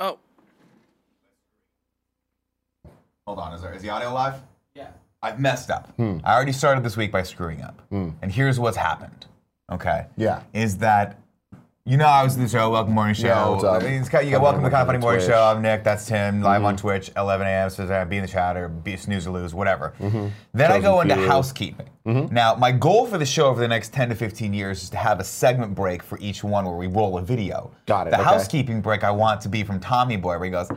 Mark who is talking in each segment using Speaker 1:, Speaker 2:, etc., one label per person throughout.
Speaker 1: Oh,
Speaker 2: Hold on, is, there, is the audio live?
Speaker 3: Yeah.
Speaker 2: I've messed up.
Speaker 4: Hmm.
Speaker 2: I already started this week by screwing up. And here's what's happened. Okay.
Speaker 4: Yeah.
Speaker 2: Is that you know I was in the show, Welcome Morning Show.
Speaker 4: Yeah, what's up?
Speaker 2: It's kind of- you got
Speaker 4: Funny
Speaker 2: Welcome to the Kind of
Speaker 4: Morning
Speaker 2: Funny Morning
Speaker 4: Twitch. Hmm.
Speaker 2: Show. I'm Nick. That's Tim. Live on Twitch, 11 a.m. So uh, be in the chat or be snooze or lose, whatever.
Speaker 4: Mm-hmm.
Speaker 2: Then I go into housekeeping. Now my goal for the show over the next 10 to 15 years is to have a segment break for each one where we roll a video.
Speaker 4: Got it,
Speaker 2: The
Speaker 4: okay.
Speaker 2: housekeeping break I want to be from Tommy Boy, where he goes,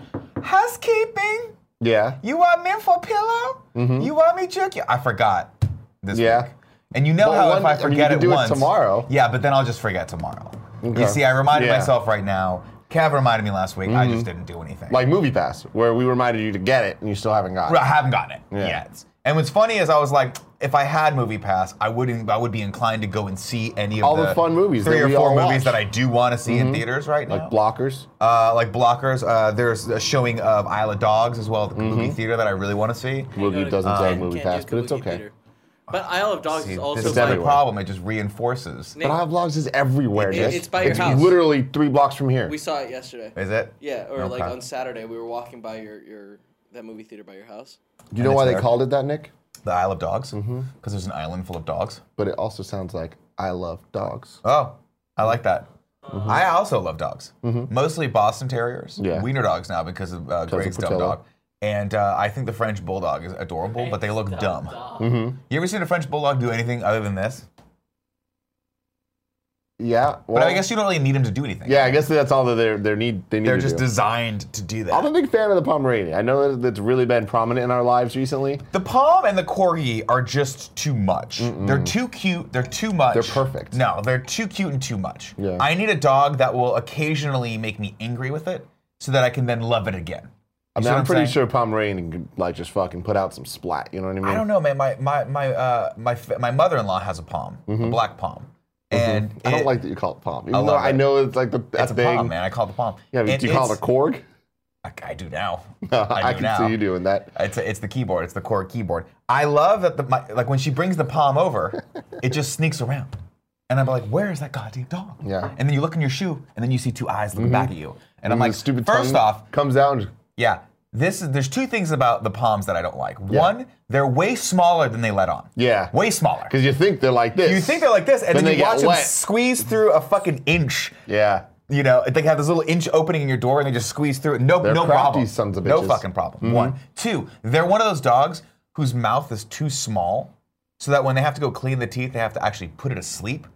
Speaker 2: housekeeping.
Speaker 4: Yeah.
Speaker 2: You want me for pillow? You want me jerky? I forgot this
Speaker 4: Mm-hmm. Yeah.
Speaker 2: week. And you know
Speaker 4: Well,
Speaker 2: how
Speaker 4: one-
Speaker 2: if I
Speaker 4: I mean, you
Speaker 2: forget
Speaker 4: can
Speaker 2: it
Speaker 4: do it
Speaker 2: once
Speaker 4: tomorrow.
Speaker 2: Yeah, but then I'll just forget tomorrow.
Speaker 4: Okay.
Speaker 2: You see, I reminded
Speaker 4: Yeah. Mm-hmm.
Speaker 2: myself right now. Cav reminded me last week. I just didn't do anything.
Speaker 4: Like Movie Pass, where we reminded you to get it and you still haven't got it.
Speaker 2: I haven't gotten it
Speaker 4: Yeah.
Speaker 2: yet. And what's funny is I was like, if I had Movie Pass, I wouldn't. I would be inclined to go and see any of
Speaker 4: All the fun movies
Speaker 2: three
Speaker 4: that
Speaker 2: or
Speaker 4: we
Speaker 2: four
Speaker 4: all
Speaker 2: movies
Speaker 4: watch. Mm-hmm.
Speaker 2: that I do want to see in theaters right now.
Speaker 4: Like blockers.
Speaker 2: Uh, like blockers. Uh, there's a showing of Isle of Dogs as well at the
Speaker 4: Mm-hmm.
Speaker 2: movie theater that I really want to see.
Speaker 4: Woogie
Speaker 3: to-
Speaker 4: doesn't uh,
Speaker 3: Can't
Speaker 4: Movie
Speaker 3: do
Speaker 4: Pass, but it's
Speaker 3: Kabuki
Speaker 4: okay.
Speaker 3: Theater. But Isle of Dogs
Speaker 2: See,
Speaker 3: is
Speaker 2: this
Speaker 3: also
Speaker 2: is
Speaker 4: by-
Speaker 2: the
Speaker 4: everywhere.
Speaker 2: problem. It just reinforces.
Speaker 3: Nick,
Speaker 4: But I have vlogs is everywhere,
Speaker 3: It-
Speaker 4: Nick.
Speaker 3: it's by your
Speaker 4: it's
Speaker 3: house.
Speaker 4: literally three blocks from here.
Speaker 3: we saw it yesterday.
Speaker 2: Is it?
Speaker 3: Yeah, or like
Speaker 2: Okay.
Speaker 3: on Saturday, we were walking by your your that movie theater by your house.
Speaker 4: you know
Speaker 2: it's
Speaker 4: why they
Speaker 2: there.
Speaker 4: called it that, Nick?
Speaker 2: The Isle of Dogs? Because
Speaker 4: Mm-hmm.
Speaker 2: there's an island full of dogs.
Speaker 4: But it also sounds like I love dogs.
Speaker 2: Oh, I like that. I also love dogs. Mostly Boston Terriers,
Speaker 4: Mm-hmm. Yeah.
Speaker 2: wiener dogs now because of uh, Greg's dumb
Speaker 4: Portillo.
Speaker 2: dog. And uh, I think the French Bulldog is adorable, but they look dumb.
Speaker 4: Mm-hmm.
Speaker 2: You ever seen a French Bulldog do anything other than this?
Speaker 4: Yeah. Well,
Speaker 2: But I guess you don't really need them to do anything.
Speaker 4: Yeah, I guess that's all that they're, they're need, they need
Speaker 2: They're
Speaker 4: to
Speaker 2: just
Speaker 4: do.
Speaker 2: designed to do that.
Speaker 4: I'm a big fan of the Pomeranian. I know that that's really been prominent in our lives recently.
Speaker 2: The Palm and the Corgi are just too much. They're too cute. They're too much.
Speaker 4: They're perfect.
Speaker 2: No, they're too cute and too much.
Speaker 4: Yeah.
Speaker 2: I need a dog that will occasionally make me angry with it so that I can then love it again.
Speaker 4: I
Speaker 2: You
Speaker 4: mean,
Speaker 2: see what
Speaker 4: I'm pretty
Speaker 2: saying?
Speaker 4: sure Pomeranian could like just fucking put out some splat. You know what I mean?
Speaker 2: I don't know, man. My my my uh, my f- my mother-in-law has a palm, a black palm, and
Speaker 4: Mm-hmm. I don't
Speaker 2: it-
Speaker 4: like that you call it palm. Even though
Speaker 2: love
Speaker 4: I
Speaker 2: it.
Speaker 4: know it's like the
Speaker 2: that's
Speaker 4: best
Speaker 2: a
Speaker 4: thing.
Speaker 2: palm, man. I call it the palm.
Speaker 4: Yeah, but
Speaker 2: And
Speaker 4: do you call it a
Speaker 2: it's-
Speaker 4: corg?
Speaker 2: I, I do now.
Speaker 4: I,
Speaker 2: do
Speaker 4: can
Speaker 2: now.
Speaker 4: see you doing that.
Speaker 2: It's, it's the keyboard. It's the core keyboard. I love that the my, like when she brings the palm over, it just sneaks around, and I'm like, where is that goddamn dog?
Speaker 4: Yeah.
Speaker 2: And then you look in your shoe, and then you see two eyes looking back at you, and I'm
Speaker 4: The
Speaker 2: like,
Speaker 4: stupid
Speaker 2: First
Speaker 4: tongue
Speaker 2: off,
Speaker 4: comes out. And,
Speaker 2: yeah, this is there's two things about the palms that I don't like. One, they're way smaller than they let on.
Speaker 4: yeah.
Speaker 2: Way smaller.
Speaker 4: Because you think they're like this.
Speaker 2: You think they're like this, and
Speaker 4: Then
Speaker 2: then, you
Speaker 4: they get
Speaker 2: watch them
Speaker 4: wet.
Speaker 2: squeeze through a fucking inch.
Speaker 4: Yeah.
Speaker 2: You know, they have this little inch opening in your door, and they just squeeze through it. No,
Speaker 4: They're
Speaker 2: no
Speaker 4: crafty
Speaker 2: problem.
Speaker 4: sons of
Speaker 2: no
Speaker 4: bitches. Mm-hmm.
Speaker 2: fucking problem. One, two. They're one of those dogs whose mouth is too small, so that when they have to go clean the teeth, they have to actually put it asleep.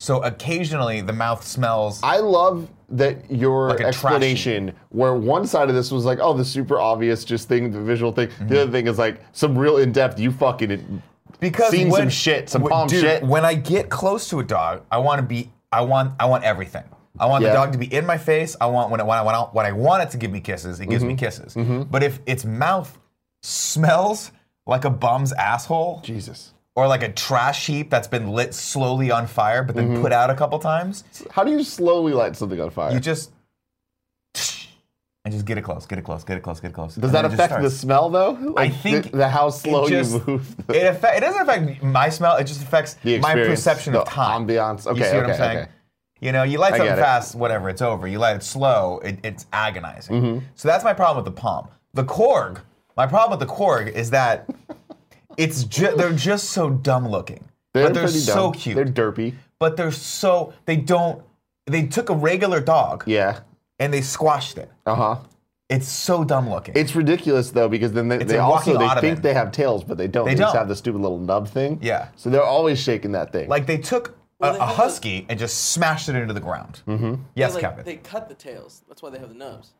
Speaker 2: So occasionally, the mouth smells.
Speaker 4: I love that your
Speaker 2: Like a trash
Speaker 4: explanation, where one side of this was like, oh, the super obvious just thing, the visual thing.
Speaker 2: Mm-hmm.
Speaker 4: The other thing is like some real in depth, you fucking.
Speaker 2: because
Speaker 4: seen
Speaker 2: when,
Speaker 4: some shit, some
Speaker 2: when-
Speaker 4: palm
Speaker 2: dude,
Speaker 4: shit.
Speaker 2: When I get close to a dog, I want to be. I want. I want everything. I want
Speaker 4: Yeah.
Speaker 2: the dog to be in my face. I want when I when I, when I, when I want it to give me kisses, it gives me
Speaker 4: Mm-hmm.
Speaker 2: kisses. But if its mouth smells like a bum's asshole
Speaker 4: Jesus.
Speaker 2: or like a trash heap that's been lit slowly on fire but then
Speaker 4: Mm-hmm.
Speaker 2: put out a couple times,
Speaker 4: How do you slowly light something on fire?
Speaker 2: you just and just get it close, get it close, get it close, get it close.
Speaker 4: Does that affect the smell though? Like, the-
Speaker 2: think
Speaker 4: the, how slow
Speaker 2: just-
Speaker 4: you move. the-
Speaker 2: It, affect, it doesn't affect my smell. It just affects
Speaker 4: The
Speaker 2: my
Speaker 4: experience,
Speaker 2: perception of
Speaker 4: the
Speaker 2: time.
Speaker 4: ambiance.
Speaker 2: you
Speaker 4: Okay,
Speaker 2: see what
Speaker 4: okay,
Speaker 2: I'm saying?
Speaker 4: okay.
Speaker 2: You know, you light something
Speaker 4: get it.
Speaker 2: fast, whatever, it's over. You light it slow, it, it's agonizing.
Speaker 4: Mm-hmm.
Speaker 2: So that's my problem with the palm. The Korg, my problem with the Korg is that it's ju- they're just so dumb looking, but they're
Speaker 4: pretty
Speaker 2: so
Speaker 4: dumb.
Speaker 2: cute.
Speaker 4: They're derpy.
Speaker 2: but they're so they don't. They took a regular dog
Speaker 4: Yeah.
Speaker 2: and they squashed it.
Speaker 4: Uh huh.
Speaker 2: It's so dumb looking.
Speaker 4: It's ridiculous though because then they, they
Speaker 2: a
Speaker 4: also
Speaker 2: walking
Speaker 4: they
Speaker 2: ottoman.
Speaker 4: think they have tails, but they don't. They, just
Speaker 2: don't.
Speaker 4: have the stupid little nub thing.
Speaker 2: Yeah.
Speaker 4: So they're always shaking that thing.
Speaker 2: like they took
Speaker 3: Well,
Speaker 2: a,
Speaker 3: they
Speaker 2: a
Speaker 3: have the-
Speaker 2: husky and just smashed it into the ground. Mm-hmm. Yes,
Speaker 3: Like,
Speaker 2: Kevin.
Speaker 3: They cut the tails. That's why they have the nubs.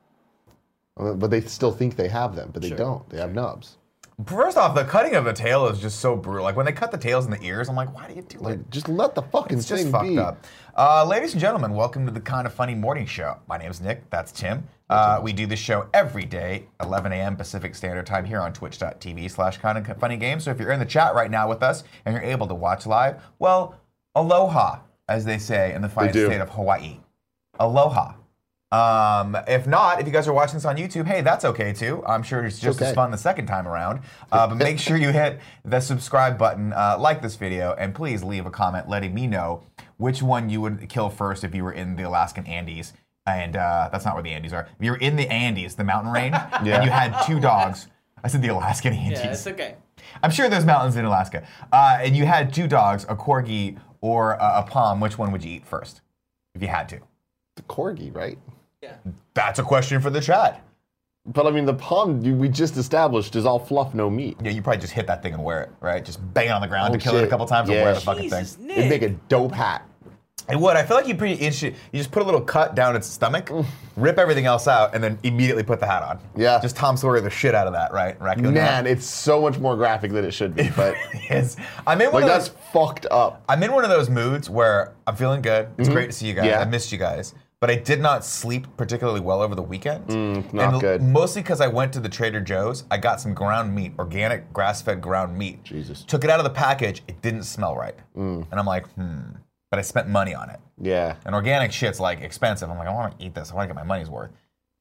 Speaker 4: Uh, but they still think they have them, but they don't. They have nubs.
Speaker 2: First off, the cutting of the tail is just so brutal. Like when they cut the tails and the ears, I'm like, why do you do it?
Speaker 4: Like just let the fucking
Speaker 2: It's
Speaker 4: thing
Speaker 2: just fucked
Speaker 4: be.
Speaker 2: up. Uh, ladies and gentlemen, welcome to the Kind of Funny Morning Show. My name is Nick. That's Tim. Uh, we do this show every day, 11 a.m. Pacific Standard Time here on twitch.tv slash kind of funny games. So if you're in the chat right now with us and you're able to watch live, well, aloha, as they say in the finest
Speaker 4: do.
Speaker 2: state of Hawaii. Aloha. Um, if not, if you guys are watching this on YouTube, hey, that's okay too. I'm sure it's just as
Speaker 4: okay.
Speaker 2: fun the second time around. Uh, but make sure you hit the subscribe button, uh, like this video, and please leave a comment letting me know which one you would kill first if you were in the Alaskan Andes and uh, that's not where the Andes are. You're in the Andes, the mountain range,
Speaker 4: Yeah.
Speaker 2: and you had two dogs. I said the Alaskan Andes.
Speaker 3: Yeah, it's okay.
Speaker 2: I'm sure there's mountains in Alaska. Uh, and you had two dogs, a corgi or a, a pom. Which one would you eat first, if you had to?
Speaker 4: The corgi, right?
Speaker 3: Yeah.
Speaker 2: That's a question for the chat.
Speaker 4: But I mean, the palm you- we just established is all fluff, no meat.
Speaker 2: Yeah, you probably just hit that thing and wear it, right? Just bang it on the ground
Speaker 4: Oh,
Speaker 2: to kill it a
Speaker 4: shit.
Speaker 2: couple times and
Speaker 4: Yeah.
Speaker 2: wear the fucking thing.
Speaker 3: Jesus,
Speaker 4: It'd
Speaker 3: Nick.
Speaker 4: make a dope hat.
Speaker 2: It would. I feel like you pretty you should- you just put a little cut down its stomach, rip everything else out, and then immediately put the hat on.
Speaker 4: Mm. Yeah.
Speaker 2: Just Tom Sawyer the shit out of that, right? Raccoon
Speaker 4: Man, it's so much more graphic than it should be. But
Speaker 2: Yes. I'm in one
Speaker 4: like
Speaker 2: of
Speaker 4: that's
Speaker 2: those,
Speaker 4: fucked up.
Speaker 2: I'm in one of those moods where I'm feeling good. It's great to see you guys.
Speaker 4: Mm-hmm. Yeah.
Speaker 2: I missed you guys. But I did not sleep particularly well over the weekend.
Speaker 4: Mm, not
Speaker 2: and
Speaker 4: good.
Speaker 2: Mostly because I went to the Trader Joe's. I got some ground meat, organic grass fed ground meat.
Speaker 4: Jesus. Mm.
Speaker 2: Took it out of the package. It didn't smell right. And I'm like, hmm. But I spent money on it.
Speaker 4: Yeah.
Speaker 2: And organic shit's like expensive. I'm like, I want to eat this. I want to get my money's worth.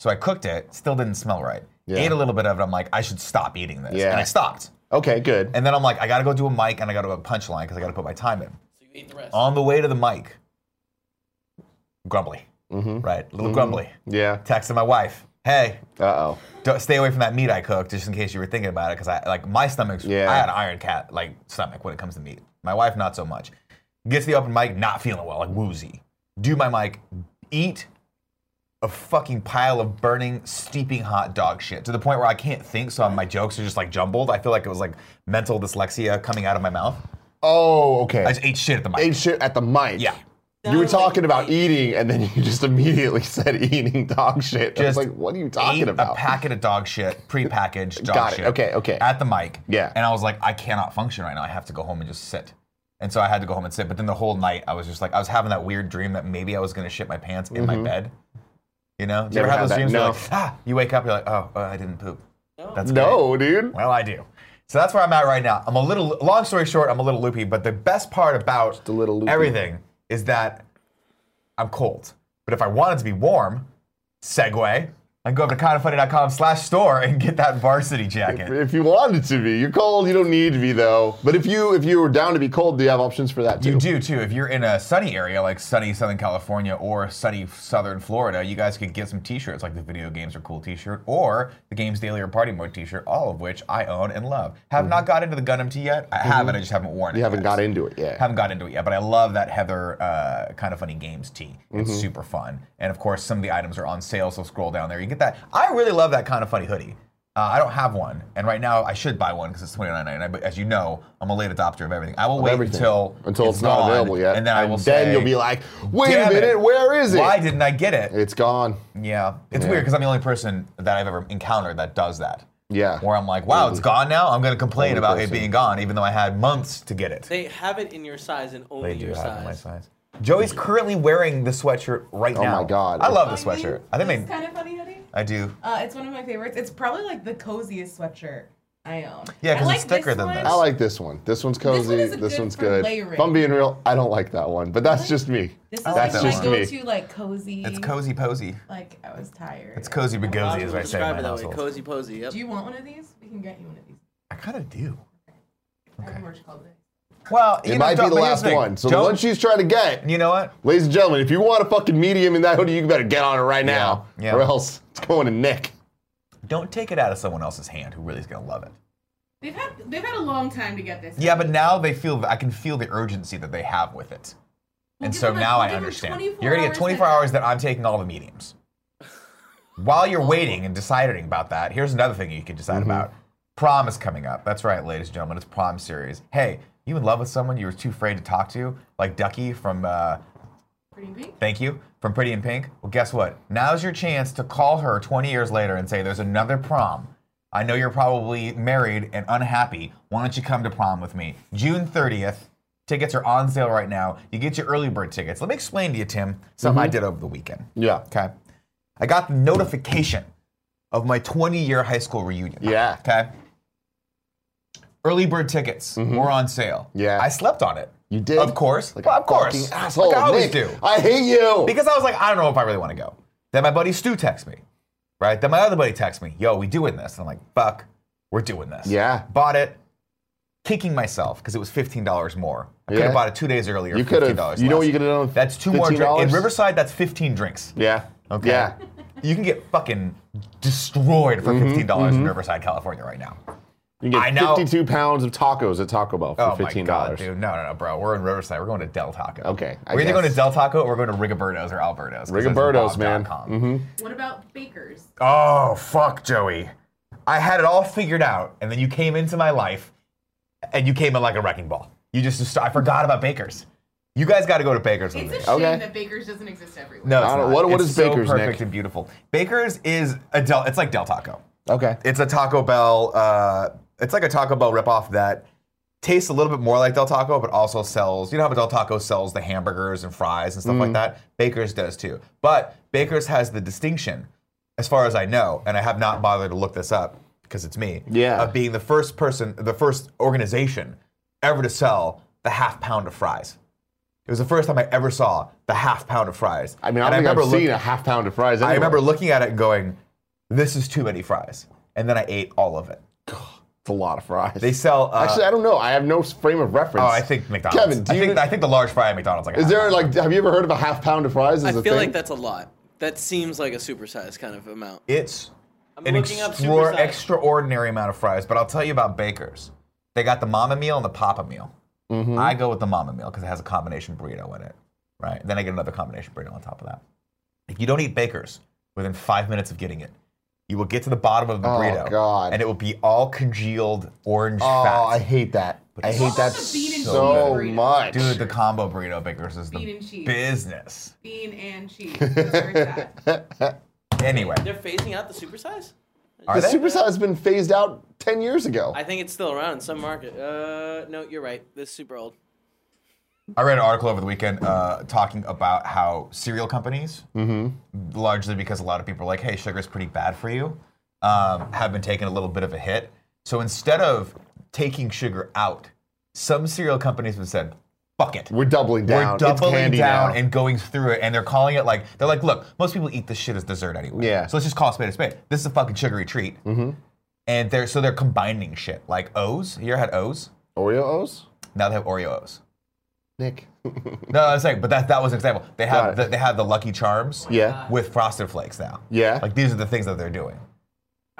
Speaker 2: So I cooked it. Still didn't smell right.
Speaker 4: Yeah.
Speaker 2: Ate a little bit of it. I'm like, I should stop eating this.
Speaker 4: Yeah.
Speaker 2: And I stopped.
Speaker 4: Okay. Good.
Speaker 2: And then I'm like, I got to go do a mic and I got to do a punchline because I got to put my time in.
Speaker 3: So you eat the rest.
Speaker 2: On the way to the mic, grumbly, right? A little grumbly.
Speaker 4: Mm-hmm. Yeah.
Speaker 2: Texted my wife, hey,
Speaker 4: Uh oh.
Speaker 2: don't, stay away from that meat I cooked, just in case you were thinking about it, because I like my stomach's.
Speaker 4: Yeah.
Speaker 2: I had an iron cat like stomach when it comes to meat. My wife not so much. Gets the open mic, not feeling well, like woozy. Do my mic, eat a fucking pile of burning, steeping hot dog shit to the point where I can't think, so my jokes are just like jumbled. I feel like it was like mental dyslexia coming out of my mouth.
Speaker 4: Oh. Okay.
Speaker 2: I just ate shit at the mic.
Speaker 4: ate shit at the mic.
Speaker 2: Yeah.
Speaker 4: You were
Speaker 3: Sounds like
Speaker 4: talking about
Speaker 3: you
Speaker 4: eating, and then you just immediately said eating dog shit. I was
Speaker 2: Just
Speaker 4: like, what are you
Speaker 2: ate
Speaker 4: talking
Speaker 2: a
Speaker 4: about?
Speaker 2: packet of dog shit, prepackaged dog
Speaker 4: Got it.
Speaker 2: shit.
Speaker 4: Okay, okay.
Speaker 2: At the mic.
Speaker 4: Yeah.
Speaker 2: And I was like, I cannot function right now. I have to go home and just sit. And so I had to go home and sit. But then the whole night, I was just like, I was having that weird dream that maybe I was gonna shit my pants in my bed. You know? Do you ever
Speaker 4: Mm-hmm. Never
Speaker 2: have
Speaker 4: had
Speaker 2: those
Speaker 4: that.
Speaker 2: dreams? where
Speaker 4: No.
Speaker 2: You're like, ah, you wake up, you're like, oh, uh, I didn't poop.
Speaker 3: No.
Speaker 2: That's great.
Speaker 4: no, dude.
Speaker 2: Well, I do. So that's where I'm at right now. I'm a little, long story short, I'm a little loopy, but the best part about
Speaker 4: a little loopy.
Speaker 2: everything is that I'm cold. But if I wanted to be warm, segue, I can go over to kindoffunny.com slash store and get that varsity jacket.
Speaker 4: If you wanted to be, you're cold. You don't need to be though. But if you if you were down to be cold, do you have options for that too?
Speaker 2: You do too. If you're in a sunny area like sunny Southern California or sunny Southern Florida, you guys could get some t shirts like the Video Games Are Cool t shirt or the Games Daily or Party Mode t shirt, all of which I own and love. Have not got into the Gundam T yet. I haven't, I just haven't worn it.
Speaker 4: Mm-hmm. You haven't
Speaker 2: yet.
Speaker 4: got into it yet.
Speaker 2: haven't got into it yet, but I love that Heather uh, kind of funny games tee. It's
Speaker 4: Mm-hmm.
Speaker 2: super fun, and of course, some of the items are on sale. So scroll down there, you can get that. I really love that kind of funny hoodie. Uh, I don't have one, and right now I should buy one because it's twenty nine ninety nine. But as you know, I'm a late adopter of everything. I will wait
Speaker 4: Everything.
Speaker 2: until
Speaker 4: until it's, not
Speaker 2: gone,
Speaker 4: available yet,
Speaker 2: and then I will say,
Speaker 4: you'll be like, wait a
Speaker 2: "Damn
Speaker 4: minute,
Speaker 2: it.
Speaker 4: where is it?
Speaker 2: Why didn't I get it?
Speaker 4: it's gone.
Speaker 2: Yeah, it's weird because I'm the only person that I've ever encountered that does that.
Speaker 4: Yeah. Mm-hmm.
Speaker 2: Where I'm like, wow, it's gone now. I'm going to complain
Speaker 4: Only
Speaker 2: about it
Speaker 4: person.
Speaker 2: being gone, even though I had months to get it.
Speaker 3: They have it in your size and only
Speaker 2: They do
Speaker 3: your
Speaker 2: have it in my
Speaker 3: size.
Speaker 2: size. Joey's currently wearing the sweatshirt right now.
Speaker 4: Oh my God.
Speaker 2: I love the
Speaker 1: Find me
Speaker 2: sweatshirt. I think
Speaker 1: this
Speaker 2: they.
Speaker 1: kind of funny hoodie.
Speaker 2: I do.
Speaker 1: Uh, it's one of my favorites. It's probably like the coziest sweatshirt I own.
Speaker 2: Yeah, 'cause
Speaker 1: I
Speaker 2: it's thicker
Speaker 1: this
Speaker 2: than
Speaker 1: one.
Speaker 2: this.
Speaker 4: I like this one. This one's
Speaker 1: one
Speaker 4: cozy. This,
Speaker 1: isn't good
Speaker 4: one's
Speaker 1: for
Speaker 4: good.
Speaker 1: layering.
Speaker 4: If I'm being real, I don't like that one, but that's just me.
Speaker 1: This is
Speaker 2: like
Speaker 1: like
Speaker 2: that
Speaker 1: my
Speaker 2: one.
Speaker 1: go-to, like cozy.
Speaker 2: It's cozy posy.
Speaker 1: Like I was tired.
Speaker 2: It's cozy begozy, as I say in my household.
Speaker 3: Cozy posy. Yep.
Speaker 1: Do you want one of these? We can get you one of these.
Speaker 2: I kind of do.
Speaker 1: I have more chocolate.
Speaker 2: Well, you
Speaker 4: It
Speaker 2: know,
Speaker 4: might
Speaker 2: don't-
Speaker 4: be the
Speaker 2: but here's
Speaker 4: last
Speaker 2: thing.
Speaker 4: one. So the
Speaker 2: Don't-
Speaker 4: one she's trying to get,
Speaker 2: You know what?
Speaker 4: ladies and gentlemen, if you want a fucking medium in that hoodie, you better get on it right now,
Speaker 2: Yeah.
Speaker 4: or else it's going to Nick.
Speaker 2: Don't take it out of someone else's hand who really is gonna love it.
Speaker 1: They've had they've had a long time to get this.
Speaker 2: Yeah, but now they feel. I can feel the urgency that they have with it, and
Speaker 1: give
Speaker 2: so
Speaker 1: them a-
Speaker 2: now
Speaker 1: we'll
Speaker 2: I
Speaker 1: give them
Speaker 2: understand.
Speaker 1: 24
Speaker 2: You're gonna get
Speaker 1: hours
Speaker 2: 24
Speaker 1: to-
Speaker 2: hours that I'm taking all the mediums. While you're waiting and deciding about that, here's another thing you can decide about. Prom is coming up. That's right, ladies and gentlemen. It's prom series. Hey, you in love with someone you were too afraid to talk to, like Ducky from uh,
Speaker 1: Pretty pink.
Speaker 2: Thank you from Pretty in Pink. Well, guess what? Now's your chance to call her 20 years later and say, There's another prom. I know you're probably married and unhappy. Why don't you come to prom with me? June 30th. Tickets are on sale right now. You get your early bird tickets. Let me explain to you, Tim, something
Speaker 4: Mm-hmm.
Speaker 2: I did over the weekend.
Speaker 4: Yeah.
Speaker 2: Okay. I got the notification of my 20 year high school reunion.
Speaker 4: Yeah.
Speaker 2: Okay. Early bird tickets were on sale.
Speaker 4: Mm-hmm. Yeah.
Speaker 2: I slept on it.
Speaker 4: You did?
Speaker 2: Of course.
Speaker 4: Like
Speaker 2: Well,
Speaker 4: a
Speaker 2: of course.
Speaker 4: fucking asshole.
Speaker 2: Like I always
Speaker 4: Nick,
Speaker 2: do.
Speaker 4: I hate you.
Speaker 2: Because I was like, I don't know if I really want to go. Then my buddy Stu texts me, right? Then my other buddy texts me, yo, we doing this. And I'm like, fuck, we're doing this.
Speaker 4: Yeah.
Speaker 2: Bought it, kicking myself because it was $15 more. I could
Speaker 4: Yeah.
Speaker 2: have bought it two days earlier.
Speaker 4: you
Speaker 2: could have.
Speaker 4: You know what you could have done? with
Speaker 2: That's two more drinks.
Speaker 4: $15?
Speaker 2: In Riverside, that's 15 drinks.
Speaker 4: Yeah.
Speaker 2: Okay.
Speaker 4: Yeah.
Speaker 2: You can get fucking destroyed
Speaker 4: Mm-hmm,
Speaker 2: for $15 dollars in Riverside, California right now.
Speaker 4: You
Speaker 2: I
Speaker 4: can
Speaker 2: know.
Speaker 4: get 52 pounds of tacos at Taco Bell for
Speaker 2: Oh my
Speaker 4: $15.
Speaker 2: god, dude! No, no, no, bro. We're in Riverside. We're going to Del Taco.
Speaker 4: Okay, I
Speaker 2: we're either
Speaker 4: guess.
Speaker 2: going to Del Taco or we're going to Rigoberto's or Alberto's. 'cause that's
Speaker 4: Rigoberto's, man. Mm-hmm.
Speaker 2: bob.com.
Speaker 1: What about bakers?
Speaker 2: Oh fuck, Joey! I had it all figured out, and then you came into my life, and you came in like a wrecking ball. You just, just I forgot about Bakers. You guys got to go to Bakers with
Speaker 1: It's
Speaker 2: me.
Speaker 1: a shame
Speaker 4: Okay.
Speaker 1: that bakers doesn't exist everywhere.
Speaker 2: No, it's
Speaker 4: I don't-
Speaker 2: not.
Speaker 4: what- what
Speaker 2: it's
Speaker 4: is
Speaker 2: so
Speaker 4: Baker's,
Speaker 2: perfect
Speaker 4: Nick?
Speaker 2: and beautiful. Bakers is a Del. It's like Del Taco.
Speaker 4: Okay.
Speaker 2: It's a Taco Bell. Uh, it's like a Taco Bell ripoff that tastes a little bit more like Del Taco, but also sells. You know how Del Taco sells the hamburgers and fries and stuff
Speaker 4: Mm.
Speaker 2: like that. Baker's does too, but Baker's has the distinction, as far as I know, and I have not bothered to look this up because it's me.
Speaker 4: Yeah.
Speaker 2: Of being the first person, the first organization ever to sell the half pound of fries. It was the first time I ever saw the half pound of fries.
Speaker 4: I mean, I
Speaker 2: And
Speaker 4: don't think
Speaker 2: remember
Speaker 4: I've seen
Speaker 2: looking-
Speaker 4: a half pound of fries.
Speaker 2: I
Speaker 4: anywhere.
Speaker 2: remember looking at it and going, "This is too many fries," and then I ate all of it.
Speaker 4: It's a lot of fries.
Speaker 2: They sell. Uh,
Speaker 4: Actually, I don't know. I have no frame of reference.
Speaker 2: oh, I think McDonald's.
Speaker 4: Kevin, do
Speaker 2: I
Speaker 4: you
Speaker 2: think, I think the large fry at McDonald's. Like a
Speaker 4: is
Speaker 2: half
Speaker 4: there
Speaker 2: pound.
Speaker 4: like? Have you ever heard of a half pound of fries? As
Speaker 3: I
Speaker 4: a
Speaker 3: feel
Speaker 4: thing?
Speaker 3: like that's a lot. That seems like a supersized kind of amount.
Speaker 2: It's
Speaker 3: I'm
Speaker 2: an
Speaker 3: looking up
Speaker 2: extra,
Speaker 3: supersized.
Speaker 2: extraordinary amount of fries. But I'll tell you about Baker's. They got the Mama Meal and the Papa Meal.
Speaker 4: Mm-hmm.
Speaker 2: I go with the Mama Meal because it has a combination burrito in it, right? Then I get another combination burrito on top of that. If you don't eat Baker's within five minutes of getting it, you will get to the bottom of the
Speaker 4: Oh,
Speaker 2: burrito,
Speaker 4: God.
Speaker 2: and it will be all congealed orange
Speaker 4: Oh,
Speaker 2: fat.
Speaker 4: I hate that. I hate
Speaker 1: What's
Speaker 4: that
Speaker 1: the bean and
Speaker 4: so
Speaker 1: cheese burrito?
Speaker 4: much.
Speaker 2: Dude, the combo burrito bakers is the
Speaker 1: Bean and cheese.
Speaker 2: business.
Speaker 1: Bean and cheese. That's where it's at.
Speaker 2: Anyway,
Speaker 3: They're phasing out the supersize.
Speaker 2: are
Speaker 4: the
Speaker 2: they?
Speaker 4: supersize has been phased out ten years ago.
Speaker 3: I think it's still around in some market. Uh, no, you're right. This is super old.
Speaker 2: I read an article over the weekend uh, talking about how cereal companies, largely because a lot of people are like, "Hey, sugar's pretty bad for you," um, have been taking a little bit of a hit. So instead of taking sugar out, some cereal companies have said, "Fuck it."
Speaker 4: We're doubling down.
Speaker 2: We're doubling
Speaker 4: it's candy
Speaker 2: down
Speaker 4: now.
Speaker 2: and going through it, and they're calling it like they're like, look, most people eat this shit as dessert anyway.
Speaker 4: Yeah.
Speaker 2: So let's just call a spade a spade. This is a fucking sugary treat. Mm-hmm. And they're so they're combining shit like O's. You ever had O's?
Speaker 4: Oreo O's?
Speaker 2: Now they have Oreo O's.
Speaker 4: Nick.
Speaker 2: No, I'm saying, but that that was an example. They have
Speaker 4: Got
Speaker 2: the,
Speaker 4: it.
Speaker 2: they have the Lucky Charms.
Speaker 4: Yeah.
Speaker 2: With Frosted Flakes now.
Speaker 4: Yeah.
Speaker 2: Like these are the things that they're doing.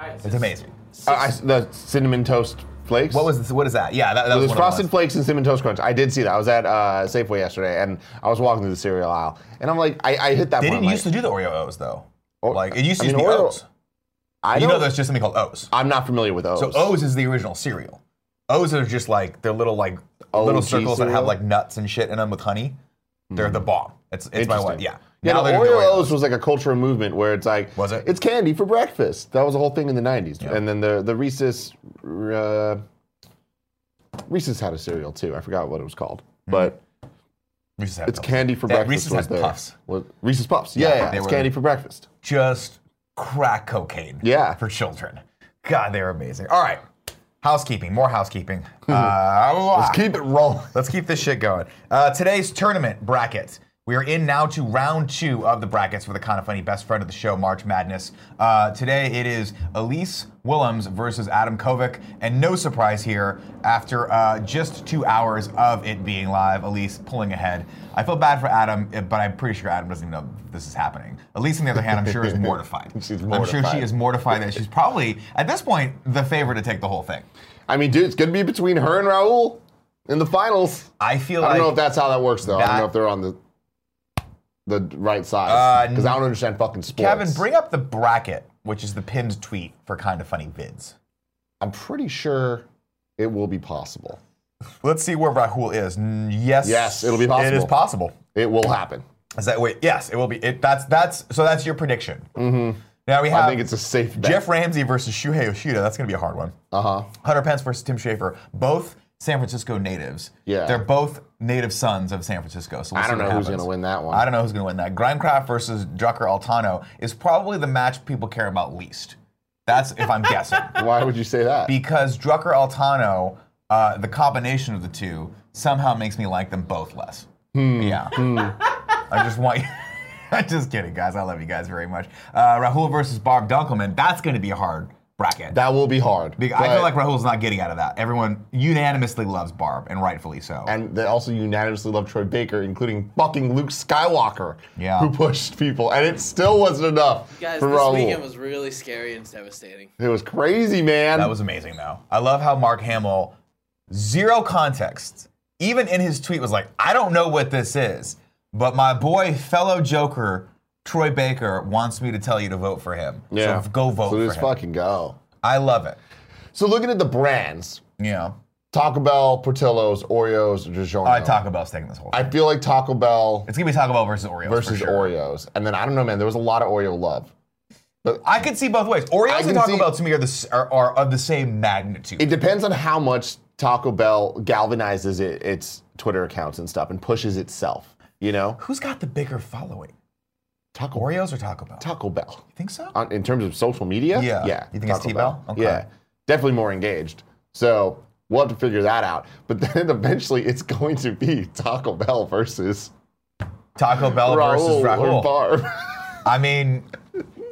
Speaker 2: It's amazing.
Speaker 4: Uh, I, the cinnamon toast flakes.
Speaker 2: What was this, what is that? Yeah, that, that
Speaker 4: It
Speaker 2: was one of
Speaker 4: was
Speaker 2: the
Speaker 4: frosted
Speaker 2: ones.
Speaker 4: flakes and cinnamon toast crunch. I did see that. I was at uh, Safeway yesterday, and I was walking through the cereal aisle, and I'm like, I, I hit that.
Speaker 2: They
Speaker 4: one,
Speaker 2: didn't
Speaker 4: I'm
Speaker 2: used to
Speaker 4: like,
Speaker 2: do the Oreo O's though.
Speaker 4: Or-
Speaker 2: Like it used to
Speaker 4: I
Speaker 2: just
Speaker 4: mean,
Speaker 2: be
Speaker 4: Oreo-
Speaker 2: O's.
Speaker 4: I
Speaker 2: You know,
Speaker 4: don't-
Speaker 2: there's just something called O's.
Speaker 4: I'm not familiar with O's.
Speaker 2: So O's is the original cereal. O's are just like they're little like little
Speaker 4: OG
Speaker 2: circles that have
Speaker 4: cereal? Hmm.
Speaker 2: like nuts and shit in them with honey. They're the bomb. It's it's my one.
Speaker 4: Interesting.
Speaker 2: Yeah.
Speaker 4: Yeah,
Speaker 2: Now
Speaker 4: the
Speaker 2: they're doing
Speaker 4: Oreo
Speaker 2: Oreos.
Speaker 4: O's was like a cultural movement where it's like,
Speaker 2: Was it?
Speaker 4: It's candy for breakfast. That was the whole thing in the '90s.
Speaker 2: Yeah.
Speaker 4: And then the the Reese's uh, Reese's had a cereal too. I forgot what it was called, but
Speaker 2: Reese's had
Speaker 4: it's
Speaker 2: those.
Speaker 4: candy
Speaker 2: Mm-hmm.
Speaker 4: for
Speaker 2: That
Speaker 4: breakfast.
Speaker 2: Reese's
Speaker 4: was
Speaker 2: has
Speaker 4: there.
Speaker 2: puffs.
Speaker 4: Was- Reese's puffs. Yeah, yeah,
Speaker 2: they
Speaker 4: it's
Speaker 2: were-
Speaker 4: candy for breakfast.
Speaker 2: Just crack cocaine.
Speaker 4: Yeah.
Speaker 2: For children. God, they're amazing. All right. Housekeeping. More housekeeping. uh,
Speaker 4: Hmm. Let's keep it rolling.
Speaker 2: Let's keep this shit going. Uh, today's tournament brackets. We are in now to round two of the brackets for the kind of funny best friend of the show, March Madness. Uh, today it is Elise Willems versus Adam Kovic, and no surprise here. After uh, just two hours of it being live, Elise pulling ahead. I feel bad for Adam, eh, but I'm pretty sure Adam doesn't even know this is happening. Elise, on the other hand, I'm sure is mortified.
Speaker 4: She's
Speaker 2: I'm sure she
Speaker 4: mortified.
Speaker 2: is mortified that she's probably at this point the favorite to take the whole thing.
Speaker 4: I mean, dude, it's gonna be between her and Raul in the finals.
Speaker 2: I feel
Speaker 4: I don't
Speaker 2: like
Speaker 4: know if that's how that works though. I
Speaker 2: that-
Speaker 4: don't know if they're on the the right side
Speaker 2: Uh,
Speaker 4: because I don't understand fucking sports.
Speaker 2: Kevin, bring up the bracket, which is the pinned tweet for kind of funny vids.
Speaker 4: I'm pretty sure it will be possible.
Speaker 2: Let's see where Rahul is. N- Yes.
Speaker 4: Yes, it'll be possible.
Speaker 2: It is possible.
Speaker 4: It will happen.
Speaker 2: Is that wait? Yes, it will be. It, that's that's so that's your prediction. Mm-hmm. Now we have
Speaker 4: I think it's a safe bet.
Speaker 2: Jeff Ramsey versus Shuhei Yoshida. That's going to be a hard one.
Speaker 4: uh huh.
Speaker 2: Hunter Pence versus Tim Schaefer. Both San Francisco natives.
Speaker 4: Yeah.
Speaker 2: They're both native sons of San Francisco. So we'll
Speaker 4: I don't
Speaker 2: see what
Speaker 4: know who's
Speaker 2: happens.
Speaker 4: gonna win that one.
Speaker 2: I don't know who's going to win that. Grindcraft versus Drucker Altano is probably the match people care about least. That's if I'm guessing.
Speaker 4: Why would you say that?
Speaker 2: because Drucker Altano, uh, the combination of the two, somehow makes me like them both less.
Speaker 4: Hmm.
Speaker 2: Yeah. I just want you. I'm just kidding, guys. I love you guys very much. Uh, Rahul versus Barb Dunkelman. That's going to be hard. bracket.
Speaker 4: That will be hard.
Speaker 2: Be- I feel
Speaker 4: but-
Speaker 2: like Rahul's not getting out of that. Everyone unanimously loves Barb, and rightfully so.
Speaker 4: and they also unanimously love Troy Baker, including fucking Luke Skywalker,
Speaker 2: Yeah.
Speaker 4: who pushed people, and it still wasn't enough
Speaker 3: Guys,
Speaker 4: for
Speaker 3: this
Speaker 4: Raul.
Speaker 3: weekend was really scary and devastating.
Speaker 4: it was crazy, man.
Speaker 2: That was amazing, though. I love how Mark Hamill, zero context, even in his tweet, was like, I don't know what this is, but my boy, fellow Joker, Troy Baker, wants me to tell you to vote for him.
Speaker 4: yeah.
Speaker 2: So go vote
Speaker 4: So
Speaker 2: for
Speaker 4: just
Speaker 2: him.
Speaker 4: fucking go.
Speaker 2: I love it.
Speaker 4: So looking at the brands,
Speaker 2: You know,
Speaker 4: Taco Bell, Portillo's, Oreos, DiGiorno.
Speaker 2: I Taco Bell's taking this whole thing.
Speaker 4: I feel like Taco Bell
Speaker 2: it's going to be Taco Bell versus Oreos.
Speaker 4: versus
Speaker 2: for sure.
Speaker 4: Oreos, and then I don't know, man. There was a lot of Oreo love.
Speaker 2: I could see both ways. Oreos
Speaker 4: I
Speaker 2: and
Speaker 4: can
Speaker 2: Taco
Speaker 4: see-
Speaker 2: Bell to me are, the, s- are, are of the same magnitude.
Speaker 4: It depends on how much Taco Bell galvanizes it, its Twitter accounts and stuff, and pushes itself. You know,
Speaker 2: Who's got the bigger following?
Speaker 4: Taco
Speaker 2: Oreos or Taco Bell?
Speaker 4: Taco Bell.
Speaker 2: you think so?
Speaker 4: on, in terms of social media,
Speaker 2: Yeah.
Speaker 4: yeah.
Speaker 2: You think it's
Speaker 4: Taco
Speaker 2: T-Bell? Okay.
Speaker 4: Yeah, definitely more engaged. So we'll have to figure that out. But then eventually, it's going to be Taco Bell versus
Speaker 2: Taco Bell versus
Speaker 4: Raul
Speaker 2: Raul.
Speaker 4: or Barb.
Speaker 2: I mean,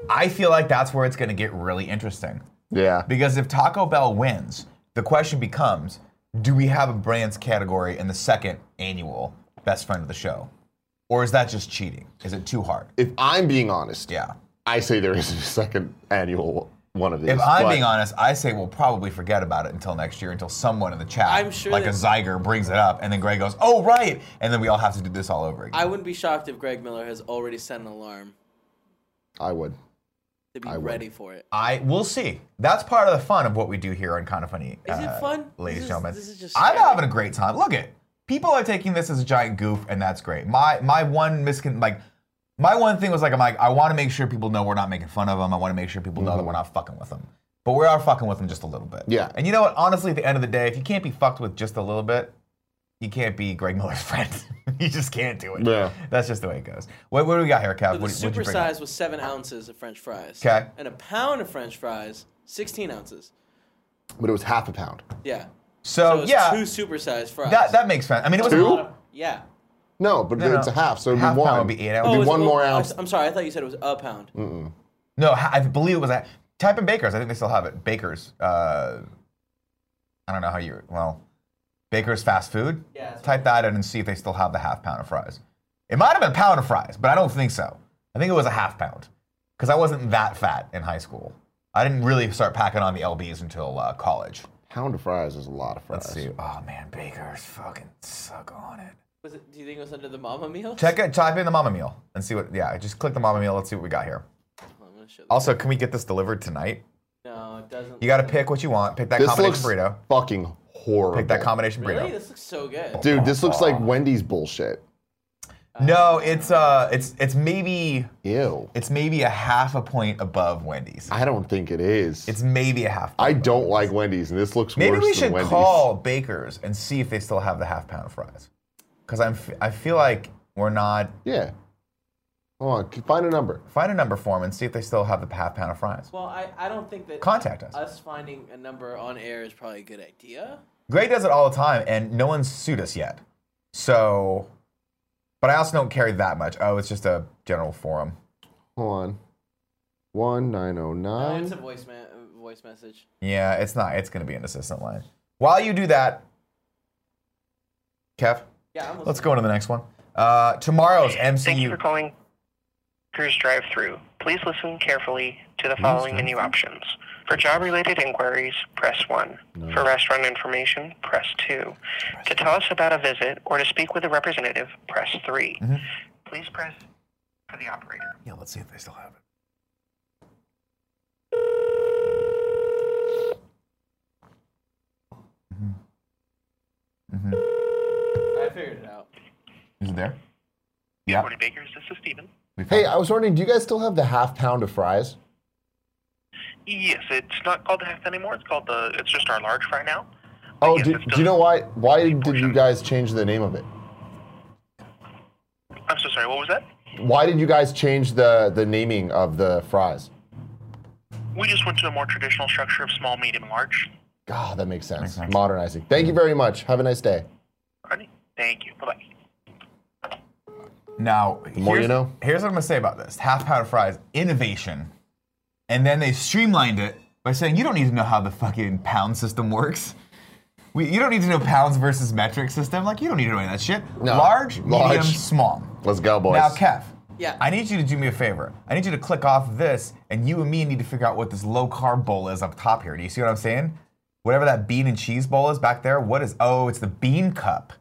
Speaker 2: I feel like that's where it's going to get really interesting.
Speaker 4: yeah,
Speaker 2: Because if Taco Bell wins, the question becomes do we have a brands category in the second annual best friend of the show? Or is that just cheating? Is it too hard?
Speaker 4: if I'm being honest,
Speaker 2: Yeah.
Speaker 4: I say there isn't a second annual one of these.
Speaker 2: If I'm
Speaker 4: but
Speaker 2: being honest, I say we'll probably forget about it until next year, until someone in the chat,
Speaker 3: I'm sure
Speaker 2: like a
Speaker 3: that-
Speaker 2: Zeiger, brings it up, and then Greg goes, "Oh right," and then we all have to do this all over again.
Speaker 3: I wouldn't be shocked if Greg Miller has already set an alarm
Speaker 4: I would.
Speaker 3: to be
Speaker 4: would.
Speaker 3: ready for it.
Speaker 2: I we'll see. That's part of the fun of what we do here on Kind of Funny. uh,
Speaker 3: Is it fun?
Speaker 2: ladies
Speaker 3: This is-
Speaker 2: and gentlemen?
Speaker 3: this is just
Speaker 2: I'm
Speaker 3: scary.
Speaker 2: having a great time. Look at people are taking this as a giant goof, and that's great. My my one miscon like my one thing was like I'm like I want to make sure people know we're not making fun of them. I want to make sure people know that we're not fucking with them. But we are fucking with them just a little bit.
Speaker 4: Mm-hmm. Yeah.
Speaker 2: And you know what? Honestly, at the end of the day, if you can't be fucked with just a little bit, you can't be Greg Miller's friend. you just can't do it.
Speaker 4: Yeah.
Speaker 2: That's just the way it goes. What, what do we got here, Kev?
Speaker 3: So the
Speaker 2: What- what'd you
Speaker 3: super
Speaker 2: bring up?
Speaker 3: size was seven ounces of French fries.
Speaker 2: 'Kay.
Speaker 3: And a pound of French fries, 16 ounces.
Speaker 4: But it was half a pound.
Speaker 3: Yeah. So
Speaker 2: So,
Speaker 3: it was
Speaker 2: Oh, yeah,
Speaker 3: two super sized fries.
Speaker 2: that that makes sense. I mean, it was
Speaker 4: Two?
Speaker 3: yeah. Oh,
Speaker 4: No, but
Speaker 2: no.
Speaker 4: it's a half, so it'd
Speaker 2: Half
Speaker 4: be
Speaker 2: pound
Speaker 4: one.
Speaker 2: would be eight Oh,
Speaker 4: It'd
Speaker 2: ounces.
Speaker 4: be
Speaker 3: it's-
Speaker 4: one more
Speaker 3: I-
Speaker 4: ounce.
Speaker 3: I'm sorry. I thought you said it was a pound.
Speaker 2: Mm. No, ha- I believe it was at type in Baker's. I think they still have it. Baker's. Uh, I don't know how you. Well, Baker's fast food.
Speaker 3: Yeah, that's
Speaker 2: Type that in and see if they still have the half pound of fries. It might have been a pound of fries, but I don't think so. I think it was a half pound because I wasn't that fat in high school. I didn't really start packing on the lbs until uh, college.
Speaker 4: Pound of fries is a lot of fries.
Speaker 2: Let's see. Oh man, Baker's fucking suck on it.
Speaker 3: Was it, do you think it was under the Mama Meal?
Speaker 2: Check it. Type in the Mama Meal and see what. Yeah, just click the Mama Meal. Let's see what we got here.
Speaker 3: Oh, I'm gonna show this.
Speaker 2: Also, can we get this delivered tonight?
Speaker 3: No, it doesn't.
Speaker 2: Oh, You got to pick what you want. Pick that
Speaker 4: This
Speaker 2: combination
Speaker 4: looks
Speaker 2: burrito.
Speaker 4: fucking horrible.
Speaker 2: Pick that combination burrito.
Speaker 3: Really? This looks so good.
Speaker 4: Dude, this looks like Wendy's bullshit.
Speaker 2: No, it's uh, it's it's maybe
Speaker 4: Ew.
Speaker 2: it's maybe a half a point above Wendy's.
Speaker 4: I don't think it is.
Speaker 2: It's maybe a half. Point
Speaker 4: I
Speaker 2: above
Speaker 4: don't
Speaker 2: Wendy's.
Speaker 4: like Wendy's, and this looks
Speaker 2: Maybe
Speaker 4: worse
Speaker 2: we should
Speaker 4: than Wendy's.
Speaker 2: call Baker's and see if they still have the half pound of fries. Because I'm f- I feel like we're not
Speaker 4: Yeah. Hold on, c- find a number.
Speaker 2: find a number for them and see if they still have the half pound of fries.
Speaker 3: Well, I, I don't think that
Speaker 2: Contact us.
Speaker 3: us finding a number on air is probably a good idea.
Speaker 2: Greg does it all the time, and no one's sued us yet. So, but I also don't carry that much. Oh, it's just a general forum.
Speaker 4: Hold on. One nine oh
Speaker 3: Oh, it's a
Speaker 4: nine.
Speaker 2: Um,
Speaker 3: voice, ma- uh, voice message.
Speaker 2: Yeah, it's not. It's going to be an assistant line. While you do that, Kev,
Speaker 3: Yeah, I'm
Speaker 2: let's go into the next one. Uh, tomorrow's
Speaker 5: Thank you for
Speaker 2: MCU.
Speaker 5: calling Cruise Drive Through. Please listen carefully to the following menu options. For job related inquiries, press 1.
Speaker 4: Mm.
Speaker 5: For restaurant information, press 2. To tell us about a visit or to speak with a representative, press 3. Please press for the operator.
Speaker 2: Yeah, let's see if they still have it.
Speaker 3: I figured it out.
Speaker 2: Mm-hmm. Is it there? Yeah.
Speaker 5: Morty Bakers, this is Steven.
Speaker 2: we found
Speaker 4: Hey,
Speaker 2: it.
Speaker 4: I was wondering, do you guys still have the half pound of fries?
Speaker 5: Yes, it's not called the half anymore. It's called the, it's just our large fry now.
Speaker 4: Oh,
Speaker 5: yes,
Speaker 4: do,
Speaker 5: it's
Speaker 4: do you know
Speaker 5: done.
Speaker 4: why? Why did you guys change the name of it?
Speaker 5: I'm so sorry, what was that?
Speaker 4: Why did you guys change the the naming of the fries?
Speaker 5: We just went to a more traditional structure of small, medium, and large.
Speaker 4: God, that makes sense.
Speaker 2: sense. Mm-hmm.
Speaker 4: Modernizing. Thank you very much. Have a nice day.
Speaker 5: Alrighty. Thank you. Bye bye.
Speaker 2: now,
Speaker 4: more
Speaker 2: here's,
Speaker 4: you know.
Speaker 2: here's what I'm going to say about this half pound of fries, innovation. And then they streamlined it by saying you don't need to know how the fucking pound system works. We, you don't need to know pounds versus metric system. Like you don't need to know any of that shit.
Speaker 4: No.
Speaker 2: Large,
Speaker 4: Large.
Speaker 2: medium, small.
Speaker 4: Let's go, boys.
Speaker 2: Now, Kev.
Speaker 3: Yeah.
Speaker 2: I need you to do me a favor. I need you to click off of this, and you and me need to figure out what this low carb bowl is up top here. Do you see what I'm saying? Whatever that bean and cheese bowl is back there, what is? Oh, it's the bean cup.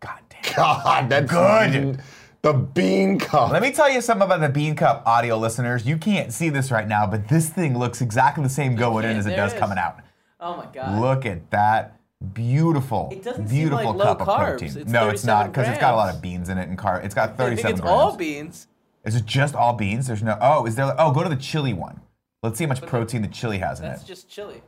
Speaker 2: God damn.
Speaker 4: God, that's
Speaker 2: Good.
Speaker 4: The bean cup.
Speaker 2: Let me tell you something about the bean cup, audio listeners. You can't see this right now, but this thing looks exactly the same going in
Speaker 3: can't.
Speaker 2: as it
Speaker 3: There
Speaker 2: does
Speaker 3: it is.
Speaker 2: coming out.
Speaker 3: Oh my god.
Speaker 2: Look at that beautiful,
Speaker 3: It doesn't seem
Speaker 2: beautiful
Speaker 3: like low
Speaker 2: cup of
Speaker 3: carbs.
Speaker 2: protein.
Speaker 3: It's
Speaker 2: no, it's not
Speaker 3: 37
Speaker 2: it's got a lot
Speaker 3: grams.
Speaker 2: of beans in it and carb. It's got
Speaker 3: I think
Speaker 2: thirty-seven
Speaker 3: it's
Speaker 2: grams.
Speaker 3: all beans.
Speaker 2: Is it just all beans? There's no. Oh, is there? Oh, go to the chili one. Let's see how much protein the chili has in it.
Speaker 3: That's just chili.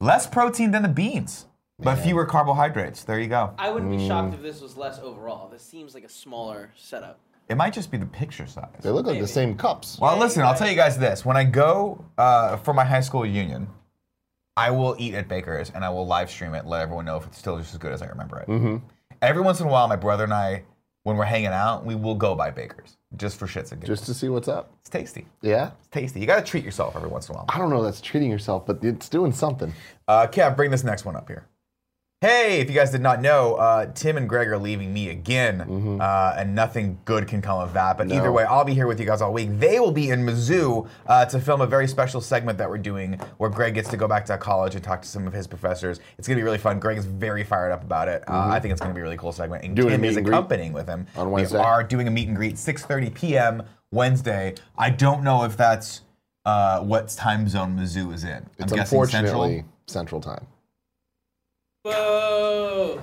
Speaker 2: Less protein than the beans, but fewer carbohydrates. There you go.
Speaker 3: I wouldn't be
Speaker 2: Mm.
Speaker 3: shocked if this was less overall. This seems like a smaller setup.
Speaker 2: It might just be the picture size.
Speaker 4: They look like the same cups.
Speaker 2: Well,
Speaker 3: Yeah,
Speaker 2: listen,
Speaker 3: you're
Speaker 2: I'll tell you guys this. When I go uh, for my high school reunion, I will eat at Baker's and I will live stream it, let everyone know if it's still just as good as I remember it. Every once in a while, my brother and I, when we're hanging out, we will go by Baker's just for shits and giggles.
Speaker 4: Just to see what's up.
Speaker 2: it's tasty.
Speaker 4: Yeah.
Speaker 2: It's tasty. You got to treat yourself every once in a while.
Speaker 4: I don't know. That's treating yourself, but it's doing something.
Speaker 2: Uh, Kev, bring this next one up here. Hey, if you guys did not know, uh, Tim and Greg are leaving me again,
Speaker 4: Mm-hmm.
Speaker 2: uh, and nothing good can come of that. But either way, I'll be here with you guys all week. They will be in Mizzou uh, to film a very special segment that we're doing where Greg gets to go back to college and talk to some of his professors. It's going to be really fun. Greg is very fired up about it. Uh, I think it's going to be a really cool segment. And
Speaker 4: Mm-hmm. Doing a
Speaker 2: Tim
Speaker 4: meet
Speaker 2: is
Speaker 4: and greet
Speaker 2: accompanying with him.
Speaker 4: on Wednesday.
Speaker 2: We are doing a meet and greet 6.30 p.m. Wednesday. I don't know if that's uh, what time zone Mizzou is in.
Speaker 4: It's
Speaker 2: I'm guessing Central.
Speaker 4: unfortunately central? time.
Speaker 3: Whoa!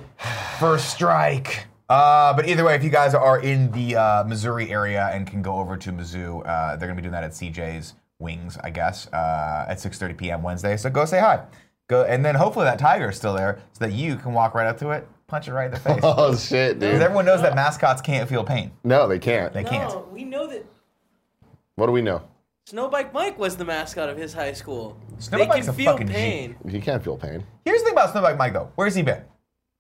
Speaker 2: First strike. Uh, but either way, if you guys are in the uh, Missouri area and can go over to Mizzou, uh, they're gonna be doing that at CJ's Wings, I guess, uh, at 6:30 p.m. Wednesday. So go say hi. Go, and then hopefully that tiger is still there, so that you can walk right up to it, punch it right in the face. Because
Speaker 4: Oh shit, dude.
Speaker 2: everyone knows that mascots can't feel pain.
Speaker 4: No, they can't.
Speaker 2: They can't.
Speaker 3: No, we know that
Speaker 4: What do we know?
Speaker 3: Snowbike Mike was the mascot of his high school. they
Speaker 2: Snowbike's
Speaker 3: can
Speaker 2: a
Speaker 3: feel
Speaker 2: fucking G.
Speaker 3: pain.
Speaker 4: He can't feel pain.
Speaker 2: Here's the thing about Snowbike Mike though. Where's he been?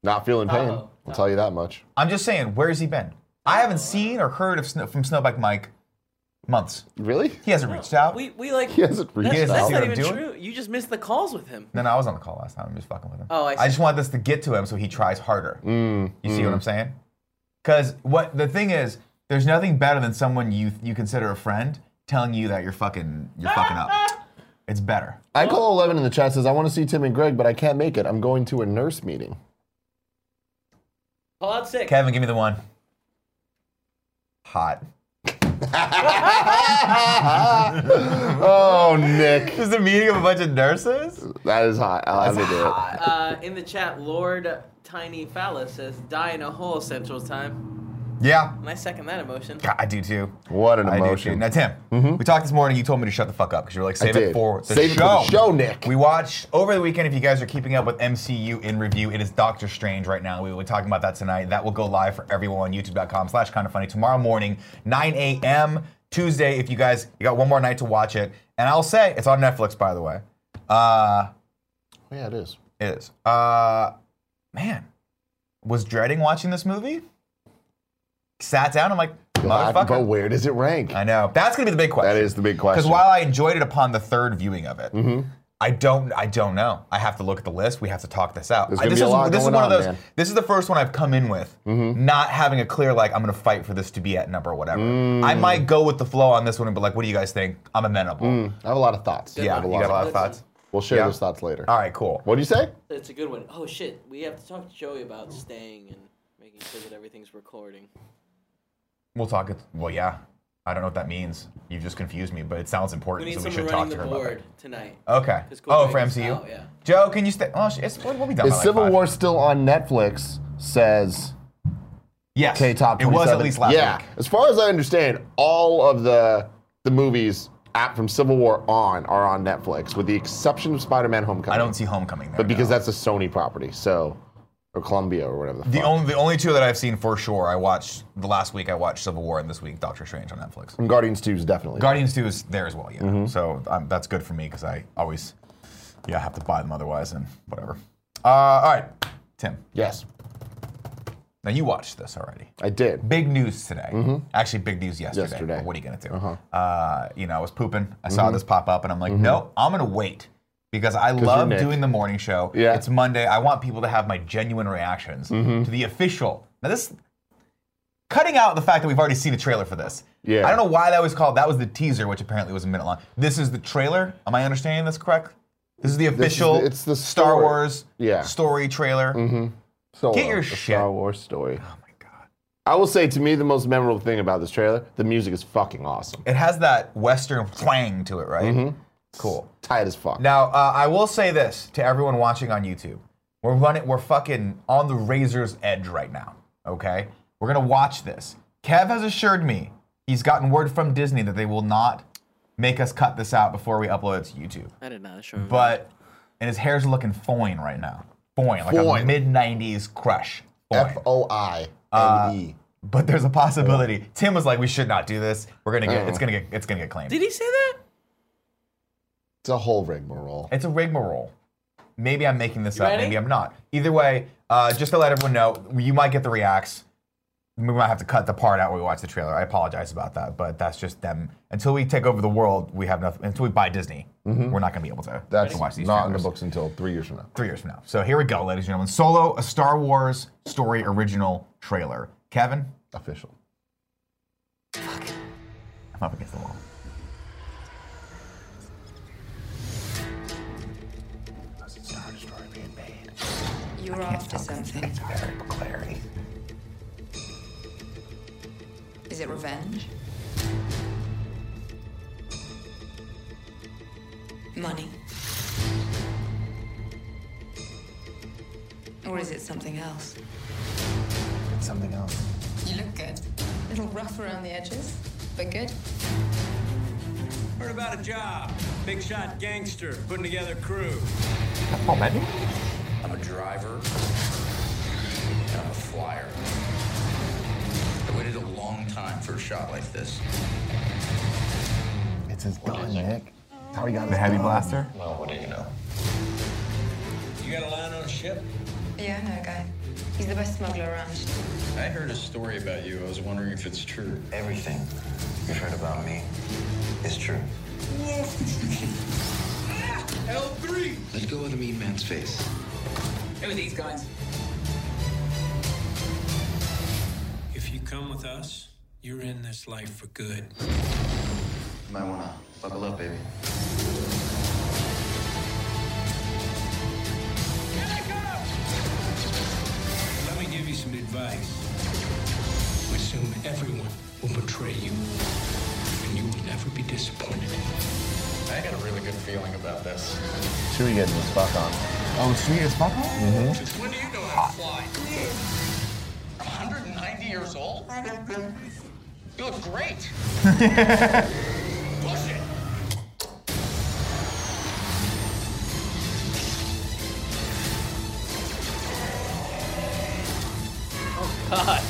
Speaker 4: Not feeling pain.
Speaker 3: Uh-oh.
Speaker 4: I'll tell you that much.
Speaker 2: I'm just saying, where's he been? I haven't seen or heard of Snow- from Snowbike Mike months.
Speaker 4: Really?
Speaker 2: He hasn't reached out.
Speaker 3: We we like
Speaker 4: He hasn't reached
Speaker 3: that's, that's
Speaker 2: out.
Speaker 3: not
Speaker 2: See what
Speaker 3: even
Speaker 2: I'm
Speaker 3: true. You just missed the calls with him.
Speaker 2: No, no, I was on the call last time. I'm just fucking with him.
Speaker 3: Oh, I see.
Speaker 2: just want this to get to him so he tries harder. you see what I'm saying? Because what the thing is, there's nothing better than someone you you consider a friend telling you that you're fucking you're fucking up. It's better.
Speaker 4: I call eleven in the chat says I want to see Tim and Greg, but I can't make it. I'm going to a nurse meeting.
Speaker 3: Call out sick.
Speaker 2: Kevin, give me the one. Hot.
Speaker 4: Oh, Nick,
Speaker 2: Is the meeting of a bunch of nurses?
Speaker 4: that is hot. I'll have to do it.
Speaker 3: Uh, in the chat, Lord Tiny Phallus says, "Die in a hole, Central Time,"
Speaker 2: Yeah.
Speaker 3: and I second that emotion.
Speaker 2: God, I do too.
Speaker 4: What an
Speaker 2: I do too.
Speaker 4: emotion. Mm-hmm.
Speaker 2: Now, Tim, we talked this morning. You told me to shut the fuck up because you were like, save it
Speaker 4: did.
Speaker 2: for the
Speaker 4: Save it for
Speaker 2: show.
Speaker 4: the show, Nick.
Speaker 2: We watched over the weekend. If you guys are keeping up with MCU in review, it is Doctor Strange right now. We will be talking about that tonight. That will go live for everyone. YouTube.com slash kind of funny tomorrow morning, 9 a.m. Tuesday. If you guys, you got one more night to watch it. And I'll say, it's on Netflix, by the way. Uh,
Speaker 4: Yeah, it is.
Speaker 2: it is. Uh, man, was dreading watching this movie. Sat down. I'm like, motherfucker.
Speaker 4: But where does it rank?
Speaker 2: I know. That's gonna be the big question.
Speaker 4: That is the big
Speaker 2: Because
Speaker 4: question. Mm-hmm.
Speaker 2: while I enjoyed it upon the third viewing of it, I don't I don't know. I have to look at the list. We have to talk this out.
Speaker 4: There's
Speaker 2: I-
Speaker 4: gonna
Speaker 2: this
Speaker 4: be a
Speaker 2: is
Speaker 4: lot
Speaker 2: this is
Speaker 4: going
Speaker 2: one
Speaker 4: on,
Speaker 2: of those.
Speaker 4: man. Mm-hmm.
Speaker 2: This is the first one I've come in with, not having a clear like I'm gonna fight for this to be at number whatever. I
Speaker 4: Mm.
Speaker 2: might go with the flow on this one and be like, what do you guys think? I'm amenable.
Speaker 4: I have Mm. a lot of thoughts.
Speaker 2: Yeah,
Speaker 4: I have
Speaker 2: you got a lot of thoughts.
Speaker 4: We'll share
Speaker 2: Yeah. Uh,
Speaker 4: those thoughts later.
Speaker 2: All right, cool.
Speaker 4: What do you say?
Speaker 3: It's a good one. Oh shit, we have to talk to Joey about staying and making sure that everything's recording.
Speaker 2: We'll talk. It, well, yeah. I don't know what that means. You've just confused me, but it sounds
Speaker 3: We
Speaker 2: important,
Speaker 3: need
Speaker 2: so we
Speaker 3: someone
Speaker 2: should
Speaker 3: running
Speaker 2: talk to
Speaker 3: the
Speaker 2: her about
Speaker 3: board
Speaker 2: it.
Speaker 3: tonight.
Speaker 2: Okay.
Speaker 3: 'Cause Cody
Speaker 2: Oh, for
Speaker 3: Banks is
Speaker 2: MCU.
Speaker 3: out, yeah.
Speaker 2: Joe, can you stay? Oh, sh- it's, we'll be done.
Speaker 4: Is
Speaker 2: by like
Speaker 4: Civil
Speaker 2: five.
Speaker 4: War still on Netflix? Says
Speaker 2: Yes.
Speaker 4: K top.
Speaker 2: It was at
Speaker 4: 27.
Speaker 2: least last
Speaker 4: yeah.
Speaker 2: week.
Speaker 4: As far as I understand, all of the the movies app from Civil War on are on Netflix, with the exception of Spider-Man: Homecoming.
Speaker 2: I don't see Homecoming there.
Speaker 4: but because
Speaker 2: no.
Speaker 4: that's a Sony property, so or Columbia or whatever. The,
Speaker 2: the
Speaker 4: fuck.
Speaker 2: only the only two that I've seen for sure, I watched the last week. I watched Civil War, and this week Doctor Strange on Netflix.
Speaker 4: And Guardians Two is definitely.
Speaker 2: Guardians Two is there as well, yeah.
Speaker 4: Mm-hmm.
Speaker 2: So um, that's good for me because I always, yeah, I have to buy them otherwise and whatever. Uh, all right, Tim,
Speaker 4: yes.
Speaker 2: Now you watched this already.
Speaker 4: I did.
Speaker 2: Big news today. Actually, big news yesterday.
Speaker 4: Mm-hmm. Yesterday. Uh-huh. Mm-hmm.
Speaker 2: But what are you gonna do? Uh, you know, I was pooping. I saw this pop up, and I'm like, no, I'm gonna wait because I love
Speaker 4: Nick.
Speaker 2: doing the morning show.
Speaker 4: Yeah. Mm-hmm.
Speaker 2: It's Monday. I want people to have my genuine reactions to the official. Now this. Cutting out the fact that we've already seen a trailer for this.
Speaker 4: Yeah.
Speaker 2: I don't know why that was called. That was the teaser, which apparently was a minute long. This is the trailer. Am I understanding this correct? This is the
Speaker 4: the-
Speaker 2: official
Speaker 4: it's the
Speaker 2: Star
Speaker 4: story.
Speaker 2: Wars
Speaker 4: Yeah. Mm-hmm.
Speaker 2: story trailer.
Speaker 4: Solo,
Speaker 2: Get your
Speaker 4: the
Speaker 2: shit.
Speaker 4: Star Wars story.
Speaker 2: Oh my god.
Speaker 4: I will say to me the most memorable thing about this trailer, the music is fucking awesome.
Speaker 2: It has that Western twang to it, right?
Speaker 4: Mm-hmm.
Speaker 2: Cool.
Speaker 4: Tight as fuck.
Speaker 2: Now, uh, I will say this to everyone watching on YouTube: we're running, we're fucking on the razor's edge right now. Okay, we're gonna watch this. Kev has assured me he's gotten word from Disney that they will not make us cut this out before we upload it to YouTube.
Speaker 3: I did not show him.
Speaker 2: But and his hair's looking foine right now, foine, like a
Speaker 4: Foine.
Speaker 2: mid '90s crush. Foine.
Speaker 4: F O I
Speaker 2: Uh,
Speaker 4: N E.
Speaker 2: But there's a possibility. Tim was like, "We should not do this. We're gonna get.
Speaker 4: Mm.
Speaker 2: It's gonna get. It's gonna get claimed."
Speaker 3: did he say that?
Speaker 4: It's a whole rigmarole.
Speaker 2: It's a rigmarole. Maybe I'm making this
Speaker 3: You
Speaker 2: up.
Speaker 3: ready?
Speaker 2: Maybe I'm not. Either way, uh, just to let everyone know, you might get the reacts. We might have to cut the part out where we watch the trailer. I apologize about that, but that's just them. Until we take over the world, we have nothing. Until we buy Disney, we're not going to be able to,
Speaker 6: Mm-hmm. That's
Speaker 2: to watch these
Speaker 6: not in the
Speaker 2: trailers.
Speaker 6: books until three years from now.
Speaker 2: Three years from now. So here we go, ladies and gentlemen. Solo, a Star Wars story original trailer. Kevin,
Speaker 6: Official.
Speaker 2: I'm up against the wall.
Speaker 7: You're after something.
Speaker 2: Clarity.
Speaker 7: Is it revenge? Money? Or is it something else?
Speaker 2: Something else.
Speaker 7: You look good. A little rough around the edges, but good.
Speaker 8: Heard about a job. Big shot gangster putting together crew.
Speaker 2: Oh, man.
Speaker 9: I'm a driver. And I'm a flyer. I waited a long time for a shot like this.
Speaker 6: It's his gun, Nick. That's how he got
Speaker 2: The
Speaker 6: his
Speaker 2: heavy
Speaker 6: gun.
Speaker 2: blaster.
Speaker 9: Well, what do you know?
Speaker 8: You got a line on a ship?
Speaker 7: Yeah, I know a guy. He's the best smuggler around.
Speaker 9: I heard a story about you. I was wondering if it's true. Everything you've heard about me is true.
Speaker 8: L3!
Speaker 9: Let go of the mean man's face.
Speaker 8: Hey, with these guns. If you come with us, you're in this life for good.
Speaker 9: You might wanna buckle up, baby.
Speaker 8: Let me give you some advice. We assume everyone will betray you, and you will never be disappointed.
Speaker 9: I got a really good feeling about this.
Speaker 6: Chewie getting his fuck on.
Speaker 2: Oh, sweet as fuck.
Speaker 9: Since when do you know how to fly? I'm 190 years old. You look great. Push it.
Speaker 3: God.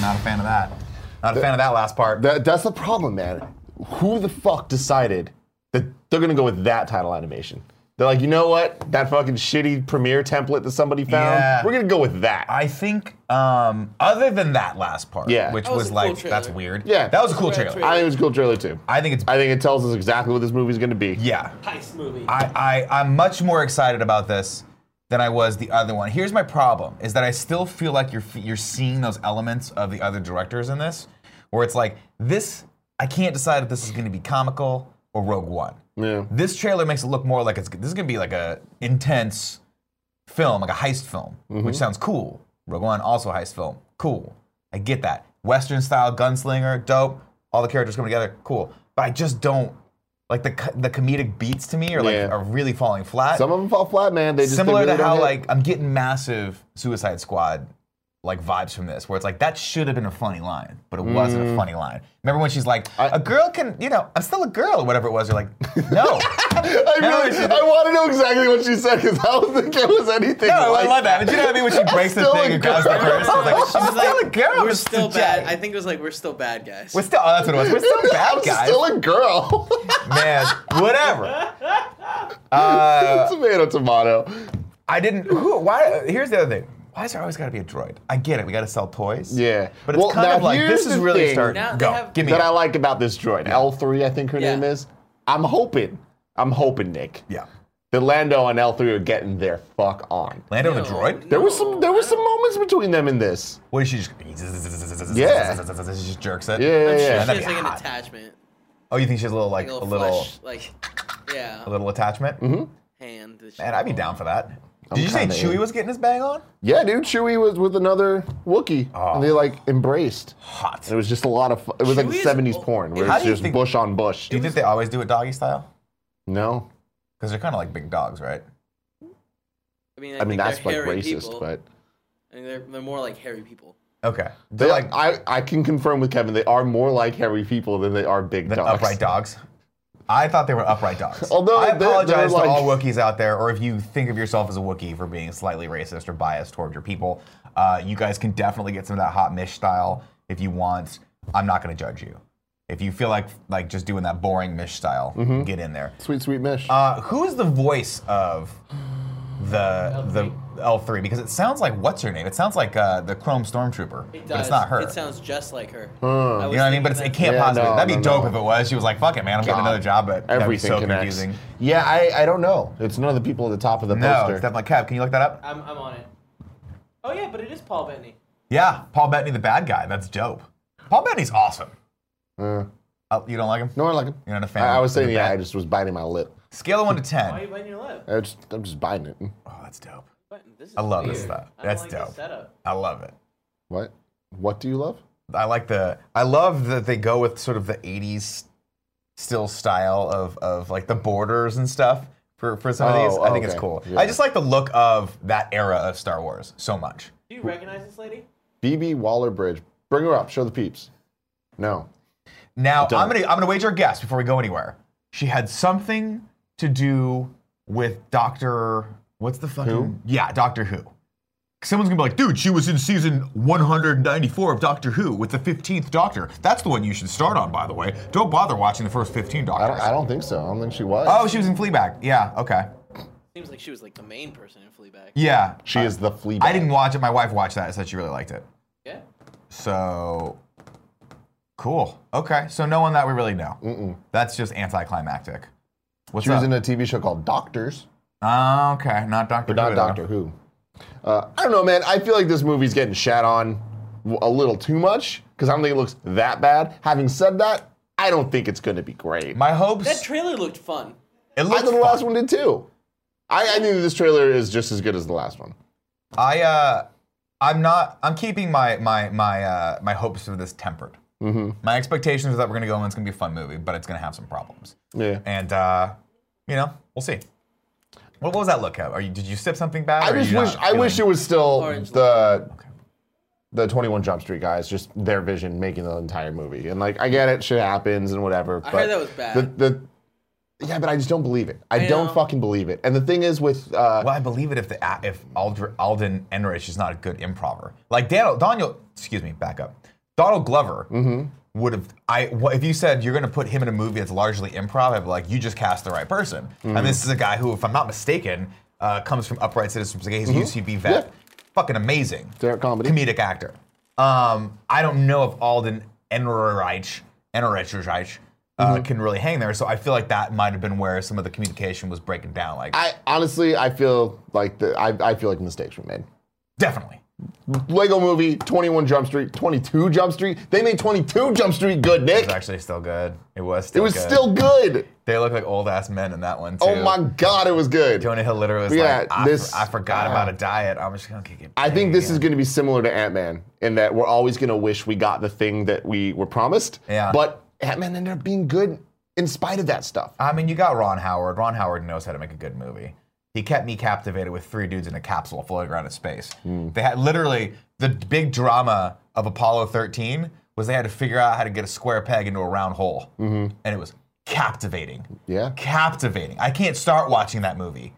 Speaker 2: Not a fan of that. Not a fan of that last part.
Speaker 4: That, that's the problem, man. Who the fuck decided that they're gonna go with that title animation? They're like, you know what? That fucking shitty premiere template that somebody found.
Speaker 2: Yeah.
Speaker 4: We're gonna go with that.
Speaker 2: I think, um, other than that last part,
Speaker 4: Yeah.
Speaker 2: which
Speaker 4: That
Speaker 2: was,
Speaker 3: was a cool
Speaker 2: like,
Speaker 3: trailer.
Speaker 2: that's weird.
Speaker 4: Yeah.
Speaker 2: that was a cool
Speaker 3: That's a
Speaker 2: trailer.
Speaker 3: great
Speaker 4: I think it was a cool trailer too.
Speaker 2: I think it's,
Speaker 4: I think it tells us exactly what this movie's gonna be.
Speaker 2: yeah.
Speaker 3: Heist movie.
Speaker 2: I, I, I'm much more excited about this than I was the other one. Here's my problem: is that I still feel like you're f- you're seeing those elements of the other directors in this, where it's like this. I can't decide if this is going to be comical or Rogue One.
Speaker 4: Yeah.
Speaker 2: This trailer makes it look more like it's this is going to be like a intense film, like a heist film,
Speaker 4: Mm-hmm.
Speaker 2: which sounds cool. Rogue One also a heist film, cool. I get that Western style gunslinger, dope. All the characters coming together, cool. But I just don't like the co- the comedic beats to me are like
Speaker 4: Yeah.
Speaker 2: are really falling flat.
Speaker 4: Some of them fall flat, man. They just they
Speaker 2: Similar
Speaker 4: really
Speaker 2: to
Speaker 4: don't
Speaker 2: how
Speaker 4: hit.
Speaker 2: like I'm getting massive Suicide Squad like vibes from this, where it's like that should have been a funny line, but it wasn't
Speaker 4: Mm.
Speaker 2: a funny line. Remember when she's like, "A girl can, you know, I'm still a girl," or whatever it was. You're like, no,
Speaker 4: I really,
Speaker 2: she-
Speaker 4: I want to know exactly what she said because I don't think it was anything.
Speaker 2: no, I
Speaker 4: like
Speaker 2: love that. But you know what I mean? When she breaks the
Speaker 4: still
Speaker 2: thing
Speaker 4: a
Speaker 2: and grabs the
Speaker 4: girl.
Speaker 2: purse, it's like, "I'm still a girl."
Speaker 3: We're
Speaker 2: Mr.
Speaker 3: still bad.
Speaker 2: Jack."
Speaker 3: I think it was like we're still bad guys.
Speaker 2: We're still. Oh, that's what it was. We're still
Speaker 4: I'm
Speaker 2: bad guys.
Speaker 4: still a girl.
Speaker 2: Man, whatever. Uh,
Speaker 4: tomato, tomato.
Speaker 2: I didn't. Who? Why? Here's the other thing. Why is there always got to be a droid? I get it. We got to sell toys.
Speaker 4: Yeah.
Speaker 2: But it's
Speaker 4: Well,
Speaker 2: kind
Speaker 4: now
Speaker 2: of like
Speaker 4: here's
Speaker 2: this is
Speaker 4: the
Speaker 2: really
Speaker 4: thing
Speaker 2: starting.
Speaker 3: Now they
Speaker 2: Go.
Speaker 3: have-
Speaker 2: give me.
Speaker 4: that
Speaker 2: it.
Speaker 4: I like about this droid, L3, I think her
Speaker 3: Yeah.
Speaker 4: name is. I'm hoping, I'm hoping, Nick,
Speaker 2: yeah.
Speaker 4: that Lando and L3 are getting their fuck on.
Speaker 2: Lando the
Speaker 3: No.
Speaker 2: droid.
Speaker 4: There was some, there were some moments between them in this.
Speaker 2: What is she just?
Speaker 4: Yeah.
Speaker 2: She just jerks it.
Speaker 4: Yeah, yeah,
Speaker 3: I'm sure
Speaker 4: yeah.
Speaker 3: she
Speaker 2: that'd
Speaker 3: has
Speaker 2: be
Speaker 3: like an
Speaker 2: hot.
Speaker 3: attachment,
Speaker 2: Oh, you think she's a little like
Speaker 3: like a little, flesh, like yeah,
Speaker 2: a little attachment? Mm-hmm.
Speaker 3: hand. that she-
Speaker 2: Man, I'd be down for that. Did you say
Speaker 4: kinda
Speaker 2: Chewie
Speaker 4: in.
Speaker 2: was getting his bang on?
Speaker 4: Yeah, dude, Chewie was with another Wookiee, and they like embraced.
Speaker 2: Hot.
Speaker 4: It was just a lot of. Fun. It was like
Speaker 3: Chewie is-
Speaker 4: 70s porn where
Speaker 2: How
Speaker 4: it's
Speaker 2: do you
Speaker 4: just
Speaker 2: think-
Speaker 4: bush on bush.
Speaker 2: Do you think they always do it doggy style?
Speaker 4: no,
Speaker 2: Because they're kind of like big dogs, right?
Speaker 3: I mean, I,
Speaker 4: I mean
Speaker 3: think
Speaker 4: that's like
Speaker 3: they're hairy
Speaker 4: racist,
Speaker 3: people.
Speaker 4: but
Speaker 3: I mean, they're, they're more like hairy people.
Speaker 2: Okay.
Speaker 4: they
Speaker 2: They're
Speaker 4: like
Speaker 2: like
Speaker 4: I, I can confirm with Kevin they are more like hairy people than they are big
Speaker 2: than
Speaker 4: dogs.
Speaker 2: upright dogs. I thought they were upright dogs.
Speaker 4: Although
Speaker 2: I
Speaker 4: they're- they're
Speaker 2: apologize
Speaker 4: like-
Speaker 2: to all Wookiees out there, or if you think of yourself as a Wookiee for being slightly racist or biased toward your people, uh, you guys can definitely get some of that hot mish style if you want. I'm not going to judge you. If you feel like like just doing that boring mish style,
Speaker 4: Mm-hmm.
Speaker 2: get in there.
Speaker 4: Sweet sweet Mish.
Speaker 2: Uh, who is the voice of the the L three? Because it sounds like what's her name? It sounds like uh, the Chrome Stormtrooper,
Speaker 3: It does.
Speaker 2: but it's not her. Hmm.
Speaker 3: It sounds just like her.
Speaker 2: you know what I mean? But it's, it can't
Speaker 4: Yeah,
Speaker 2: possibly.
Speaker 4: no,
Speaker 2: that'd be
Speaker 4: no,
Speaker 2: dope
Speaker 4: no.
Speaker 2: if it was. She was like, "Fuck it, man, I'm getting
Speaker 4: God.
Speaker 2: another job." But that'd be
Speaker 4: Everything
Speaker 2: so
Speaker 4: connects.
Speaker 2: confusing.
Speaker 4: Yeah, I, I don't know. It's none of the people at the top of the
Speaker 2: No,
Speaker 4: poster.
Speaker 2: it's definitely Kev. Can you look that up?
Speaker 3: I'm, I'm on it. Oh yeah, but it is Paul Bettany.
Speaker 2: Yeah, Paul Bettany, the bad guy. That's dope. Paul Bettany's awesome.
Speaker 4: Uh,
Speaker 2: Oh, you don't like him?
Speaker 4: no, I like him.
Speaker 2: You're not a fan.
Speaker 4: I, I
Speaker 2: of-
Speaker 4: was
Speaker 2: of
Speaker 4: saying,
Speaker 2: the
Speaker 4: yeah,
Speaker 2: bad-
Speaker 4: I just was biting my lip.
Speaker 2: Scale of one to
Speaker 3: Why are
Speaker 2: ten.
Speaker 3: you biting your lip?
Speaker 4: I just, I'm just biting it.
Speaker 2: Oh, that's dope.
Speaker 3: Button. This is
Speaker 2: I love this
Speaker 3: weird.
Speaker 2: stuff.
Speaker 3: I don't
Speaker 2: That's
Speaker 3: like
Speaker 2: dope.
Speaker 3: This setup.
Speaker 2: I love it.
Speaker 4: What? What do you love?
Speaker 2: I like the. I love that they go with sort of the '80s still style of of like the borders and stuff for for some of these.
Speaker 4: Oh,
Speaker 2: I think
Speaker 4: okay.
Speaker 2: it's cool.
Speaker 4: Yeah.
Speaker 2: I just like the look of that era of Star Wars so much.
Speaker 3: Do you recognize this lady?
Speaker 4: BB Waller Bridge. Bring her up. Show the peeps. No.
Speaker 2: Now
Speaker 4: Don't.
Speaker 2: I'm gonna I'm gonna wager a guess before we go anywhere. She had something to do with Doctor. What's the fucking?
Speaker 4: Who?
Speaker 2: Yeah, Doctor Who. Someone's gonna be like, dude, she was in season 194 of Doctor Who with the 15th Doctor. That's the one you should start on, by the way. Don't bother watching the first 15
Speaker 4: I
Speaker 2: Doctors.
Speaker 4: don't, I don't think so. I don't think she was.
Speaker 2: Oh, she was in Fleabag. Yeah. Okay.
Speaker 3: Seems like she was like the main person in Fleabag.
Speaker 2: Yeah.
Speaker 4: she is the flea.
Speaker 2: I didn't watch it. My wife watched that. and Said she really liked it.
Speaker 3: Yeah.
Speaker 2: So cool. Okay. So no one that we really know. That's just anticlimactic. What's
Speaker 4: She was
Speaker 2: up?
Speaker 4: in a TV show called Doctors,
Speaker 2: Oh, okay. Not Doctor.
Speaker 4: but not
Speaker 2: Who, though.
Speaker 4: Doctor Who. Uh, I don't know, man. I feel like this movie's getting shat on w- a little too much because I don't think it looks that bad. Having said that, I don't think it's going to be great.
Speaker 2: My hopes.
Speaker 3: That trailer looked fun.
Speaker 2: it
Speaker 4: I
Speaker 2: looks
Speaker 4: thought the
Speaker 2: fun.
Speaker 4: last one did too. I, I think this trailer is just as good as the last one.
Speaker 2: I uh, I'm not. I'm keeping my my my uh, my hopes of this tempered. Mm-hmm. My expectations are that we're gonna go and it's gonna be a fun movie, but it's gonna have some problems.
Speaker 4: Yeah.
Speaker 2: And uh, you know, we'll see. What, what was that look at? Are you? Did you sip something bad?
Speaker 4: I
Speaker 2: or are
Speaker 4: just
Speaker 2: you
Speaker 4: wish
Speaker 2: not
Speaker 4: I wish it
Speaker 2: feeling-
Speaker 4: was still
Speaker 3: Orange
Speaker 4: the the 21 Jump Street guys, just their vision making the entire movie. And like I get it, shit happens and whatever.
Speaker 3: I
Speaker 4: But
Speaker 3: heard that was bad.
Speaker 4: The, the yeah, but I just don't believe it. I,
Speaker 3: I
Speaker 4: don't
Speaker 3: know.
Speaker 4: fucking believe it. And the thing is with uh,
Speaker 2: Well, I believe it if the a- if Aldr- Alden Enrich is not a good improver. Like Daniel, Daniel, excuse me, back up. Donald Glover
Speaker 4: Mm-hmm.
Speaker 2: would have. I wh- if you said you're going to put him in a movie that's largely improv, I'd be like, you just cast the right person.
Speaker 4: Mm-hmm.
Speaker 2: And this is a guy who, if I'm not mistaken, uh, comes from Upright Citizens Brigade. He's a UCB vet.
Speaker 4: Mm-hmm. Yeah.
Speaker 2: Fucking amazing.
Speaker 4: Derek Comedy.
Speaker 2: Comedic actor. Um, I don't know if Alden Enrich, Enrich, Reich, uh,
Speaker 4: Mm-hmm.
Speaker 2: can really hang there. So I feel like that might have been where some of the communication was breaking down. Like,
Speaker 4: I honestly I feel like the I, I feel like mistakes were made.
Speaker 2: definitely.
Speaker 4: Lego movie, 21 Jump Street, 22 Jump Street. They made 22 Jump Street good, Nick.
Speaker 2: It was actually still good. It was
Speaker 4: It
Speaker 2: still
Speaker 4: was
Speaker 2: good.
Speaker 4: still good.
Speaker 2: They look like old ass men in that one too.
Speaker 4: Oh my god, it was good.
Speaker 2: Jonah Hill literally was
Speaker 4: Yeah,
Speaker 2: like, I,
Speaker 4: this-
Speaker 2: for- I forgot
Speaker 4: uh,
Speaker 2: about a diet. I'm just gonna kick it.
Speaker 4: I think this
Speaker 2: again."
Speaker 4: is going to be similar to Ant Man in that we're always going to wish we got the thing that we were promised.
Speaker 2: Yeah.
Speaker 4: But Ant Man ended up being good in spite of that stuff.
Speaker 2: I mean, you got Ron Howard. Ron Howard knows how to make a good movie. He kept me captivated with three dudes in a capsule floating around in space. They had literally the big drama of Apollo 13 was they had to figure out how to get a square peg into a round hole, and it was captivating.
Speaker 4: Yeah.
Speaker 2: captivating. I can't start watching that movie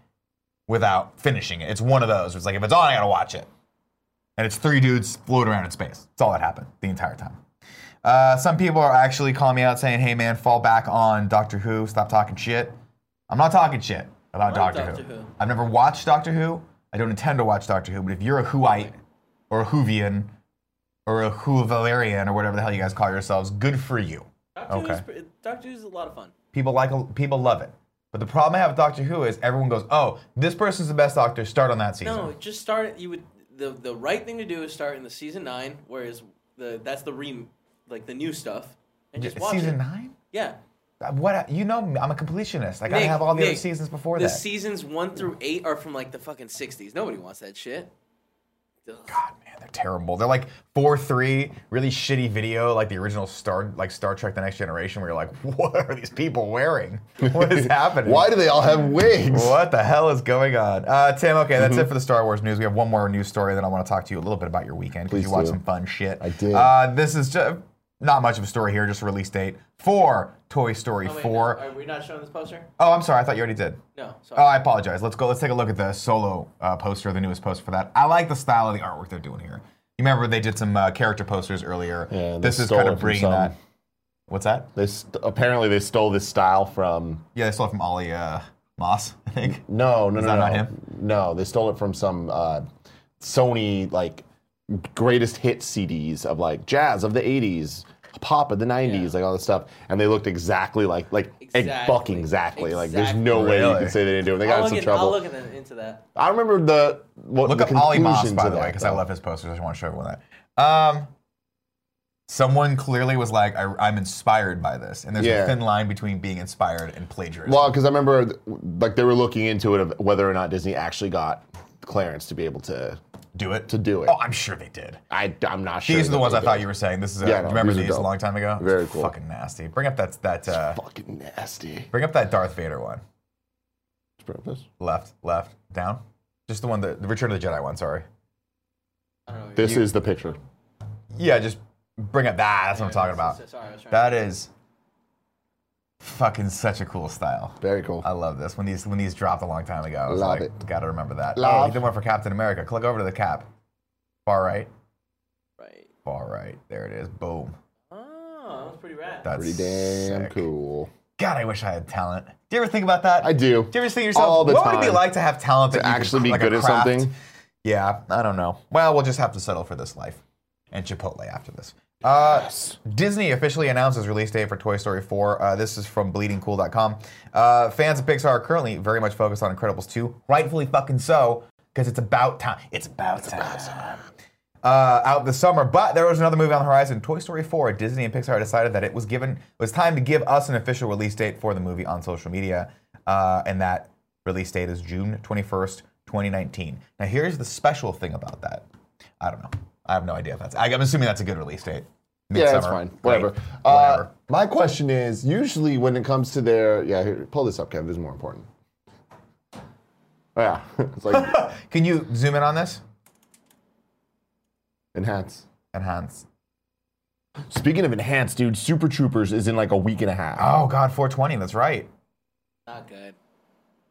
Speaker 2: without finishing it. It's one of those. It's like if it's on, I gotta watch it. And it's three dudes floating around in space. That's all that happened the entire time. Uh, some people are actually calling me out saying, "Hey man, fall back on Doctor Who. Stop talking shit." I'm not talking shit about
Speaker 3: like
Speaker 2: Doctor,
Speaker 3: Doctor
Speaker 2: Who.
Speaker 3: Who.
Speaker 2: I've never watched Doctor Who. I don't intend to watch Doctor Who. But if you're a Whoite or a Whovian or a Whovillarian or whatever the hell you guys call yourselves, good for you.
Speaker 3: Doctor Who's,
Speaker 2: Okay.
Speaker 3: pre- Doctor Who's a lot of fun.
Speaker 2: People like people love it. But the problem I have with Doctor Who is everyone goes, "Oh, this person's the best doctor. Start on that season."
Speaker 3: No, just start. You would the the right thing to do is start in the season nine, whereas the that's the re like the new stuff, and just
Speaker 2: It's
Speaker 3: watch
Speaker 2: season
Speaker 3: it.
Speaker 2: nine.
Speaker 3: Yeah,
Speaker 2: Uh, What you know, me, I'm a completionist. I gotta
Speaker 3: Nick,
Speaker 2: have all the other
Speaker 3: Nick,
Speaker 2: seasons before
Speaker 3: the
Speaker 2: that.
Speaker 3: seasons one through eight are from like the fucking sixties. Nobody wants that shit. Ugh.
Speaker 2: God, man, they're terrible. They're like four three, really shitty video, like the original Star, like Star Trek: The Next Generation, where you're like, "What are these people wearing? What is happening?
Speaker 4: Why do they all have wigs?
Speaker 2: What the hell is going on? Uh, Tim, okay, that's
Speaker 4: Mm-hmm.
Speaker 2: it for the Star Wars news. We have one more news story, then I want to talk to you a little bit about your weekend because
Speaker 4: Please
Speaker 2: you watched
Speaker 4: do.
Speaker 2: some fun shit.
Speaker 4: I did.
Speaker 2: Uh, this is just not much of a story here, just a release date for Toy Story
Speaker 3: Oh, wait, no,
Speaker 2: 4.
Speaker 3: are we not showing this poster?
Speaker 2: oh, I'm sorry, I thought you already did.
Speaker 3: No,
Speaker 2: Oh,
Speaker 3: sorry.
Speaker 2: I apologize. Let's go. Let's take a look at the solo uh, poster, the newest poster for that. I like the style of the artwork they're doing here. You remember they did some uh, character posters earlier.
Speaker 4: Yeah, and they
Speaker 2: this is
Speaker 4: stole
Speaker 2: kind
Speaker 4: it
Speaker 2: of
Speaker 4: from
Speaker 2: bringing
Speaker 4: some-
Speaker 2: that. What's that?
Speaker 4: They st- apparently they stole this style from
Speaker 2: Yeah, they stole it from Ollie uh, Moss, I think.
Speaker 4: no no
Speaker 2: Is
Speaker 4: no
Speaker 2: that
Speaker 4: no
Speaker 2: not him?
Speaker 4: no they stole it from some uh, Sony like greatest hit CDs of like jazz of the '80s, pop of the '90s, like all this stuff, and they looked exactly like like ex-
Speaker 3: Exactly.
Speaker 4: fucking exactly. Like there's no
Speaker 2: Exactly.
Speaker 4: way you
Speaker 2: Really?
Speaker 4: can say they didn't do it. They
Speaker 3: I'll
Speaker 4: got in
Speaker 3: look,
Speaker 4: some
Speaker 3: at,
Speaker 4: trouble.
Speaker 3: I'll look at the, into that.
Speaker 4: I remember the what
Speaker 2: Look
Speaker 4: the
Speaker 2: up Ollie Moss,
Speaker 4: conclusions
Speaker 2: by
Speaker 4: of
Speaker 2: the way,
Speaker 4: that,
Speaker 2: because I
Speaker 4: though.
Speaker 2: love his posters. I just want to show everyone that. Um, someone clearly was like, I, I'm inspired by this. And there's a
Speaker 4: Yeah.
Speaker 2: thin line between being inspired and plagiarism.
Speaker 4: Well, because I remember th- like they were looking into it of whether or not Disney actually got clearance to be able to.
Speaker 2: do it.
Speaker 4: to do it.
Speaker 2: Oh, I'm sure they did.
Speaker 4: I I'm not sure.
Speaker 2: These are
Speaker 4: that
Speaker 2: the ones
Speaker 4: they
Speaker 2: I thought
Speaker 4: did.
Speaker 2: you were saying. This is a,
Speaker 4: Yeah, no,
Speaker 2: remember
Speaker 4: these are
Speaker 2: these, a
Speaker 4: dope.
Speaker 2: long time ago?
Speaker 4: Very cool.
Speaker 2: Fucking nasty. Bring up that, that uh,
Speaker 4: Fucking nasty.
Speaker 2: bring up that Darth Vader one. Left, left, down. Just the one that the Return of the Jedi one, sorry.
Speaker 3: I don't know.
Speaker 4: This is the picture.
Speaker 2: Yeah, just bring up that. That's what I'm talking about.
Speaker 3: So- Sorry, I was trying.
Speaker 2: That is fucking such a cool style.
Speaker 4: Very cool.
Speaker 2: I love this. When these when these dropped a long time ago, I was
Speaker 4: Love
Speaker 2: like,
Speaker 4: it.
Speaker 2: gotta remember that. Oh,
Speaker 4: Love.
Speaker 2: he did one for Captain America. Click over to the cap. Far right.
Speaker 3: right.
Speaker 2: Far right. There it is. Boom.
Speaker 3: Oh, that was pretty rad.
Speaker 2: That's
Speaker 4: Pretty damn
Speaker 2: sick.
Speaker 4: cool.
Speaker 2: God, I wish I had talent. Do you ever think about that?
Speaker 4: I do.
Speaker 2: Do you ever think to yourself,
Speaker 4: All the
Speaker 2: what would it be
Speaker 4: time.
Speaker 2: like to have talent
Speaker 4: To
Speaker 2: that you could
Speaker 4: actually
Speaker 2: cr-
Speaker 4: be
Speaker 2: like a
Speaker 4: good at
Speaker 2: craft?
Speaker 4: something?
Speaker 2: Yeah, I don't know. Well, we'll just have to settle for this life and Chipotle after this. Uh, Disney officially announces release date for Toy Story 4. Uh, this is from bleedingcool.com. Uh, fans of Pixar are currently very much focused on Incredibles 2, rightfully fucking so, because it's about time. It's about time. Uh, out this summer, but there was another movie on the horizon, Toy Story 4. Disney and Pixar decided that it was given it was time to give us an official release date for the movie on social media, uh, and that release date is June 21st, 2019. Now, here's the special thing about that. I don't know. I have no idea if that's. I, I'm assuming that's a good release date.
Speaker 4: Yeah, that's
Speaker 2: Midsummer.
Speaker 4: fine.
Speaker 2: Great.
Speaker 4: Whatever. Uh,
Speaker 2: Whatever.
Speaker 4: my question is usually when it comes to their yeah, here, pull this up, Kevin. This is more important. Oh, yeah, it's like
Speaker 2: Can you zoom in on this?
Speaker 4: enhance.
Speaker 2: Enhance.
Speaker 4: Speaking of enhance, dude, Super Troopers is in like a week and a half.
Speaker 2: Oh God, 420. That's right.
Speaker 3: Not good.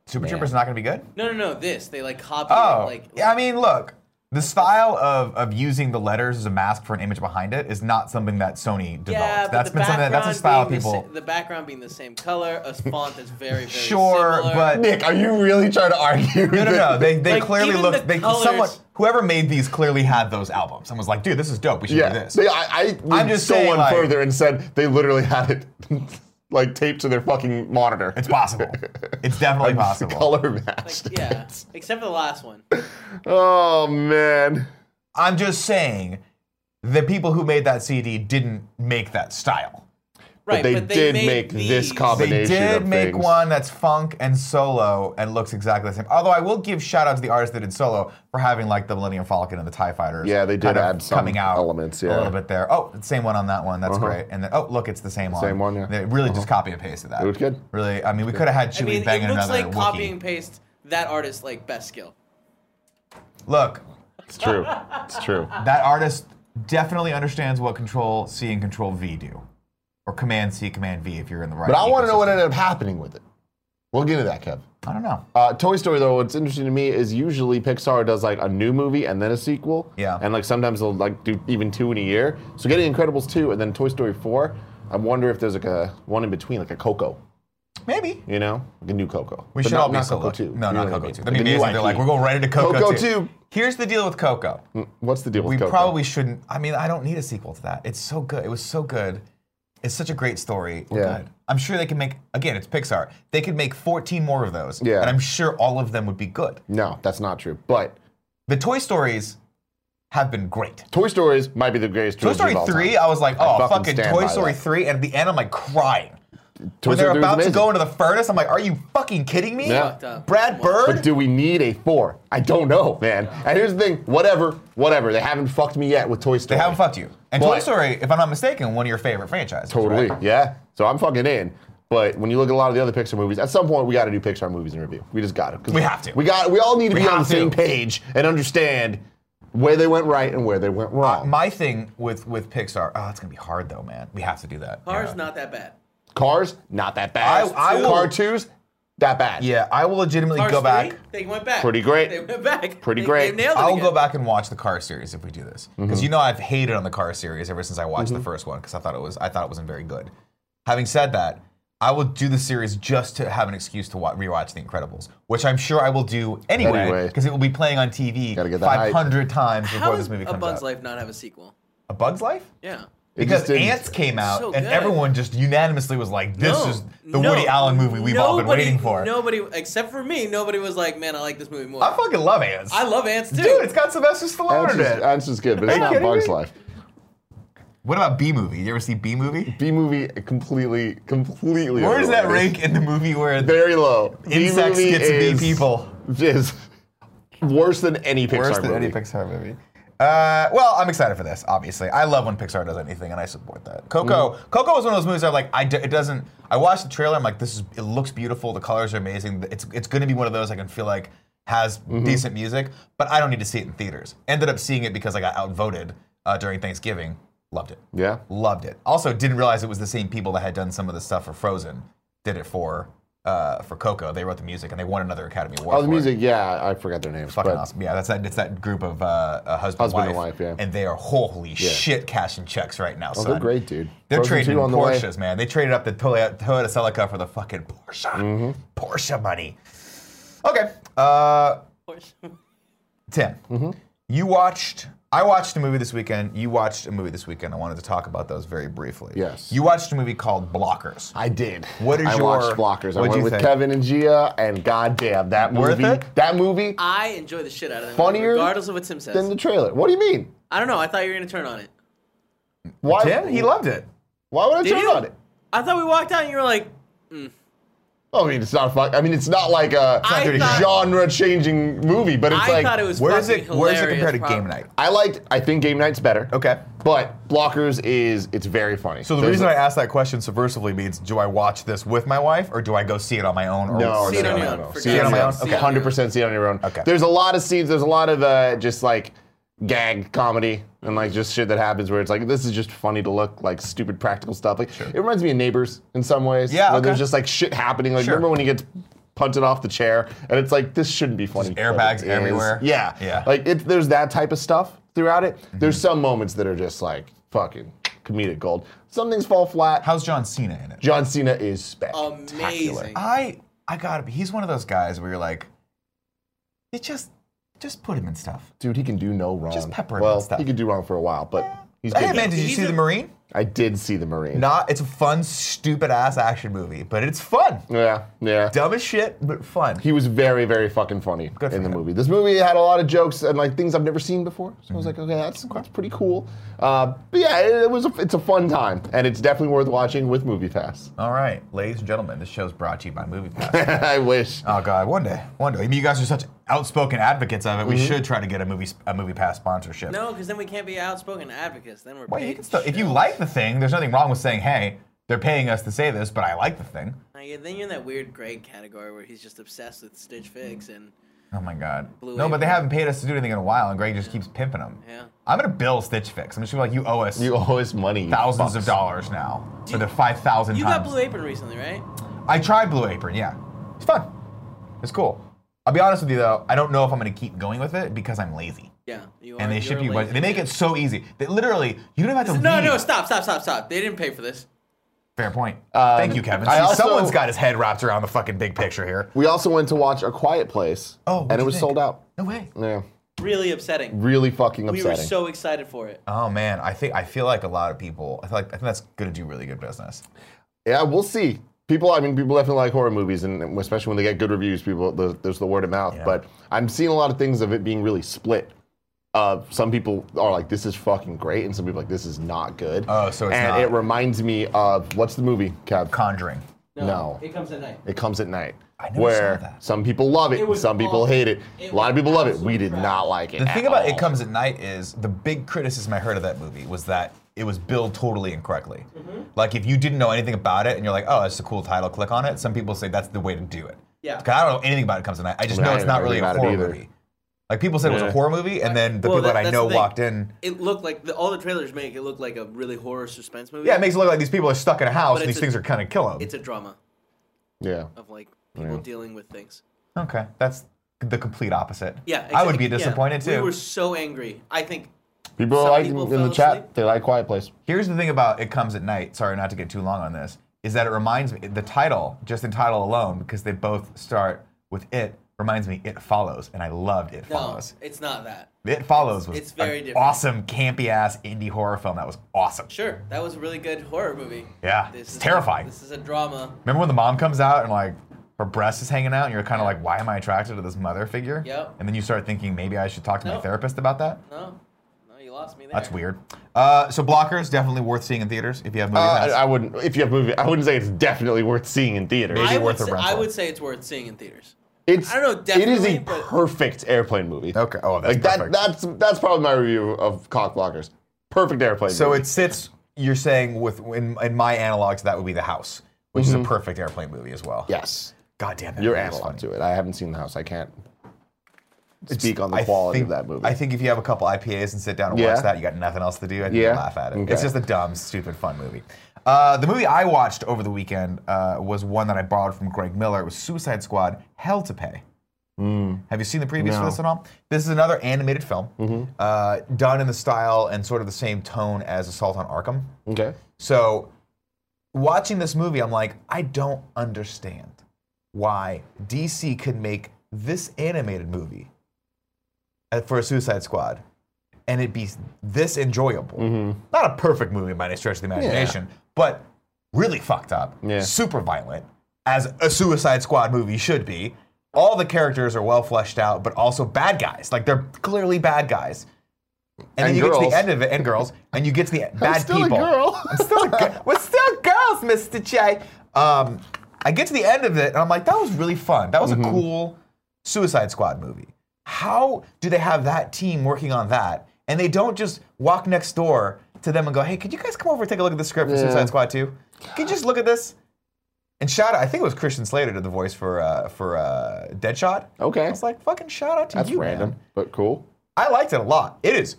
Speaker 2: Super
Speaker 4: Man.
Speaker 2: Troopers not going to be good.
Speaker 3: No, no, no. This they like copied.
Speaker 2: Oh,
Speaker 3: it, like
Speaker 2: yeah, I mean, look, the style of, of using the letters as a mask for an image behind it is not something that Sony developed.
Speaker 3: Yeah, but
Speaker 2: That's
Speaker 3: the
Speaker 2: been something that, that's a
Speaker 3: background
Speaker 2: style
Speaker 3: being the
Speaker 2: people.
Speaker 3: sa- the background being the same color, a font that's very, very
Speaker 2: sure,
Speaker 3: similar.
Speaker 2: but
Speaker 4: Oh, Nick, are you really trying to argue?
Speaker 2: no, no, no. They they
Speaker 3: Like,
Speaker 2: clearly
Speaker 3: even
Speaker 2: looked.
Speaker 3: the
Speaker 2: they
Speaker 3: colors-
Speaker 2: someone whoever made these clearly had those albums and was like, dude, this is dope. We should do
Speaker 4: Yeah,
Speaker 2: this.
Speaker 4: they, I, I
Speaker 2: I'm just
Speaker 4: go
Speaker 2: saying,
Speaker 4: one
Speaker 2: like-
Speaker 4: further and said they literally had it like taped to their fucking monitor.
Speaker 2: it's possible. It's definitely possible.
Speaker 4: Color matched.
Speaker 3: Like, yeah, except for the last one.
Speaker 4: Oh man.
Speaker 2: I'm just saying, the people who made that CD didn't make that style.
Speaker 3: Right,
Speaker 4: they
Speaker 3: but they
Speaker 4: did
Speaker 3: made
Speaker 4: make this
Speaker 3: these.
Speaker 4: copy.
Speaker 2: They
Speaker 4: combination
Speaker 2: did
Speaker 4: of
Speaker 2: make
Speaker 4: things.
Speaker 2: one that's funk and solo and looks exactly the same. Although I will give shout out to the artist that did solo for having like the Millennium Falcon and the Tie Fighters.
Speaker 4: Yeah, they did
Speaker 2: kind of
Speaker 4: add some
Speaker 2: coming out
Speaker 4: elements,
Speaker 2: a
Speaker 4: yeah. Uh-huh.
Speaker 2: little bit there. Oh, same one on that one. That's great. And then oh, look, it's the same one.
Speaker 4: Same one, yeah. Uh-huh.
Speaker 2: They really just copy and pasted that.
Speaker 4: It was good.
Speaker 2: Really, I mean, we could have had
Speaker 3: I
Speaker 2: Chewie
Speaker 3: mean,
Speaker 2: banging
Speaker 3: it looks
Speaker 2: another
Speaker 3: like
Speaker 2: Wookiee.
Speaker 3: copy and paste that artist's like best skill.
Speaker 2: Look,
Speaker 4: It's true. It's true.
Speaker 2: that artist definitely understands what Control C and Control V do, or Command C, Command V if you're in the right.
Speaker 4: But I want to know what
Speaker 2: ecosystem.
Speaker 4: ended up happening with it. We'll get into that, Kev.
Speaker 2: I don't know.
Speaker 4: Uh, Toy Story, though, what's interesting to me is usually Pixar does like a new movie and then a sequel.
Speaker 2: Yeah.
Speaker 4: And like sometimes they'll like do even two in a year. So getting Incredibles 2 and then Toy Story 4, I wonder if there's like a one in between, like a Coco,
Speaker 2: Maybe.
Speaker 4: you know? Like a new Coco.
Speaker 2: We
Speaker 4: But
Speaker 2: should
Speaker 4: not,
Speaker 2: all be
Speaker 4: not
Speaker 2: so
Speaker 4: Coco
Speaker 2: lucky.
Speaker 4: 2.
Speaker 2: No,
Speaker 4: you know
Speaker 2: not
Speaker 4: what I
Speaker 2: Coco
Speaker 4: mean?
Speaker 2: Two. That'd
Speaker 4: Like
Speaker 2: be
Speaker 4: a new
Speaker 2: amazing. They're
Speaker 4: IP.
Speaker 2: like, we're going right into Coco,
Speaker 4: Coco 2.
Speaker 2: Here's the deal with Coco.
Speaker 4: What's the deal with
Speaker 2: we
Speaker 4: Coco?
Speaker 2: probably shouldn't. I mean, I don't need a sequel to that. It's so good. It was so good. It's such a great story. We're
Speaker 4: Yeah.
Speaker 2: good. I'm sure they can make. Again, it's Pixar. They could make 14 more of those.
Speaker 4: Yeah.
Speaker 2: And I'm sure all of them would be good.
Speaker 4: No, that's not true. But
Speaker 2: The Toy Stories have been great.
Speaker 4: Toy Stories might be the greatest
Speaker 2: Toy
Speaker 4: trilogy
Speaker 2: Story
Speaker 4: of all time.
Speaker 2: 3, I was like, oh,
Speaker 4: fucking
Speaker 2: fucking,
Speaker 4: stand
Speaker 2: Toy
Speaker 4: by
Speaker 2: Story
Speaker 4: that.
Speaker 2: 3. And at the end, I'm like crying.
Speaker 4: Toy
Speaker 2: when
Speaker 4: Story
Speaker 2: they're
Speaker 4: 3 was
Speaker 2: about to
Speaker 4: amazing.
Speaker 2: go into the furnace, I'm like, are you fucking kidding me?
Speaker 4: Yeah.
Speaker 3: Fucked up.
Speaker 2: Brad
Speaker 4: But
Speaker 2: Bird?
Speaker 4: do we need a four? I don't know, man. And here's the thing: whatever, whatever. They haven't fucked me yet with Toy Story.
Speaker 2: They haven't fucked you. And Toy
Speaker 4: But-
Speaker 2: Story, if I'm not mistaken, one of your favorite franchises.
Speaker 4: Totally,
Speaker 2: right?
Speaker 4: yeah. So I'm fucking in. But when you look at a lot of the other Pixar movies, at some point we got to do Pixar movies in review. We just got to.
Speaker 2: We have to.
Speaker 4: We got. We all need to
Speaker 2: We
Speaker 4: be on the
Speaker 2: have to.
Speaker 4: same page and understand where they went right and where they went wrong.
Speaker 2: Uh, My thing with with Pixar, oh, it's gonna be hard though, man. We have to do that.
Speaker 3: Car's
Speaker 2: yeah.
Speaker 3: not that bad.
Speaker 4: Cars, not that bad.
Speaker 2: I- I will-
Speaker 4: Car twos, that bad.
Speaker 2: Yeah, I will legitimately
Speaker 3: Cars
Speaker 2: go back.
Speaker 3: three, they went back.
Speaker 4: Pretty great.
Speaker 3: They went back.
Speaker 4: Pretty
Speaker 3: They-
Speaker 4: great.
Speaker 3: They nailed it
Speaker 2: I'll
Speaker 3: again.
Speaker 2: go back and watch the Car series if we do this, because
Speaker 4: Mm-hmm.
Speaker 2: you know I've hated on the Car series ever since I watched the first one, because I thought it was I thought it wasn't very good. Having said that, I will do the series just to have an excuse to wa- rewatch The Incredibles, which I'm sure I will do anyway,
Speaker 4: Anyway.
Speaker 2: because it will be playing on TV
Speaker 4: Gotta get that hype.
Speaker 2: 500 times before
Speaker 3: How
Speaker 2: this
Speaker 3: does
Speaker 2: movie
Speaker 3: A
Speaker 2: comes
Speaker 3: Bug's
Speaker 2: out.
Speaker 3: Life not have a sequel?
Speaker 2: A Bug's Life?
Speaker 3: Yeah.
Speaker 4: It
Speaker 2: Because
Speaker 4: just didn't-
Speaker 2: Ants came out,
Speaker 3: So
Speaker 2: and
Speaker 3: good.
Speaker 2: everyone just unanimously was like, "This
Speaker 3: No,
Speaker 2: is the
Speaker 3: no,
Speaker 2: Woody Allen movie we've all been
Speaker 3: nobody-
Speaker 2: waiting for."
Speaker 3: Nobody, except for me, nobody was like, "Man, I like this movie more."
Speaker 2: I fucking love Ants.
Speaker 3: I love ants too.
Speaker 2: Dude, it's got Sylvester Stallone
Speaker 4: Ants
Speaker 2: in
Speaker 4: is,
Speaker 2: it.
Speaker 4: Ants is good, but it's
Speaker 2: you
Speaker 4: not
Speaker 2: kidding
Speaker 4: Bugs
Speaker 2: me?
Speaker 4: Life.
Speaker 2: What about B movie? You ever see B movie?
Speaker 4: B movie completely, completely.
Speaker 2: Where does that
Speaker 4: overrated.
Speaker 2: rank in the movie where the
Speaker 4: Very low. B
Speaker 2: insects
Speaker 4: movie
Speaker 2: get to be
Speaker 4: is-
Speaker 2: people?
Speaker 4: Is worse than any Pixar
Speaker 2: Worse than
Speaker 4: movie.
Speaker 2: any Pixar movie. Uh, well, I'm excited for this. Obviously, I love when Pixar does anything, and I support that. Coco,
Speaker 4: Mm-hmm.
Speaker 2: Coco is one of those movies I'm like, I d- it doesn't. I watched the trailer. I'm like, this is. It looks beautiful. The colors are amazing. It's it's going to be one of those I can feel like has
Speaker 4: Mm-hmm.
Speaker 2: decent music, but I don't need to see it in theaters. Ended up seeing it because I got outvoted uh, during Thanksgiving. Loved it.
Speaker 4: Yeah.
Speaker 2: loved it. Also, didn't realize it was the same people that had done some of the stuff for Frozen. Did it for uh, for Coco. They wrote the music and they won another Academy Award.
Speaker 4: Oh, the
Speaker 2: for it
Speaker 4: music. Yeah, I forgot their names.
Speaker 2: fucking
Speaker 4: but
Speaker 2: awesome. Yeah, that's that. It's that group of uh, uh, husband,
Speaker 4: Husband and wife, yeah.
Speaker 2: And they are holy shit cashing checks right now.
Speaker 4: Oh,
Speaker 2: son.
Speaker 4: they're great, dude.
Speaker 2: They're
Speaker 4: Frozen
Speaker 2: trading
Speaker 4: 2 on the way.
Speaker 2: Porsches, man. They traded up the Toyota, Toyota Celica for the fucking Porsche.
Speaker 4: Mm-hmm.
Speaker 2: Porsche money. Okay, uh, Tim,
Speaker 4: Mm-hmm.
Speaker 2: you watched. I watched a movie this weekend. You watched a movie this weekend. I wanted to talk about those very briefly.
Speaker 4: Yes.
Speaker 2: You watched a movie called Blockers.
Speaker 4: I did.
Speaker 2: What is
Speaker 4: I
Speaker 2: your-
Speaker 4: watched Blockers. I
Speaker 2: what'd
Speaker 4: went
Speaker 2: you
Speaker 4: with
Speaker 2: think?
Speaker 4: Kevin and Gia, and goddamn, that
Speaker 2: Worth
Speaker 4: movie.
Speaker 2: it?
Speaker 4: That movie
Speaker 3: I enjoy the shit out of them.
Speaker 4: Funnier
Speaker 3: regardless of what Tim says.
Speaker 4: than the trailer. What do you mean?
Speaker 3: I don't know. I thought you were gonna turn on it.
Speaker 4: Why?
Speaker 2: Tim, he loved it.
Speaker 4: Why would I
Speaker 3: Did
Speaker 4: turn
Speaker 3: you?
Speaker 4: on it?
Speaker 3: I thought we walked out and you were like,
Speaker 4: Oh, I mean, it's not fuck. I mean, it's not like a
Speaker 3: I thought-
Speaker 4: genre-changing movie, but it's
Speaker 3: I
Speaker 4: like
Speaker 3: thought it was.
Speaker 2: Where does
Speaker 3: fucking
Speaker 2: it? Where does it
Speaker 3: hilarious,
Speaker 2: compare to
Speaker 3: probably.
Speaker 2: Game Night?
Speaker 4: I liked. I think Game Night's better.
Speaker 2: Okay.
Speaker 4: But Blockers is it's very funny.
Speaker 2: So the
Speaker 4: There's
Speaker 2: reason
Speaker 4: a-
Speaker 2: I asked that question subversively means: Do I watch this with my wife, or do I go see it on my own? Or
Speaker 4: No,
Speaker 2: or
Speaker 4: See it
Speaker 2: no,
Speaker 4: on
Speaker 2: no,
Speaker 4: your
Speaker 2: no,
Speaker 4: own.
Speaker 2: no.
Speaker 3: Forget
Speaker 2: See it on my
Speaker 3: it.
Speaker 2: own.
Speaker 3: See it
Speaker 2: Okay.
Speaker 3: on
Speaker 4: hundred percent see it on your own.
Speaker 2: Okay.
Speaker 4: There's a lot of scenes. There's a lot of uh, just like gag comedy and like just shit that happens where it's like this is just funny to look like stupid practical stuff. Like it reminds me of Neighbors in some ways.
Speaker 2: Yeah,
Speaker 4: Where
Speaker 2: okay.
Speaker 4: there's just like shit happening. Like
Speaker 2: Sure.
Speaker 4: remember when he gets punted off the chair and it's like this shouldn't be funny. but
Speaker 2: airbags
Speaker 4: it is.
Speaker 2: everywhere.
Speaker 4: Yeah.
Speaker 2: Yeah. Mm-hmm.
Speaker 4: Like it, there's that type of stuff throughout it. There's some moments that are just like fucking comedic gold. Some things fall flat.
Speaker 2: How's John Cena in it?
Speaker 4: John Cena is spectacular.
Speaker 3: Amazing.
Speaker 2: I I gotta. be- He's one of those guys where you're like, it just just put him in stuff.
Speaker 4: Dude, he can do no wrong.
Speaker 2: Just pepper him
Speaker 4: well,
Speaker 2: and stuff.
Speaker 4: he could do wrong for a while, but he's good.
Speaker 2: Hey man,
Speaker 4: now.
Speaker 2: did you
Speaker 3: He's
Speaker 2: see
Speaker 3: a-
Speaker 2: the Marine?
Speaker 4: I did see the Marine.
Speaker 2: Not. It's a fun, stupid ass action movie, but it's fun.
Speaker 4: Yeah, yeah.
Speaker 2: Dumb as shit, but fun.
Speaker 4: He was very, very fucking funny
Speaker 2: Good for
Speaker 4: in the
Speaker 2: him.
Speaker 4: movie. This movie had a lot of jokes and like things I've never seen before. So I was like,
Speaker 2: Mm-hmm.
Speaker 4: okay, that's, that's pretty cool. Uh, but yeah, it, it was a, it's a fun time, and it's definitely worth watching with Movie Pass.
Speaker 2: All right, ladies and gentlemen, this show's brought to you by MoviePass.
Speaker 4: I wish.
Speaker 2: Oh God, one day, one day. I mean, you guys are such outspoken advocates of it.
Speaker 4: Mm-hmm.
Speaker 2: We should try to get a movie a movie pass sponsorship.
Speaker 3: No, because then we can't be outspoken advocates. Then we're.
Speaker 2: Wait, you
Speaker 3: paid
Speaker 2: can still. If you
Speaker 3: shit.
Speaker 2: like the thing, there's nothing wrong with saying, "Hey, they're paying us to say this, but I like the thing.
Speaker 3: Like, then you're in that weird Greg category where he's just obsessed with Stitch Fix and
Speaker 2: Oh my god.
Speaker 3: Blue
Speaker 2: no, but they
Speaker 3: Apron.
Speaker 2: haven't paid us to do anything in a while, and Greg just keeps pimping them.
Speaker 3: Yeah.
Speaker 2: I'm gonna bill Stitch Fix. I'm just gonna be like, you owe us
Speaker 4: You owe us money. you
Speaker 2: thousands
Speaker 4: fucks.
Speaker 2: of dollars now for
Speaker 3: you-
Speaker 2: the five thousand
Speaker 3: you
Speaker 2: times.
Speaker 3: got Blue Apron recently, right?
Speaker 2: I tried Blue Apron. Yeah, it's fun. It's cool. I'll be honest with you though. I don't know if I'm gonna keep going with it because I'm lazy.
Speaker 3: Yeah, you
Speaker 2: And
Speaker 3: are-
Speaker 2: they
Speaker 3: you're
Speaker 2: ship you.
Speaker 3: lazy.
Speaker 2: a bunch- They make it so easy. They literally, you don't have to.
Speaker 3: No,
Speaker 2: leave.
Speaker 3: no, stop, stop, stop, stop. They didn't pay for this.
Speaker 2: Fair point. Thank you, Kevin.
Speaker 4: Um, I
Speaker 2: See,
Speaker 4: also-
Speaker 2: someone's got his head wrapped around the fucking big picture here.
Speaker 4: We also went to watch A Quiet Place.
Speaker 2: Oh, what'd
Speaker 4: and
Speaker 2: you
Speaker 4: it was
Speaker 2: think?
Speaker 4: sold out.
Speaker 2: No way.
Speaker 4: Yeah,
Speaker 3: Really upsetting.
Speaker 4: really fucking
Speaker 3: we
Speaker 4: upsetting.
Speaker 3: were so excited for it.
Speaker 2: Oh man, I think I feel like a lot of people. I feel like I think that's gonna do really good business.
Speaker 4: yeah, we'll see. People, I mean, people definitely like horror movies, and especially when they get good reviews, people the, there's the word of mouth.
Speaker 2: Yeah.
Speaker 4: But I'm seeing a lot of things of it being really split. Uh, some people are like, "This is fucking great," and some people are like, "This is not good."
Speaker 2: Oh, so it's
Speaker 4: and
Speaker 2: not-
Speaker 4: it reminds me of what's the movie, Kev?
Speaker 2: Conjuring.
Speaker 4: No.
Speaker 3: It comes at night.
Speaker 4: It comes at night.
Speaker 2: I never
Speaker 4: where
Speaker 2: saw that.
Speaker 4: some people love it,
Speaker 3: It was
Speaker 4: some people
Speaker 3: awful.
Speaker 4: hate it.
Speaker 3: It
Speaker 4: a lot of
Speaker 3: was
Speaker 4: people love it.
Speaker 3: absolute
Speaker 4: We did
Speaker 3: trash.
Speaker 4: not like it.
Speaker 2: The
Speaker 4: at
Speaker 2: thing about
Speaker 4: all.
Speaker 2: It Comes at Night is the big criticism I heard of that movie was that it was billed totally incorrectly.
Speaker 3: Mm-hmm.
Speaker 2: Like if you didn't know anything about it and you're like, oh, that's a cool title, click on it. Some people say that's the way to do it.
Speaker 3: Yeah.
Speaker 2: 'Cause I don't know anything about It Comes at Night. I just
Speaker 4: I mean,
Speaker 2: know
Speaker 4: I
Speaker 2: it's
Speaker 4: didn't
Speaker 2: not
Speaker 4: know
Speaker 2: really a
Speaker 4: anything about
Speaker 2: horror
Speaker 4: it either.
Speaker 2: movie. Like people said it was
Speaker 4: Yeah.
Speaker 2: a horror movie, and then the
Speaker 3: Well,
Speaker 2: people that,
Speaker 3: that-
Speaker 2: I
Speaker 3: that's
Speaker 2: know
Speaker 3: the thing.
Speaker 2: walked in.
Speaker 3: It looked like the, all the trailers make it look like a really horror suspense movie.
Speaker 2: Yeah, it makes it look like these people are stuck in a house
Speaker 3: But
Speaker 2: and
Speaker 3: it's
Speaker 2: these
Speaker 3: a-
Speaker 2: things are kind of killing them.
Speaker 3: it's a drama
Speaker 4: Yeah.
Speaker 3: of like people dealing with things.
Speaker 2: Okay, that's the complete opposite.
Speaker 3: Yeah,
Speaker 2: I would be
Speaker 3: exactly. Yeah.
Speaker 2: disappointed too.
Speaker 3: We were so angry. I think
Speaker 4: People
Speaker 3: Some
Speaker 4: like
Speaker 3: people
Speaker 4: in
Speaker 3: fell
Speaker 4: the chat.
Speaker 3: asleep.
Speaker 4: They like Quiet Place.
Speaker 2: Here's the thing about It Comes at Night. Sorry not to get too long on this. Is that it reminds me, the title, just in title alone, because they both start with it, reminds me It Follows, and I loved It
Speaker 3: no,
Speaker 2: Follows.
Speaker 3: it's not that.
Speaker 2: It Follows was
Speaker 3: it's very
Speaker 2: an
Speaker 3: different.
Speaker 2: awesome, campy ass indie horror film. That was awesome.
Speaker 3: Sure, that was a really good horror movie.
Speaker 2: Yeah, it's terrifying.
Speaker 3: this is a drama.
Speaker 2: Remember when the mom comes out and like her breast is hanging out, and you're kind of like, why am I attracted to this mother figure?
Speaker 3: Yep.
Speaker 2: And then you start thinking maybe I should talk to my
Speaker 3: Nope.
Speaker 2: therapist about that.
Speaker 3: No, no, you lost me there.
Speaker 2: That's weird. Uh, so blockers definitely worth seeing in theaters if you have movie
Speaker 4: Uh,
Speaker 2: pass.
Speaker 4: I, I wouldn't. If you have movie, I wouldn't say it's definitely worth seeing in theaters.
Speaker 3: I would,
Speaker 2: worth a
Speaker 3: say,
Speaker 2: rental.
Speaker 3: I would say it's worth seeing in theaters.
Speaker 4: It's.
Speaker 3: I don't know
Speaker 4: It is
Speaker 3: definitely,
Speaker 4: a
Speaker 3: but-
Speaker 4: perfect airplane movie.
Speaker 2: Okay. Oh, that's
Speaker 4: like that.
Speaker 2: perfect.
Speaker 4: That's that's probably my review of Cock Blockers. Perfect airplane.
Speaker 2: So
Speaker 4: movie.
Speaker 2: it sits. You're saying with in, in my analog to that would be The House, which is a perfect airplane movie as well.
Speaker 4: Mm-hmm. yes.
Speaker 2: God damn that
Speaker 4: Your
Speaker 2: movie is funny.
Speaker 4: analog to it. I haven't seen the house. I can't
Speaker 2: It's-
Speaker 4: speak on the
Speaker 2: I
Speaker 4: quality
Speaker 2: think-
Speaker 4: of that movie.
Speaker 2: I think if you have a couple IPAs and sit down and
Speaker 4: Yeah.
Speaker 2: watch that, you got nothing else to do. I think
Speaker 4: Yeah.
Speaker 2: you laugh at it.
Speaker 4: Okay.
Speaker 2: It's just a dumb, stupid, fun movie. Uh, the movie I watched over the weekend uh, was one that I borrowed from Greg Miller. It was Suicide Squad: Hell to Pay.
Speaker 4: Mm.
Speaker 2: Have you seen the previous for this at all? This is another animated film,
Speaker 4: Mm-hmm.
Speaker 2: uh, done in the style and sort of the same tone as Assault on Arkham.
Speaker 4: Okay.
Speaker 2: So watching this movie, I'm like, I don't understand why DC could make this animated movie uh, for a Suicide Squad and it'd be this enjoyable.
Speaker 4: Mm-hmm.
Speaker 2: Not a perfect movie by any stretch of the imagination, but really fucked up,
Speaker 4: Yeah.
Speaker 2: super violent, as a Suicide Squad movie should be. All the characters are well fleshed out, but also bad guys. Like they're clearly bad guys. And, then
Speaker 4: And
Speaker 2: you get to
Speaker 4: girls.
Speaker 2: the end of it, and girls, and you get to the e-, bad
Speaker 4: still a
Speaker 2: people.
Speaker 4: girl.
Speaker 2: I'm still a girl. We're still girls, Mr. J. Um, I get to the end of it, and I'm like, that was really fun. That was
Speaker 4: Mm-hmm.
Speaker 2: a cool Suicide Squad movie. How do they have that team working on that, and they don't just walk next door to them and go, hey, could you guys come over and take a look at the script for Suicide Squad 2? Can you just look at this? And shout out, I think it was Christian Slater did the voice for uh, for uh, Deadshot.
Speaker 4: Okay.
Speaker 2: I was like, fucking shout out to
Speaker 4: That's
Speaker 2: you, man.
Speaker 4: random, but cool.
Speaker 2: I liked it a lot. It is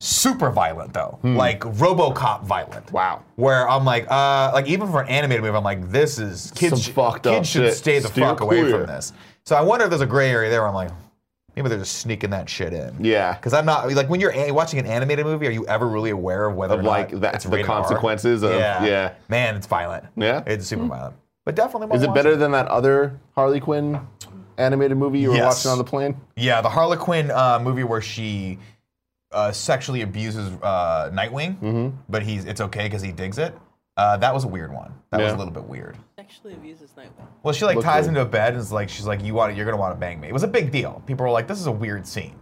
Speaker 2: super violent though, like RoboCop violent.
Speaker 4: Hmm. Wow.
Speaker 2: Where I'm like, uh, like even for an animated movie, I'm like, this is kids. sh-
Speaker 4: Some fucked
Speaker 2: kids
Speaker 4: up
Speaker 2: should
Speaker 4: shit.
Speaker 2: stay the
Speaker 4: Steer
Speaker 2: fuck away
Speaker 4: clear.
Speaker 2: from this. So I wonder if there's a gray area there. Where I'm like, maybe they're just sneaking that shit in.
Speaker 4: Yeah.
Speaker 2: Because I'm not like when you're a- watching an animated movie, are you ever really aware of whether
Speaker 4: Of
Speaker 2: or not
Speaker 4: like that,
Speaker 2: it's
Speaker 4: the
Speaker 2: rated R?
Speaker 4: consequences of
Speaker 2: Yeah.
Speaker 4: yeah.
Speaker 2: Man, it's violent.
Speaker 4: Yeah? Hmm.
Speaker 2: It's super violent. But definitely. worth
Speaker 4: Is it
Speaker 2: watching.
Speaker 4: better than that other Harley Quinn animated movie you were
Speaker 2: Yes.
Speaker 4: watching on the plane?
Speaker 2: Yeah, the Harlequin uh, movie where she uh, sexually abuses uh, Nightwing,
Speaker 4: Mm-hmm.
Speaker 2: but he's it's okay because he digs it. Uh, that was a weird one. That was
Speaker 4: Yeah.
Speaker 2: a little bit weird.
Speaker 3: Actually, abuses Nightwing.
Speaker 2: Well, she like
Speaker 4: Looked
Speaker 2: ties
Speaker 4: weird.
Speaker 2: him to a bed and is like, she's like, you want you're gonna want to bang me. It was a big deal. People were like, this is a weird scene.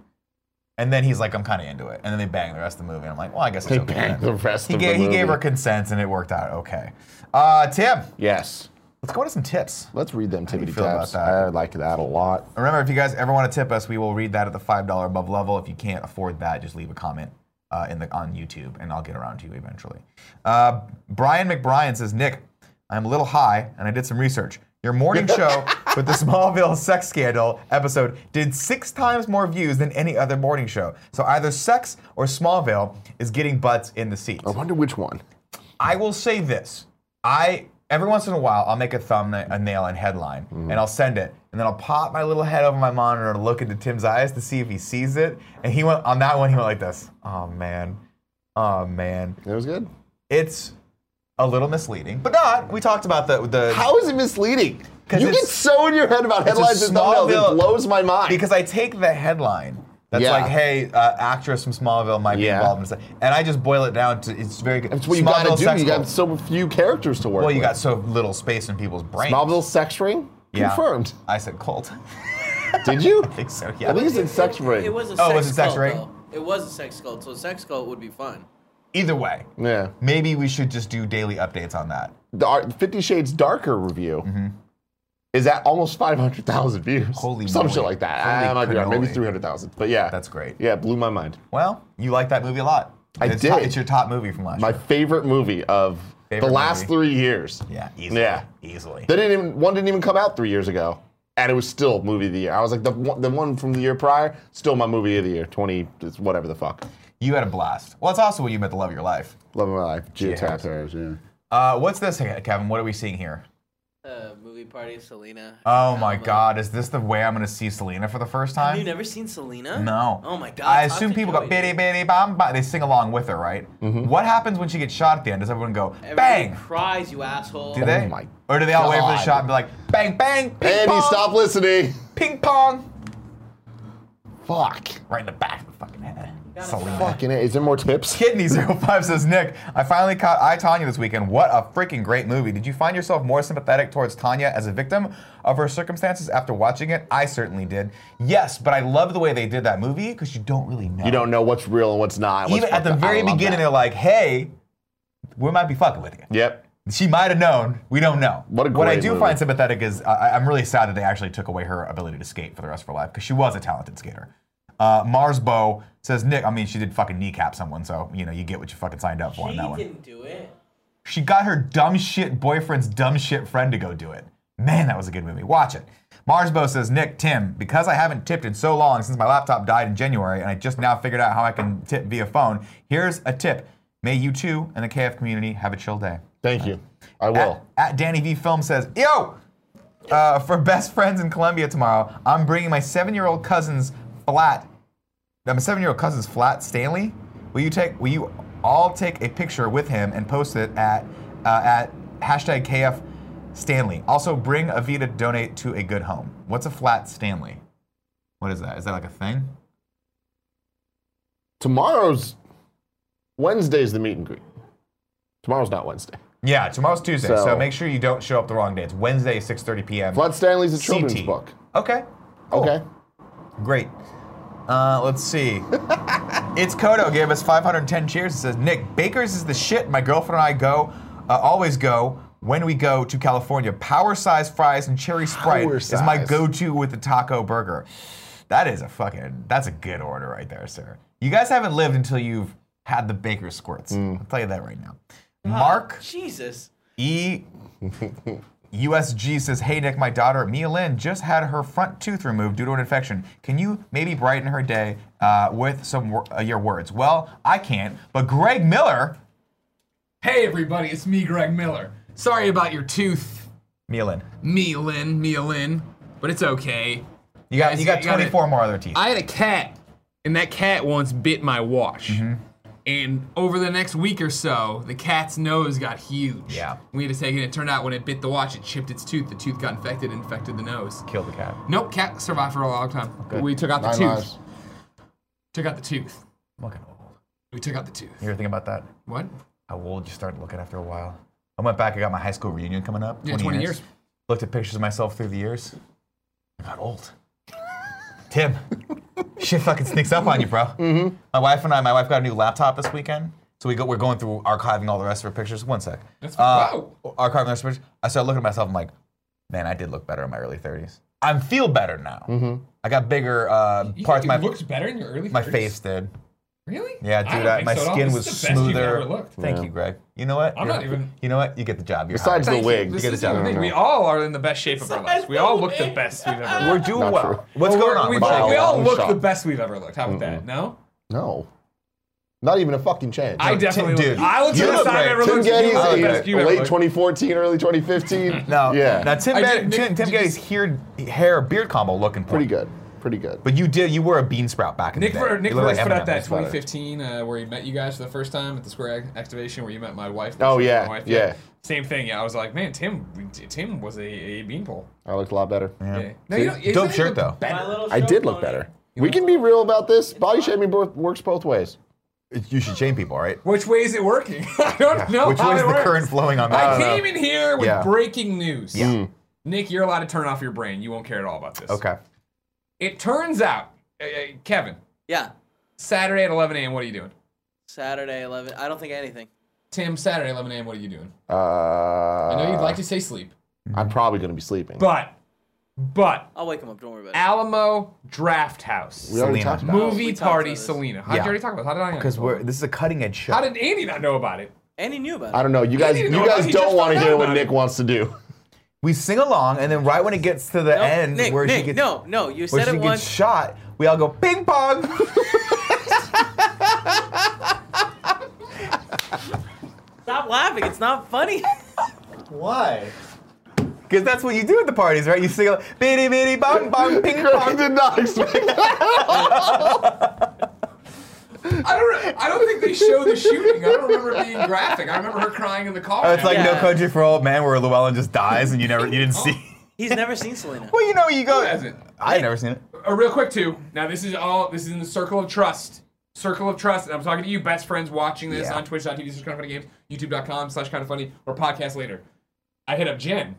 Speaker 2: And then he's like, I'm kind of into it. And then they bang the rest of the movie. And I'm like, well, I guess it's
Speaker 4: They
Speaker 2: okay.
Speaker 4: banged
Speaker 2: then.
Speaker 4: the rest
Speaker 2: he
Speaker 4: of the
Speaker 2: gave, He gave
Speaker 4: movie.
Speaker 2: her consent and it worked out okay. Uh, Tim,
Speaker 4: Yes.
Speaker 2: let's go into some tips.
Speaker 4: Let's read them tippity
Speaker 2: feel about
Speaker 4: taps.
Speaker 2: that?
Speaker 4: I like that a lot.
Speaker 2: Remember, if you guys ever want to tip us, we will read that at the five dollar above level. If you can't afford that, just leave a comment uh, in the on YouTube, and I'll get around to you eventually. Uh, Brian McBrien says, "Nick, I'm a little high, and I did some research. Your morning show with the Smallville sex scandal episode did six times more views than any other morning show. So either sex or Smallville is getting butts in the seats.
Speaker 4: I wonder which one.
Speaker 2: I will say this. I every once in a while I'll make a thumbnail a nail and headline
Speaker 4: Mm-hmm.
Speaker 2: and I'll send it. And then I'll pop my little head over my monitor and look into Tim's eyes to see if he sees it. And he went on that one, he went like this. Oh man. Oh man.
Speaker 4: It was good.
Speaker 2: It's a little misleading. But not. We talked about the the
Speaker 4: How is it misleading?
Speaker 2: 'Cause
Speaker 4: You
Speaker 2: it's-
Speaker 4: get so in your head about
Speaker 2: a
Speaker 4: headlines and thumbnails,
Speaker 2: Smallville-
Speaker 4: it blows my mind.
Speaker 2: because I take the headline that's
Speaker 4: Yeah.
Speaker 2: like, hey, uh, actress from Smallville might be
Speaker 4: Yeah.
Speaker 2: involved in this. And I just boil it down to it's very good.
Speaker 4: That's what you gotta
Speaker 2: Smallville
Speaker 4: do.
Speaker 2: sex
Speaker 4: You got
Speaker 2: cult.
Speaker 4: so few characters to work
Speaker 2: well, you
Speaker 4: with.
Speaker 2: got so little space in people's brains.
Speaker 4: Smallville sex ring?
Speaker 2: Yeah.
Speaker 4: Confirmed.
Speaker 2: I said cult.
Speaker 4: Did you?
Speaker 2: I think so, yeah.
Speaker 4: I think it's in sex ring.
Speaker 3: It was a
Speaker 2: Oh,
Speaker 3: sex
Speaker 2: was it sex
Speaker 3: cult,
Speaker 2: ring?
Speaker 3: though. It was a sex cult, so a sex cult would be fun.
Speaker 2: Either way,
Speaker 4: Yeah.
Speaker 2: maybe we should just do daily updates on that.
Speaker 4: The Ar- Fifty Shades Darker review is at almost 500,000 views.
Speaker 2: Mm-hmm. Holy
Speaker 4: Some shit
Speaker 2: moly.
Speaker 4: like that.
Speaker 2: Holy
Speaker 4: I, I might be wrong. Maybe
Speaker 2: cannoli.
Speaker 4: 300,000. But yeah.
Speaker 2: That's great.
Speaker 4: Yeah, it blew my mind.
Speaker 2: Well, you like that movie a lot.
Speaker 4: I
Speaker 2: it's
Speaker 4: did.
Speaker 2: top- it's your top movie from last
Speaker 4: My
Speaker 2: year.
Speaker 4: favorite movie of
Speaker 2: Favorite
Speaker 4: the last
Speaker 2: movie.
Speaker 4: three years.
Speaker 2: Yeah, easily.
Speaker 4: Yeah.
Speaker 2: Easily.
Speaker 4: They didn't even, one didn't even come out three years ago. And it was still movie of the year. I was like, the one, the one from the year prior, still my movie of the year. 20, it's whatever the fuck.
Speaker 2: you had a blast. Well, it's also when you met the love of your life.
Speaker 4: Love of my life. Gia Taps.
Speaker 6: Tattoos, yeah.
Speaker 2: Uh, what's this, Kevin? What are we seeing here?
Speaker 3: Uh, movie party, Selena.
Speaker 2: Oh my
Speaker 3: Alma.
Speaker 2: God! Is this the way I'm going to see Selena for the first time?
Speaker 3: Have you never seen Selena?
Speaker 2: No.
Speaker 3: Oh my God.
Speaker 2: I
Speaker 3: talk
Speaker 2: assume
Speaker 3: to
Speaker 2: people
Speaker 3: Joey,
Speaker 2: go
Speaker 3: dude.
Speaker 2: bitty bitty bam bam. They sing along with her, right?
Speaker 4: Mm-hmm.
Speaker 2: What happens when she gets shot at the end? Does everyone go
Speaker 3: Everybody
Speaker 2: bang?
Speaker 3: cries, you asshole.
Speaker 2: Do they?
Speaker 4: Oh my
Speaker 2: or do they all wait for the
Speaker 4: God.
Speaker 2: shot and be like bang bang? Ping
Speaker 4: Andy,
Speaker 2: pong,
Speaker 4: stop listening.
Speaker 2: Ping pong.
Speaker 4: Fuck.
Speaker 2: Right in the back of the fucking head. Selena.
Speaker 4: Fucking it. Is there more tips?
Speaker 2: Kidney05 says, Nick, I finally caught I, Tanya this weekend. What a freaking great movie. Did you find yourself more sympathetic towards Tanya as a victim of her circumstances after watching it? I certainly did. Yes, but I love the way they did that movie because you don't really know.
Speaker 4: You don't know what's real and what's not. what's
Speaker 2: Even at
Speaker 4: fucked
Speaker 2: the
Speaker 4: up. I
Speaker 2: very
Speaker 4: love
Speaker 2: beginning,
Speaker 4: that.
Speaker 2: they're like, hey, we might be fucking with you.
Speaker 4: Yep.
Speaker 2: She might have known. We don't know.
Speaker 4: What a
Speaker 2: I
Speaker 4: great
Speaker 2: do
Speaker 4: movie.
Speaker 2: find sympathetic is I, I'm really sad that they actually took away her ability to skate for the rest of her life because she was a talented skater. Uh, Mars Bo says Nick. I mean, she did fucking kneecap someone, so you know you get what you fucking signed up for on
Speaker 3: She
Speaker 2: that one.
Speaker 3: didn't do it.
Speaker 2: She got her dumb shit boyfriend's dumb shit friend to go do it. Man, that was a good movie. Watch it. Marsbo says, Nick, Tim, because I haven't tipped in so long since my laptop died in January and I just now figured out how I can tip via phone, here's a tip. May you too and the KF community have a chill day.
Speaker 4: Thank you. I will.
Speaker 2: At, at Danny V Film says, Yo! Uh, for best friends in Columbia tomorrow, I'm bringing my seven-year-old cousin's flat. My seven-year-old cousin's flat, Stanley. Will you take? Will you all take a picture with him and post it at uh, at hashtag KF Stanley? Also, bring a V to donate to a good home. What's a flat Stanley? What is that? Is that like a thing?
Speaker 4: Tomorrow's Wednesday's the meet and greet. Tomorrow's not Wednesday.
Speaker 2: Yeah, tomorrow's Tuesday, so,
Speaker 4: So-
Speaker 2: make sure you don't show up the wrong day. It's Wednesday, 6:30 p.m.
Speaker 4: Vlad Stanley's a children's
Speaker 2: CT.
Speaker 4: book.
Speaker 2: Okay. Cool.
Speaker 4: Okay.
Speaker 2: Great. Uh, let's see. it's Kodo gave us 510 cheers. It says, Nick, Baker's is the shit. My girlfriend and I go, uh, always go when we go to California. Power size fries and cherry Sprite
Speaker 4: Power
Speaker 2: is my
Speaker 4: size.
Speaker 2: go to with the taco burger. That is a fucking, that's a good order right there, sir. You guys haven't lived until you've had the Baker squirts.
Speaker 4: Mm.
Speaker 2: I'll tell you that right now. Mark
Speaker 3: Jesus.
Speaker 2: E. USG says, Hey Nick, my daughter Mia Lynn just had her front tooth removed due to an infection. Can you maybe brighten her day uh, with some wor- uh, your words? Well, I can't, but Greg Miller,
Speaker 10: Hey everybody, it's me, Greg Miller. Sorry about your tooth,
Speaker 2: Mia Lynn,
Speaker 10: me Lynn, me Lynn, but it's okay.
Speaker 2: you got
Speaker 10: Guys,
Speaker 2: you got
Speaker 10: you gotta-
Speaker 2: 24 more other teeth.
Speaker 10: I had a cat, and that cat once bit my wash.
Speaker 2: Mm-hmm.
Speaker 10: And over the next week or so, the cat's nose got huge.
Speaker 2: Yeah.
Speaker 10: We had to take it. It turned out when it bit the watch, it chipped its tooth. The tooth got infected and infected the nose.
Speaker 2: Killed the cat.
Speaker 10: Nope, cat survived for a long time. We took out the
Speaker 6: Nine
Speaker 10: tooth.
Speaker 6: lives.
Speaker 10: Took out the tooth.
Speaker 2: Looking old.
Speaker 10: We took out the tooth.
Speaker 2: You ever think about that?
Speaker 10: What?
Speaker 2: How old you started looking after a while? I went back. I got my high school reunion coming up.
Speaker 10: Yeah, 20 years.
Speaker 2: Looked at pictures of myself through the years. I got old. Tim, shit fucking sneaks up on you, bro. Mm-hmm. My wife and I, my wife got a new laptop this weekend. So we go, we're going through archiving all the rest of her pictures. One sec.
Speaker 10: That's-
Speaker 2: wow. Archiving the rest of her pictures. I started looking at myself. I'm like, man, I did look better in my early 30s. I Mm-hmm. am feel better now. I got bigger uh, parts. of my
Speaker 10: better in your early
Speaker 2: my face did.
Speaker 10: Really?
Speaker 2: Yeah,
Speaker 10: I
Speaker 2: dude,
Speaker 10: don't
Speaker 2: I,
Speaker 10: think
Speaker 2: my
Speaker 10: so at all.
Speaker 2: skin
Speaker 10: This
Speaker 2: was
Speaker 10: is the best you've
Speaker 2: smoother.
Speaker 10: ever looked.
Speaker 2: Thank
Speaker 4: Yeah.
Speaker 2: you, Greg. You know what?
Speaker 10: I'm
Speaker 2: You're-
Speaker 10: not even-
Speaker 2: You know what? You get the job. You're
Speaker 4: Besides
Speaker 2: hired.
Speaker 4: the wig,
Speaker 2: you
Speaker 10: This
Speaker 2: get the
Speaker 10: is the
Speaker 2: job.
Speaker 10: thing. We all are in the best shape of our lives. We all look the best we've ever
Speaker 2: We're
Speaker 10: looked.
Speaker 2: doing
Speaker 4: Not
Speaker 2: well.
Speaker 4: true.
Speaker 2: What's
Speaker 10: We're-
Speaker 2: going on?
Speaker 10: We,
Speaker 2: What's
Speaker 4: By
Speaker 10: all-
Speaker 2: going
Speaker 10: we
Speaker 4: a
Speaker 2: on?
Speaker 10: all
Speaker 4: long
Speaker 10: look
Speaker 4: shot.
Speaker 10: the best we've ever looked. How about that? No?
Speaker 4: No. Not even a fucking chance.
Speaker 10: I
Speaker 2: Tim-
Speaker 10: definitely
Speaker 2: dude,
Speaker 10: look. I look
Speaker 2: you
Speaker 10: the best
Speaker 2: look
Speaker 10: I've
Speaker 2: great.
Speaker 10: ever
Speaker 4: Tim
Speaker 10: looked. You
Speaker 4: Geddes,
Speaker 10: look the
Speaker 4: uh,
Speaker 10: best you've ever
Speaker 4: late
Speaker 10: looked.
Speaker 4: 2014, early 2015.
Speaker 2: No,
Speaker 4: yeah,
Speaker 2: Now Tim,
Speaker 10: I
Speaker 2: Bad-
Speaker 10: did- Nick,
Speaker 2: Tim, Tim
Speaker 10: did you
Speaker 2: Getty's here, hair beard combo looking
Speaker 4: pretty
Speaker 2: point.
Speaker 4: good, pretty good.
Speaker 2: But you did. You were a bean sprout back in
Speaker 10: Nick,
Speaker 2: the day.
Speaker 10: Ver, Nick
Speaker 2: You look
Speaker 10: first
Speaker 2: like
Speaker 10: put out
Speaker 2: Eminem.
Speaker 10: that 2015 uh, where he met you guys for the first time at the Square Ac- activation where you met my wife.
Speaker 4: Oh,
Speaker 10: My
Speaker 4: yeah,
Speaker 10: wife,
Speaker 4: yeah.
Speaker 10: Same thing. Yeah, I was like, man, Tim, Tim was a, a beanpole.
Speaker 4: I looked a lot better.
Speaker 10: Yeah. No,
Speaker 2: See,
Speaker 10: you don't, you
Speaker 2: dope
Speaker 10: don't
Speaker 2: shirt,
Speaker 10: look
Speaker 2: though.
Speaker 10: better.
Speaker 3: My little
Speaker 4: I did
Speaker 3: show
Speaker 4: look
Speaker 3: pony.
Speaker 4: better. We can be real about this. Body shaming both, works both ways.
Speaker 2: You should shame people, right?
Speaker 10: Which way is it working? I don't know.
Speaker 2: Which
Speaker 10: how
Speaker 2: way is
Speaker 10: it
Speaker 2: the
Speaker 10: works.
Speaker 2: current flowing on
Speaker 10: I,
Speaker 2: that?
Speaker 10: came in here with
Speaker 2: Yeah.
Speaker 10: breaking news.
Speaker 2: Yeah.
Speaker 3: Mm.
Speaker 4: Mm.
Speaker 10: Nick, you're allowed to turn off your brain. You won't care at all about this.
Speaker 2: Okay.
Speaker 10: It turns out, uh, uh, Kevin,
Speaker 3: Yeah.
Speaker 10: Saturday at 11 a.m. What are you doing?
Speaker 3: Saturday, 11. I don't think anything.
Speaker 10: Tim, Saturday 11 a.m. What are you doing?
Speaker 4: Uh,
Speaker 10: I know you'd
Speaker 2: Uh.
Speaker 10: like to say sleep,
Speaker 4: I'm probably going to be sleeping.
Speaker 10: but, but
Speaker 3: I'll wake him up. Don't worry about it.
Speaker 10: Alamo Draft House
Speaker 4: we already
Speaker 2: Selena.
Speaker 4: talked about it.
Speaker 10: movie
Speaker 3: We talked
Speaker 10: party
Speaker 3: about this.
Speaker 10: Selena. How did
Speaker 2: Yeah.
Speaker 10: you already talk about? It? How did I? not
Speaker 2: Because
Speaker 10: know?
Speaker 2: we're this is a cutting edge show.
Speaker 10: How did Andy not know about it?
Speaker 3: And he knew about it.
Speaker 4: I don't know. You guys,
Speaker 10: didn't
Speaker 4: you
Speaker 10: know
Speaker 4: guys
Speaker 10: about it. He
Speaker 4: don't
Speaker 10: just
Speaker 4: want to
Speaker 10: found
Speaker 4: hear
Speaker 10: out
Speaker 4: what
Speaker 10: about
Speaker 4: Nick
Speaker 10: it.
Speaker 4: wants to do.
Speaker 2: we sing along, and then right when it gets to the
Speaker 3: No,
Speaker 2: end,
Speaker 3: Nick,
Speaker 2: where she
Speaker 3: Nick,
Speaker 2: gets
Speaker 3: no, no. You
Speaker 2: where
Speaker 3: said
Speaker 2: she
Speaker 3: it
Speaker 2: gets
Speaker 3: once.
Speaker 2: shot, we all go ping pong.
Speaker 3: Stop laughing. It's not funny.
Speaker 6: Why?
Speaker 2: Because that's what you do at the parties, right? You sing along, bitty bitty bong bong ping
Speaker 4: I
Speaker 2: pong.
Speaker 4: did not expect
Speaker 10: I don't. I don't think they show the shooting. I don't remember it being graphic. I remember her crying in the car.
Speaker 2: Oh, it's like No
Speaker 3: Yeah.
Speaker 2: Country for Old Men, where Llewellyn just dies, and you never you didn't see.
Speaker 3: He's never seen Selena.
Speaker 2: Well, you know you go.
Speaker 10: Who hasn't?
Speaker 2: I've never seen it.
Speaker 10: Uh, real quick too. Now this is all. This is in the circle of trust. Circle of trust. And I'm talking to you, best friends, watching this
Speaker 2: Yeah.
Speaker 10: on Twitch.tv slash Kind of Funny Games, YouTube.com slash Kind of Funny, or podcast later. I hit up Jen.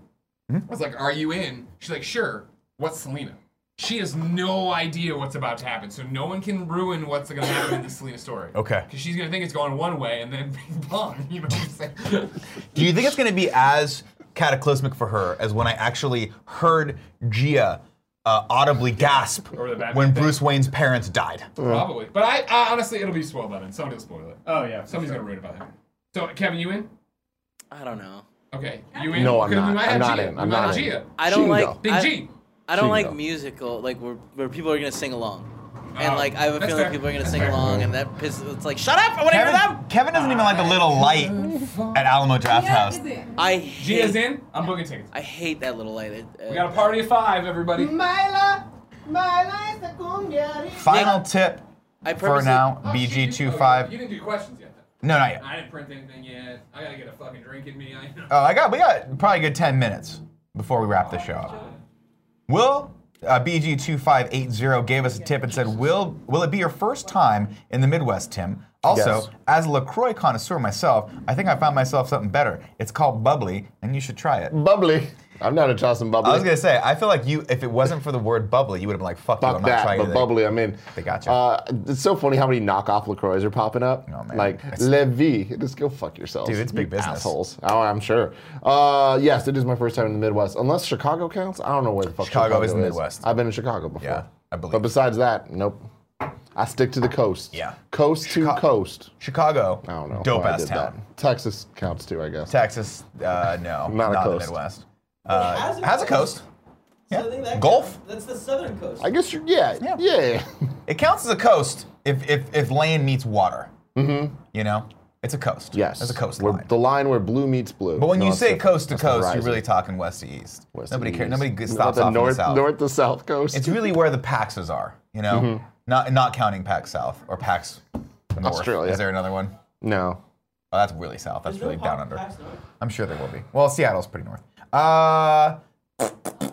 Speaker 2: Hmm?
Speaker 10: I was like, "Are you in?" She's like, "Sure." What's Selena? She has no idea what's about to happen, so no one can ruin what's going to happen in the Selena story.
Speaker 2: Okay.
Speaker 10: Because she's going to think it's going one way, and then bing bong. You know what I'm saying?
Speaker 2: Do you think it's going to be as cataclysmic for her as when I actually heard Gia uh, audibly gasp
Speaker 10: Or the Batman
Speaker 2: when
Speaker 10: thing.
Speaker 2: Bruce Wayne's parents died?
Speaker 10: Probably. But I, I honestly, it'll be spoiled by then. Somebody will spoil it.
Speaker 6: Oh yeah.
Speaker 10: Somebody's gonna ruin it by then. So, Kevin, you in?
Speaker 3: I don't know.
Speaker 10: Okay, you in?
Speaker 4: No, I'm
Speaker 10: Because we
Speaker 4: not.
Speaker 10: might
Speaker 4: I'm
Speaker 10: have
Speaker 4: not
Speaker 10: Gia.
Speaker 4: in.
Speaker 10: We
Speaker 4: I'm
Speaker 10: might
Speaker 4: not
Speaker 10: have
Speaker 4: in.
Speaker 10: Gia.
Speaker 3: I
Speaker 4: She
Speaker 3: don't
Speaker 4: can
Speaker 3: like.
Speaker 4: go.
Speaker 10: Big
Speaker 3: I,
Speaker 10: G.
Speaker 3: I don't
Speaker 4: She can
Speaker 3: like
Speaker 4: go.
Speaker 3: musical like where where people are gonna sing along.
Speaker 10: Oh,
Speaker 3: And like I have a
Speaker 10: that's
Speaker 3: feeling
Speaker 10: fair.
Speaker 3: people are gonna
Speaker 10: That's
Speaker 3: sing
Speaker 10: fair.
Speaker 3: along, and that pisses. It's like shut up! I want to hear
Speaker 2: Kevin,
Speaker 3: them.
Speaker 2: Kevin doesn't even like the little light at Alamo Draft House.
Speaker 3: I hate,
Speaker 10: Gia's in. I'm booking tickets.
Speaker 3: I hate that little light. It, uh,
Speaker 10: We got a party of five, everybody.
Speaker 2: Final tip
Speaker 3: I
Speaker 2: for
Speaker 3: purposely-
Speaker 2: now,
Speaker 10: Oh, shit, you- oh, You
Speaker 2: BG25.
Speaker 10: didn't do questions yet. though.
Speaker 2: No, not yet.
Speaker 10: I didn't print anything yet. I gotta get a fucking drink in me. I
Speaker 2: Oh, I got we got probably a good 10 minutes before we wrap this show up. Will uh, BG2580 gave us a tip and said, "Will will it be your first time in the Midwest, Tim?" Also,
Speaker 4: Yes.
Speaker 2: as a Lacroix connoisseur myself, I think I found myself something better. It's called Bubbly, and you should try it.
Speaker 4: bubbly. I'm not a Johnson bubbly.
Speaker 2: I was gonna say, I feel like you, if it wasn't for the word bubbly, you would have been like, "Fuck, you, I'm
Speaker 4: Fuck
Speaker 2: not
Speaker 4: that,
Speaker 2: trying
Speaker 4: but
Speaker 2: it."
Speaker 4: bubbly. I mean,
Speaker 2: They got you.
Speaker 4: Uh, it's so funny how many knockoff Lacroix are popping up.
Speaker 2: No, man.
Speaker 4: Like
Speaker 2: It's-
Speaker 4: Levy, just go fuck yourselves.
Speaker 2: Dude, it's big
Speaker 4: you
Speaker 2: business.
Speaker 4: Assholes. Oh, I'm sure. Uh, yes, it is my first time in the Midwest. Unless Chicago counts, I don't know where the fuck
Speaker 2: Chicago
Speaker 4: Chicago,
Speaker 2: is the Midwest.
Speaker 4: I've been in Chicago before.
Speaker 2: Yeah, I believe.
Speaker 4: But besides that, nope. I stick to the coast.
Speaker 2: Yeah.
Speaker 4: Coast
Speaker 2: Chica-
Speaker 4: to coast.
Speaker 2: Chicago,
Speaker 4: I don't know.
Speaker 2: dope
Speaker 4: why I
Speaker 2: ass
Speaker 4: did
Speaker 2: town.
Speaker 4: that. Texas counts too, I guess.
Speaker 2: Texas, uh, no,
Speaker 4: Not a
Speaker 2: the
Speaker 4: coast.
Speaker 2: Midwest. Uh,
Speaker 11: has a
Speaker 2: has a
Speaker 11: coast.
Speaker 2: coast.
Speaker 11: So I think that
Speaker 2: Gulf?
Speaker 11: That's the southern coast.
Speaker 4: I guess you're, yeah,
Speaker 2: Yeah.
Speaker 4: yeah.
Speaker 2: It counts as a coast if if if land meets water. Mm-hmm. You know, it's a coast.
Speaker 4: yes.
Speaker 2: it's a
Speaker 4: Where-
Speaker 2: coastline.
Speaker 4: The line where blue meets blue.
Speaker 2: but when
Speaker 4: No,
Speaker 2: you
Speaker 4: it's
Speaker 2: say
Speaker 4: different.
Speaker 2: coast to
Speaker 4: That's the
Speaker 2: coast, you're
Speaker 4: horizon.
Speaker 2: really talking west to east.
Speaker 4: West
Speaker 2: nobody
Speaker 4: to
Speaker 2: cares.
Speaker 4: east.
Speaker 2: Nobody
Speaker 4: Not
Speaker 2: g- stops
Speaker 4: the
Speaker 2: off in
Speaker 4: north,
Speaker 2: the south.
Speaker 4: north Mm-hmm. to south coast.
Speaker 2: It's really where the Paxes are. You know, not not counting Pax South or Pax North.
Speaker 4: Australia.
Speaker 2: Is there another one?
Speaker 4: no.
Speaker 2: Oh, that's really south. That's really down under.
Speaker 11: Pax North?
Speaker 2: I'm sure there will be. Well, Seattle's pretty north. Uh, all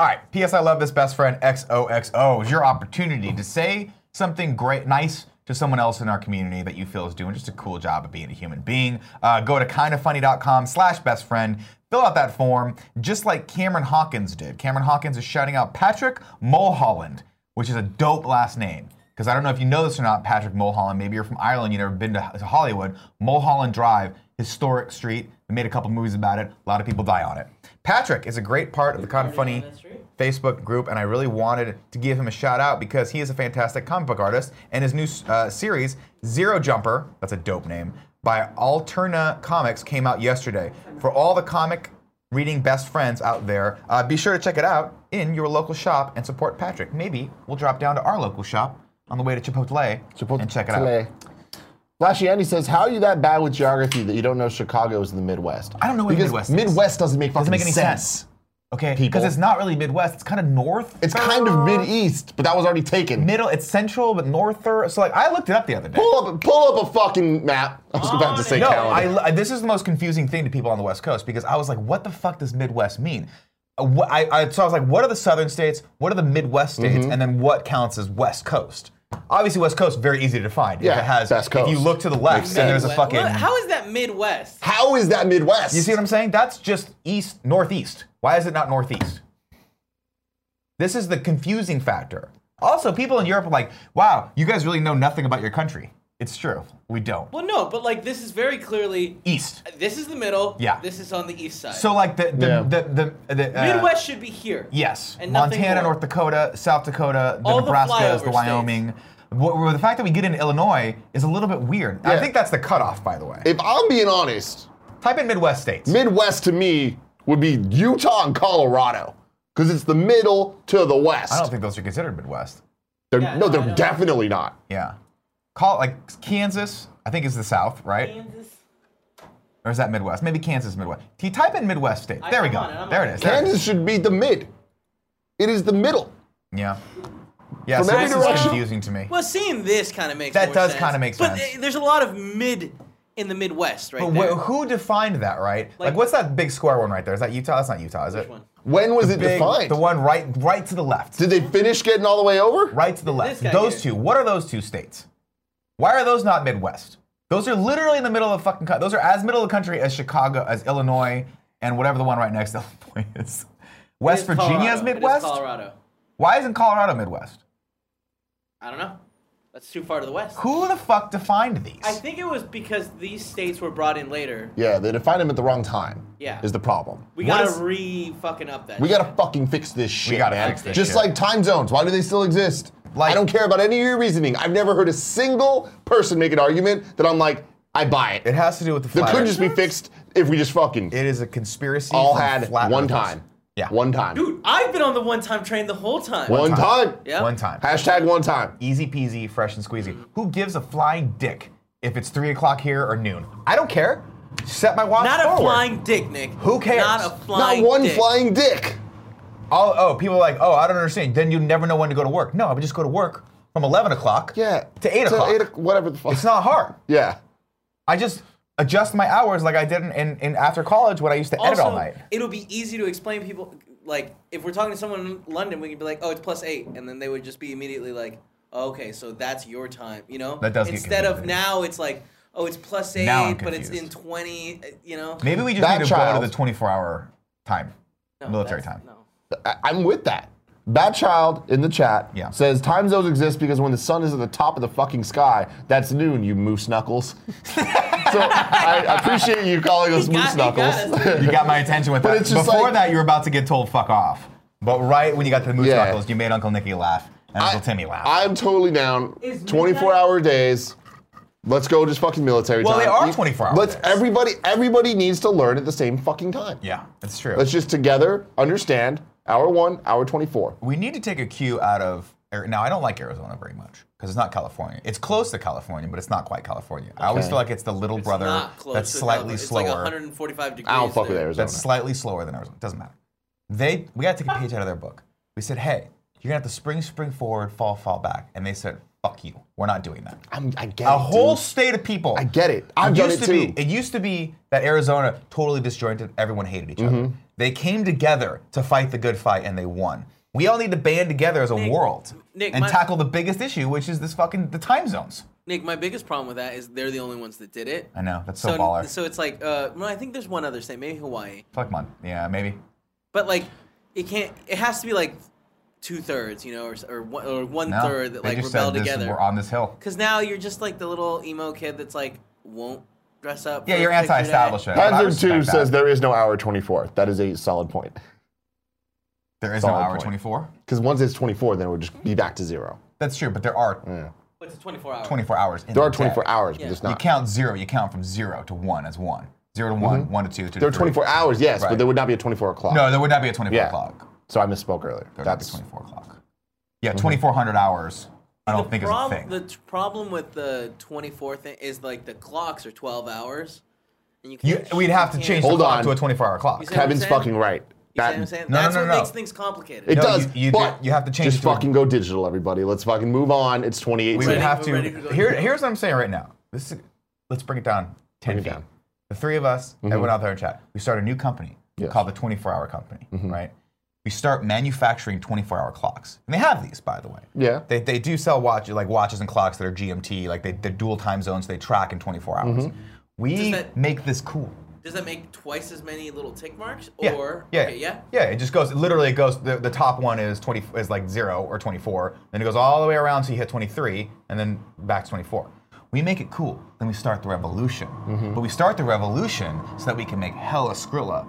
Speaker 2: right. P.S. I love this best friend XOXO is your opportunity to say something great, nice to someone else in our community that you feel is doing just a cool job of being a human being. Uh, go to kindoffunny.com slash best friend. Fill out that form just like Cameron Hawkins did. Cameron Hawkins is shouting out Patrick Mulholland, which is a dope last name. Because I don't know if you know this or not, Patrick Mulholland. Maybe you're from Ireland, you've never been to to Hollywood. Mulholland Drive, historic street. They made a couple movies about it. A lot of people die on it. Patrick is a great part of the kind of funny.
Speaker 11: That's true.
Speaker 2: Facebook group, and I really wanted to give him a shout out because he is a fantastic comic book artist, and his new uh, series, Zero Jumper, that's a dope name, by Alterna Comics came out yesterday. For all the comic reading best friends out there, uh, be sure to check it out in your local shop and support Patrick. Maybe we'll drop down to our local shop on the way to Chipotle, and check it out.
Speaker 4: Chipotle. Flashy Andy says, "How are you that bad with geography that you don't know Chicago is in the Midwest?" I
Speaker 2: don't know where the
Speaker 4: because
Speaker 2: Midwest is.
Speaker 4: Midwest doesn't make
Speaker 2: Doesn't
Speaker 4: fucking
Speaker 2: make any sense. Okay,
Speaker 4: people.
Speaker 2: because it's not really Midwest. It's kind of north.
Speaker 4: It's kind of mid east, but that was already taken.
Speaker 2: Middle. It's central, but norther. So like, I looked it up the other day.
Speaker 4: Pull up, pull up a fucking map. I was about to say
Speaker 2: no,
Speaker 4: calendar.
Speaker 2: I, I- this is the most confusing thing to people on the West Coast because I was like, what the fuck does Midwest mean? Uh, wh- I, I- so I was like, what are the Southern states? What are the Midwest states?
Speaker 4: Mm-hmm.
Speaker 2: And then what counts as West Coast? Obviously, West Coast very easy to define.
Speaker 4: Yeah,
Speaker 2: it has.
Speaker 4: West Coast.
Speaker 2: If you look to the left,
Speaker 4: Makes
Speaker 2: then there's a
Speaker 3: Midwest.
Speaker 2: fucking.
Speaker 3: Well, How is that Midwest?
Speaker 4: How is that Midwest?
Speaker 2: You see what I'm saying? That's just east, northeast. Why is it not northeast? This is the confusing factor. Also, people in Europe are like, wow, you guys really know nothing about your country. It's true. We don't.
Speaker 3: Well, no, but like this is very clearly
Speaker 2: East.
Speaker 3: This is the middle.
Speaker 2: Yeah.
Speaker 3: This is on the east side.
Speaker 2: So, like, the, the,
Speaker 4: Yeah.
Speaker 2: the, the, the uh,
Speaker 3: Midwest should be here.
Speaker 2: Yes.
Speaker 3: And nothing
Speaker 2: Montana,
Speaker 3: more.
Speaker 2: North Dakota, South Dakota, the
Speaker 3: All the
Speaker 2: Nebraskas, the,
Speaker 3: flyover
Speaker 2: Wyoming. Wh- wh- The fact that we get in Illinois is a little bit weird. I
Speaker 4: Yeah.
Speaker 2: think that's the cutoff, by the way.
Speaker 4: if I'm being honest,
Speaker 2: Type in Midwest states.
Speaker 4: Midwest to me would be Utah and Colorado because it's the middle to the west.
Speaker 2: I don't think those are considered Midwest.
Speaker 4: They're,
Speaker 11: Yeah,
Speaker 4: no,
Speaker 11: no, I
Speaker 4: they're
Speaker 11: don't-
Speaker 4: definitely not.
Speaker 2: Yeah. Call like Kansas, I think is the South, right?
Speaker 11: Kansas.
Speaker 2: Or is that Midwest? Maybe Kansas is Midwest. T type in Midwest states.
Speaker 11: I-
Speaker 2: There we
Speaker 11: I'm
Speaker 2: go.
Speaker 11: on it, I'm
Speaker 2: there
Speaker 11: on
Speaker 2: it
Speaker 11: it.
Speaker 2: is. There it is.
Speaker 4: Kansas should be the mid. It is the middle.
Speaker 2: Yeah. Yeah,
Speaker 4: From
Speaker 2: so
Speaker 4: every
Speaker 2: this is
Speaker 4: direction.
Speaker 2: confusing to me.
Speaker 3: Well, seeing this kind of makes
Speaker 2: That
Speaker 3: more
Speaker 2: does
Speaker 3: sense.
Speaker 2: kinda make
Speaker 3: But
Speaker 2: sense.
Speaker 3: uh, there's a lot of mid in the Midwest, right
Speaker 2: But
Speaker 3: there.
Speaker 2: wh- who defined that, right? Like, what's that big square one right there? Is that Utah? That's not Utah, is it?
Speaker 3: one?
Speaker 4: When was it
Speaker 2: Big-
Speaker 4: defined?
Speaker 2: the one right right to the left.
Speaker 4: Did they finish getting all the way over?
Speaker 2: Right to the left.
Speaker 3: guy
Speaker 2: Those
Speaker 3: here.
Speaker 2: two. What are those two states? Why are those not Midwest? Those are literally in the middle of the fucking country. Those are as middle of the country as Chicago, as Illinois, and whatever the one right next to Illinois is. West
Speaker 3: It is
Speaker 2: Virginia is
Speaker 3: Colorado. It
Speaker 2: Midwest?
Speaker 3: Colorado.
Speaker 2: Why isn't Colorado Midwest?
Speaker 3: I don't know. That's too far to the west.
Speaker 2: Who the fuck defined these?
Speaker 3: I think it was because these states were brought in later.
Speaker 4: Yeah, they defined them at the wrong time.
Speaker 3: Yeah.
Speaker 4: Is the problem.
Speaker 3: We
Speaker 4: What
Speaker 3: gotta
Speaker 4: is-
Speaker 3: re fucking up that.
Speaker 4: we
Speaker 3: shit.
Speaker 4: gotta fucking fix this shit.
Speaker 2: gotta
Speaker 4: man.
Speaker 2: fix this
Speaker 4: Just
Speaker 2: shit.
Speaker 4: like time zones. Why do they still exist?
Speaker 2: Like-
Speaker 4: I don't care about any of your reasoning. I've never heard a single person make an argument that I'm like, I buy it.
Speaker 2: it has to do with the
Speaker 4: That
Speaker 2: flat
Speaker 4: could
Speaker 2: earth.
Speaker 4: just be fixed if we just fucking
Speaker 2: It is a conspiracy.
Speaker 4: all
Speaker 2: from
Speaker 4: had
Speaker 2: flat
Speaker 4: one
Speaker 2: earthers.
Speaker 4: time.
Speaker 2: Yeah.
Speaker 4: One time.
Speaker 3: Dude, I've been on the one time train the whole time.
Speaker 4: one time.
Speaker 3: Yeah.
Speaker 2: One time.
Speaker 4: Hashtag one time.
Speaker 2: Easy peasy, fresh and squeezy. Who gives a flying dick if it's three o'clock here or noon? I don't care. Set my watch
Speaker 3: Not
Speaker 2: forward.
Speaker 3: a flying dick, Nick.
Speaker 2: Who cares?
Speaker 3: Not a
Speaker 2: Not
Speaker 3: flying
Speaker 4: Not one
Speaker 3: dick.
Speaker 4: flying dick.
Speaker 2: All, oh, people are like, oh, I don't understand. Then you never know when to go to work. No, I would just go to work from 11 o'clock
Speaker 4: Yeah.
Speaker 2: to 8 o'clock.
Speaker 4: o- whatever the fuck.
Speaker 2: it's not hard.
Speaker 4: Yeah.
Speaker 2: I just adjust my hours like I did in, in, in after college when I used to edit
Speaker 3: Also,
Speaker 2: all night.
Speaker 3: it'll be easy to explain people. Like, if we're talking to someone in London, we can be like, "Oh, it's plus eight. and then they would just be immediately like, oh, "Okay, so that's your time," you know.
Speaker 2: That does get
Speaker 3: Instead of
Speaker 2: confusing.
Speaker 3: now, it's like, "Oh, it's plus eight,
Speaker 2: Now I'm
Speaker 3: but it's in
Speaker 2: confused.
Speaker 3: twenty, uh, you know."
Speaker 2: Maybe we just
Speaker 4: That
Speaker 2: need to go
Speaker 4: child-
Speaker 2: to the 24 hour time,
Speaker 3: No,
Speaker 2: military
Speaker 3: that's-
Speaker 2: time.
Speaker 3: No.
Speaker 4: I- I'm with that. That child in the chat
Speaker 2: Yeah.
Speaker 4: says time zones exist because when the sun is at the top of the fucking sky, that's noon, you moose knuckles. so I I appreciate you calling us
Speaker 3: He
Speaker 4: moose
Speaker 3: got- he got
Speaker 4: knuckles.
Speaker 2: You got my attention with
Speaker 4: But
Speaker 2: that.
Speaker 4: it's just
Speaker 2: Before
Speaker 4: like-
Speaker 2: that, you were about to get told fuck off. But right when you got to the moose
Speaker 4: Yeah.
Speaker 2: knuckles, you made Uncle Nicky laugh and Uncle Timmy laugh.
Speaker 4: I'm totally down.
Speaker 11: Is midnight-
Speaker 4: 24 hour days. Let's go just fucking military
Speaker 2: Well,
Speaker 4: time.
Speaker 2: they are
Speaker 4: You-
Speaker 2: 24 hour
Speaker 4: Let's
Speaker 2: days.
Speaker 4: everybody everybody needs to learn at the same fucking time.
Speaker 2: yeah, that's true.
Speaker 4: Let's just together understand hour 1, hour 24.
Speaker 2: we need to take a cue out of. Ari- Now, I don't like Arizona very much because it's not California. It's close to California, but it's not quite California. I always
Speaker 4: Okay.
Speaker 2: feel like it's the little
Speaker 3: It's
Speaker 2: brother
Speaker 3: not close
Speaker 2: that's
Speaker 3: to
Speaker 2: slightly
Speaker 3: Delaware. it's
Speaker 2: slower.
Speaker 3: Like 145 degrees.
Speaker 4: I don't fuck with
Speaker 3: there.
Speaker 4: Arizona.
Speaker 2: that's slightly slower than Arizona. Doesn't matter. They we gotta take a page out of their book. We said, hey, you're gonna have to spring, spring forward, fall, fall back, and they said, fuck you. We're not doing that.
Speaker 4: I'm, I get
Speaker 2: a
Speaker 4: it,
Speaker 2: whole
Speaker 4: dude.
Speaker 2: state of people.
Speaker 4: I get it. I've done
Speaker 2: used
Speaker 4: it
Speaker 2: to
Speaker 4: too.
Speaker 2: Be, it used to be that Arizona totally disjointed. Everyone hated each other.
Speaker 4: Mm-hmm.
Speaker 2: They came together to fight the good fight, and they won. We all need to band together as a world
Speaker 3: Nick,
Speaker 2: and
Speaker 3: my-
Speaker 2: tackle the biggest issue, which is this fucking the time zones.
Speaker 3: Nick, my biggest problem with that is they're the only ones that did it.
Speaker 2: I know that's so, baller.
Speaker 3: So it's like, uh, no, I think there's one other state, maybe Hawaii,
Speaker 2: Fuck man, yeah, maybe.
Speaker 3: but like, it can't. It has to be like two thirds, you know, or s- or one, or one
Speaker 2: No,
Speaker 3: third that
Speaker 2: they
Speaker 3: like
Speaker 2: just
Speaker 3: rebel
Speaker 2: said this,
Speaker 3: together.
Speaker 2: We're on this hill.
Speaker 3: Because now you're just like the little emo kid that's like won't dress up.
Speaker 2: Yeah,
Speaker 3: for
Speaker 2: you're
Speaker 3: Picture Day.
Speaker 2: anti-establishment. I
Speaker 4: Hazard
Speaker 2: respect
Speaker 4: 2
Speaker 2: that.
Speaker 4: says there is no hour 24. That is a solid point.
Speaker 2: There is no hour 24?
Speaker 4: Because once it's 24, then it would just be back to zero.
Speaker 2: That's true, but there are
Speaker 3: But it's a 24 hour.
Speaker 2: 24 hours. In
Speaker 4: There
Speaker 2: the
Speaker 4: are 24
Speaker 2: day.
Speaker 4: hours, but Yeah. there's
Speaker 2: You
Speaker 4: not-
Speaker 2: count zero. You count from zero to one as one. Zero to one,
Speaker 4: Mhm.
Speaker 2: one to two, two
Speaker 4: There are
Speaker 2: to three.
Speaker 4: 24 hours, yes,
Speaker 2: Right.
Speaker 4: but there would not be a 24 o'clock.
Speaker 2: No, there would not be a 24
Speaker 4: Yeah.
Speaker 2: o'clock.
Speaker 4: So I misspoke earlier. That's Mm-hmm.
Speaker 2: 24 o'clock. Yeah, 2,400 hours. I don't think is a
Speaker 3: Prob-
Speaker 2: thing.
Speaker 3: The t- problem with the 24 thing is like the clocks are 12 hours. And you
Speaker 2: You,
Speaker 3: can't,
Speaker 2: we'd have to
Speaker 3: you can't-
Speaker 2: change the clock to a 24 hour
Speaker 3: You
Speaker 2: clock.
Speaker 3: see what I'm Kevin's saying? fucking
Speaker 4: right.
Speaker 3: You see what I'm saying?
Speaker 4: No, no,
Speaker 3: That's
Speaker 4: no,
Speaker 3: what
Speaker 4: no.
Speaker 3: makes things complicated.
Speaker 4: It does.
Speaker 2: you- you
Speaker 4: but
Speaker 2: do- you have to change
Speaker 4: Just
Speaker 2: it to a-
Speaker 4: fucking go digital, everybody. Let's fucking move on. It's 28.
Speaker 2: we would have to. Here, here's what I'm saying right now. This is, let's bring it down Mm-hmm. 10 feet. The three of us, everyone out there in chat, we start a new company called the 24 Hour Company, right? We start manufacturing 24 hour clocks. And they have these, by the way.
Speaker 4: Yeah.
Speaker 2: They, they do sell watch, like watches and clocks that are GMT, like they, they're dual time zones, they track in 24 hours.
Speaker 3: Mhm.
Speaker 2: We make this cool.
Speaker 3: Does that make twice as many little tick marks?
Speaker 2: Yeah.
Speaker 3: Or
Speaker 2: yeah.
Speaker 3: okay, yeah.
Speaker 2: Yeah, it just goes literally it goes the, the top one is 20 is like 0 or 24, then it goes all the way around so you hit 23 and then back to 24. We make it cool, then we start the revolution.
Speaker 4: Mm-hmm.
Speaker 2: But we start the revolution so that we can make hella scrilla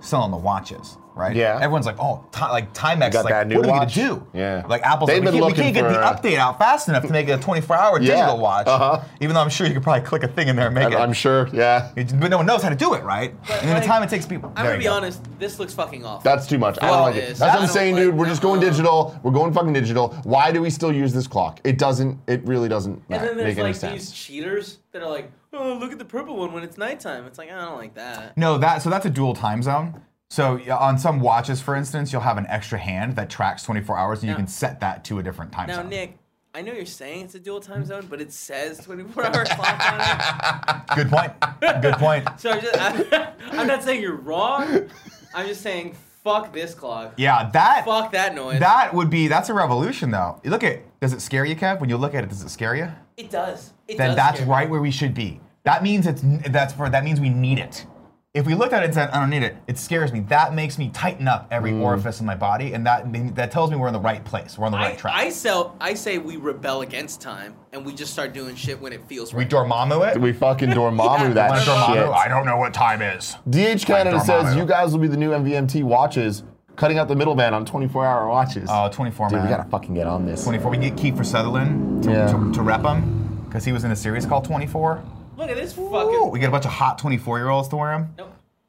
Speaker 2: selling the watches, right?
Speaker 4: Yeah.
Speaker 2: Everyone's like, "Oh, ti- like Timex
Speaker 4: Got
Speaker 2: like
Speaker 4: that new
Speaker 2: what
Speaker 4: watch?
Speaker 2: are we going to do?"
Speaker 4: Yeah.
Speaker 2: Like Apple's
Speaker 4: They've
Speaker 2: like, we
Speaker 4: been
Speaker 2: can't, we can't
Speaker 4: looking
Speaker 2: get the
Speaker 4: for, uh,
Speaker 2: update out fast enough to make it a 24-hour
Speaker 4: Yeah.
Speaker 2: digital watch.
Speaker 4: Uh-huh.
Speaker 2: Even though I'm sure you could probably click a thing in there and make
Speaker 4: I'm-
Speaker 2: it.
Speaker 4: I'm sure, yeah.
Speaker 2: but no one knows how to do it, right? and then
Speaker 3: like,
Speaker 2: the time it takes people.
Speaker 3: I'm gonna
Speaker 2: There you
Speaker 3: be
Speaker 2: go.
Speaker 3: honest. This looks fucking awful.
Speaker 4: That's too much. I don't like it.
Speaker 3: is.
Speaker 4: That's
Speaker 3: I
Speaker 4: what I'm
Speaker 3: don't
Speaker 4: saying,
Speaker 3: like
Speaker 4: dude. We're just going digital. We're going fucking digital. Why do we still use this clock? It doesn't. It really doesn't
Speaker 3: And
Speaker 4: ma-
Speaker 3: then
Speaker 4: make
Speaker 3: there's
Speaker 4: any
Speaker 3: like
Speaker 4: sense.
Speaker 3: these cheaters that are like, oh, look at the purple one when it's nighttime. It's like I don't like that.
Speaker 2: No, that so that's a dual time zone. So yeah, on some watches, for instance, you'll have an extra hand that tracks 24 hours, and you
Speaker 3: Yeah.
Speaker 2: can set that to a different time
Speaker 3: Now,
Speaker 2: zone.
Speaker 3: Nick, I know you're saying it's a dual time zone, but it says 24 hour clock on it.
Speaker 2: Good point. Good point.
Speaker 3: So I'm, just, I'm, I'm not saying you're wrong. I'm just saying fuck this clock.
Speaker 2: Yeah, that
Speaker 3: Fuck that noise.
Speaker 2: that would be that's a revolution, though. You Look at does it scare you, Kev? When you look at it, does it scare you?
Speaker 3: It does. It
Speaker 2: then
Speaker 3: does
Speaker 2: that's
Speaker 3: scare me.
Speaker 2: right where we should be. That means it's n- that's for that means we need it. If we looked at it and said, I don't need it, it scares me. That makes me tighten up every orifice in my body, and that that tells me we're in the right place. We're on the
Speaker 3: I,
Speaker 2: right track.
Speaker 3: I sell. I say we rebel against time and we just start doing shit when it feels
Speaker 2: we
Speaker 3: right.
Speaker 2: Dormammu it.
Speaker 4: We fucking Dormammu that
Speaker 2: Wanna Dormammu?
Speaker 4: shit.
Speaker 2: I don't know what time is.
Speaker 4: DH Canada
Speaker 2: Like
Speaker 4: says
Speaker 2: Dormammu.
Speaker 4: you guys will be the new MVMT watches, cutting out the middleman on 24-hour watches.
Speaker 2: Oh, 24
Speaker 4: Dude, we
Speaker 2: man.
Speaker 4: gotta fucking get on this.
Speaker 2: 24. We can get Kiefer Sutherland to,
Speaker 4: Yeah.
Speaker 2: to, to rep him because he was in a series called 24.
Speaker 3: Look at this
Speaker 2: Ooh,
Speaker 3: fucking.
Speaker 2: we get a bunch of hot 24 year olds to wear him.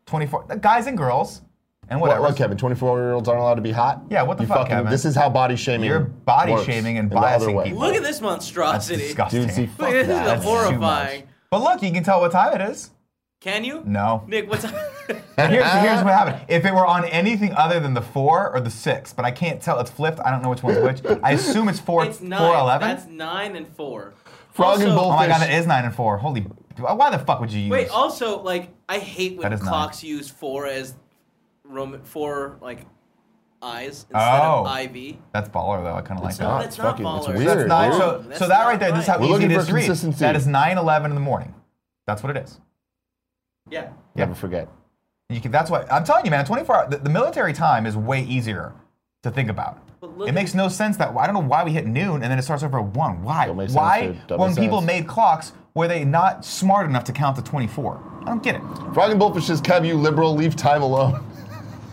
Speaker 2: 24 uh, guys and girls and
Speaker 4: What,
Speaker 2: whatever.
Speaker 4: what, Kevin? 24-year-olds aren't allowed to be hot?
Speaker 2: Yeah, what the
Speaker 4: You
Speaker 2: fuck,
Speaker 4: fucking-
Speaker 2: Kevin?
Speaker 4: This is how body shaming
Speaker 2: You're body
Speaker 4: works
Speaker 2: shaming and
Speaker 4: in the other
Speaker 2: biasing
Speaker 4: way.
Speaker 2: people.
Speaker 3: Look at this monstrosity.
Speaker 2: disgusting.
Speaker 4: Dude, see,
Speaker 3: Look at this is
Speaker 2: That's too
Speaker 3: horrifying.
Speaker 2: much. But look, you can tell what time it is.
Speaker 3: Can you?
Speaker 2: No.
Speaker 3: Nick, what's up?
Speaker 2: And here's, here's what happened. If it were on anything other than the four or the six, but I can't tell. It's flipped. I don't know which one's which. I assume it's four.
Speaker 3: it's nine.
Speaker 2: four eleven.
Speaker 3: That's nine and four.
Speaker 2: Frog
Speaker 3: Also-
Speaker 2: Oh my god, that is nine and four. Holy, why the fuck would you use?
Speaker 3: Wait. Also, like, I hate when
Speaker 2: That is nine.
Speaker 3: clocks use four as Roman four like eyes instead
Speaker 2: Oh.
Speaker 3: of IV.
Speaker 2: That's baller though. I kind of like
Speaker 3: It's
Speaker 2: that.
Speaker 3: not- that's not Fucking- it's baller.
Speaker 2: So that's
Speaker 3: weird,
Speaker 2: nine.
Speaker 3: dude.
Speaker 2: So,
Speaker 3: That's
Speaker 2: so that
Speaker 3: not
Speaker 2: right there, this is how
Speaker 4: right. We're
Speaker 2: easy
Speaker 4: looking
Speaker 2: it
Speaker 4: for
Speaker 2: is to read.
Speaker 4: consistency.
Speaker 2: That is nine eleven in the morning. That's what it is.
Speaker 3: Yeah.
Speaker 4: Never forget.
Speaker 2: You can, that's why I'm telling you, man. 24 hour. The, the military time is way easier to think about. It makes no sense that I don't know why we hit noon and then it starts over at one. Why?
Speaker 4: make sense,
Speaker 2: Why?
Speaker 4: dude. Don't
Speaker 2: when
Speaker 4: make
Speaker 2: people
Speaker 4: sense.
Speaker 2: made clocks, were they not smart enough to count to 24? I don't get it.
Speaker 4: Frog and Bullfish says, Kev, you liberal, leave time alone.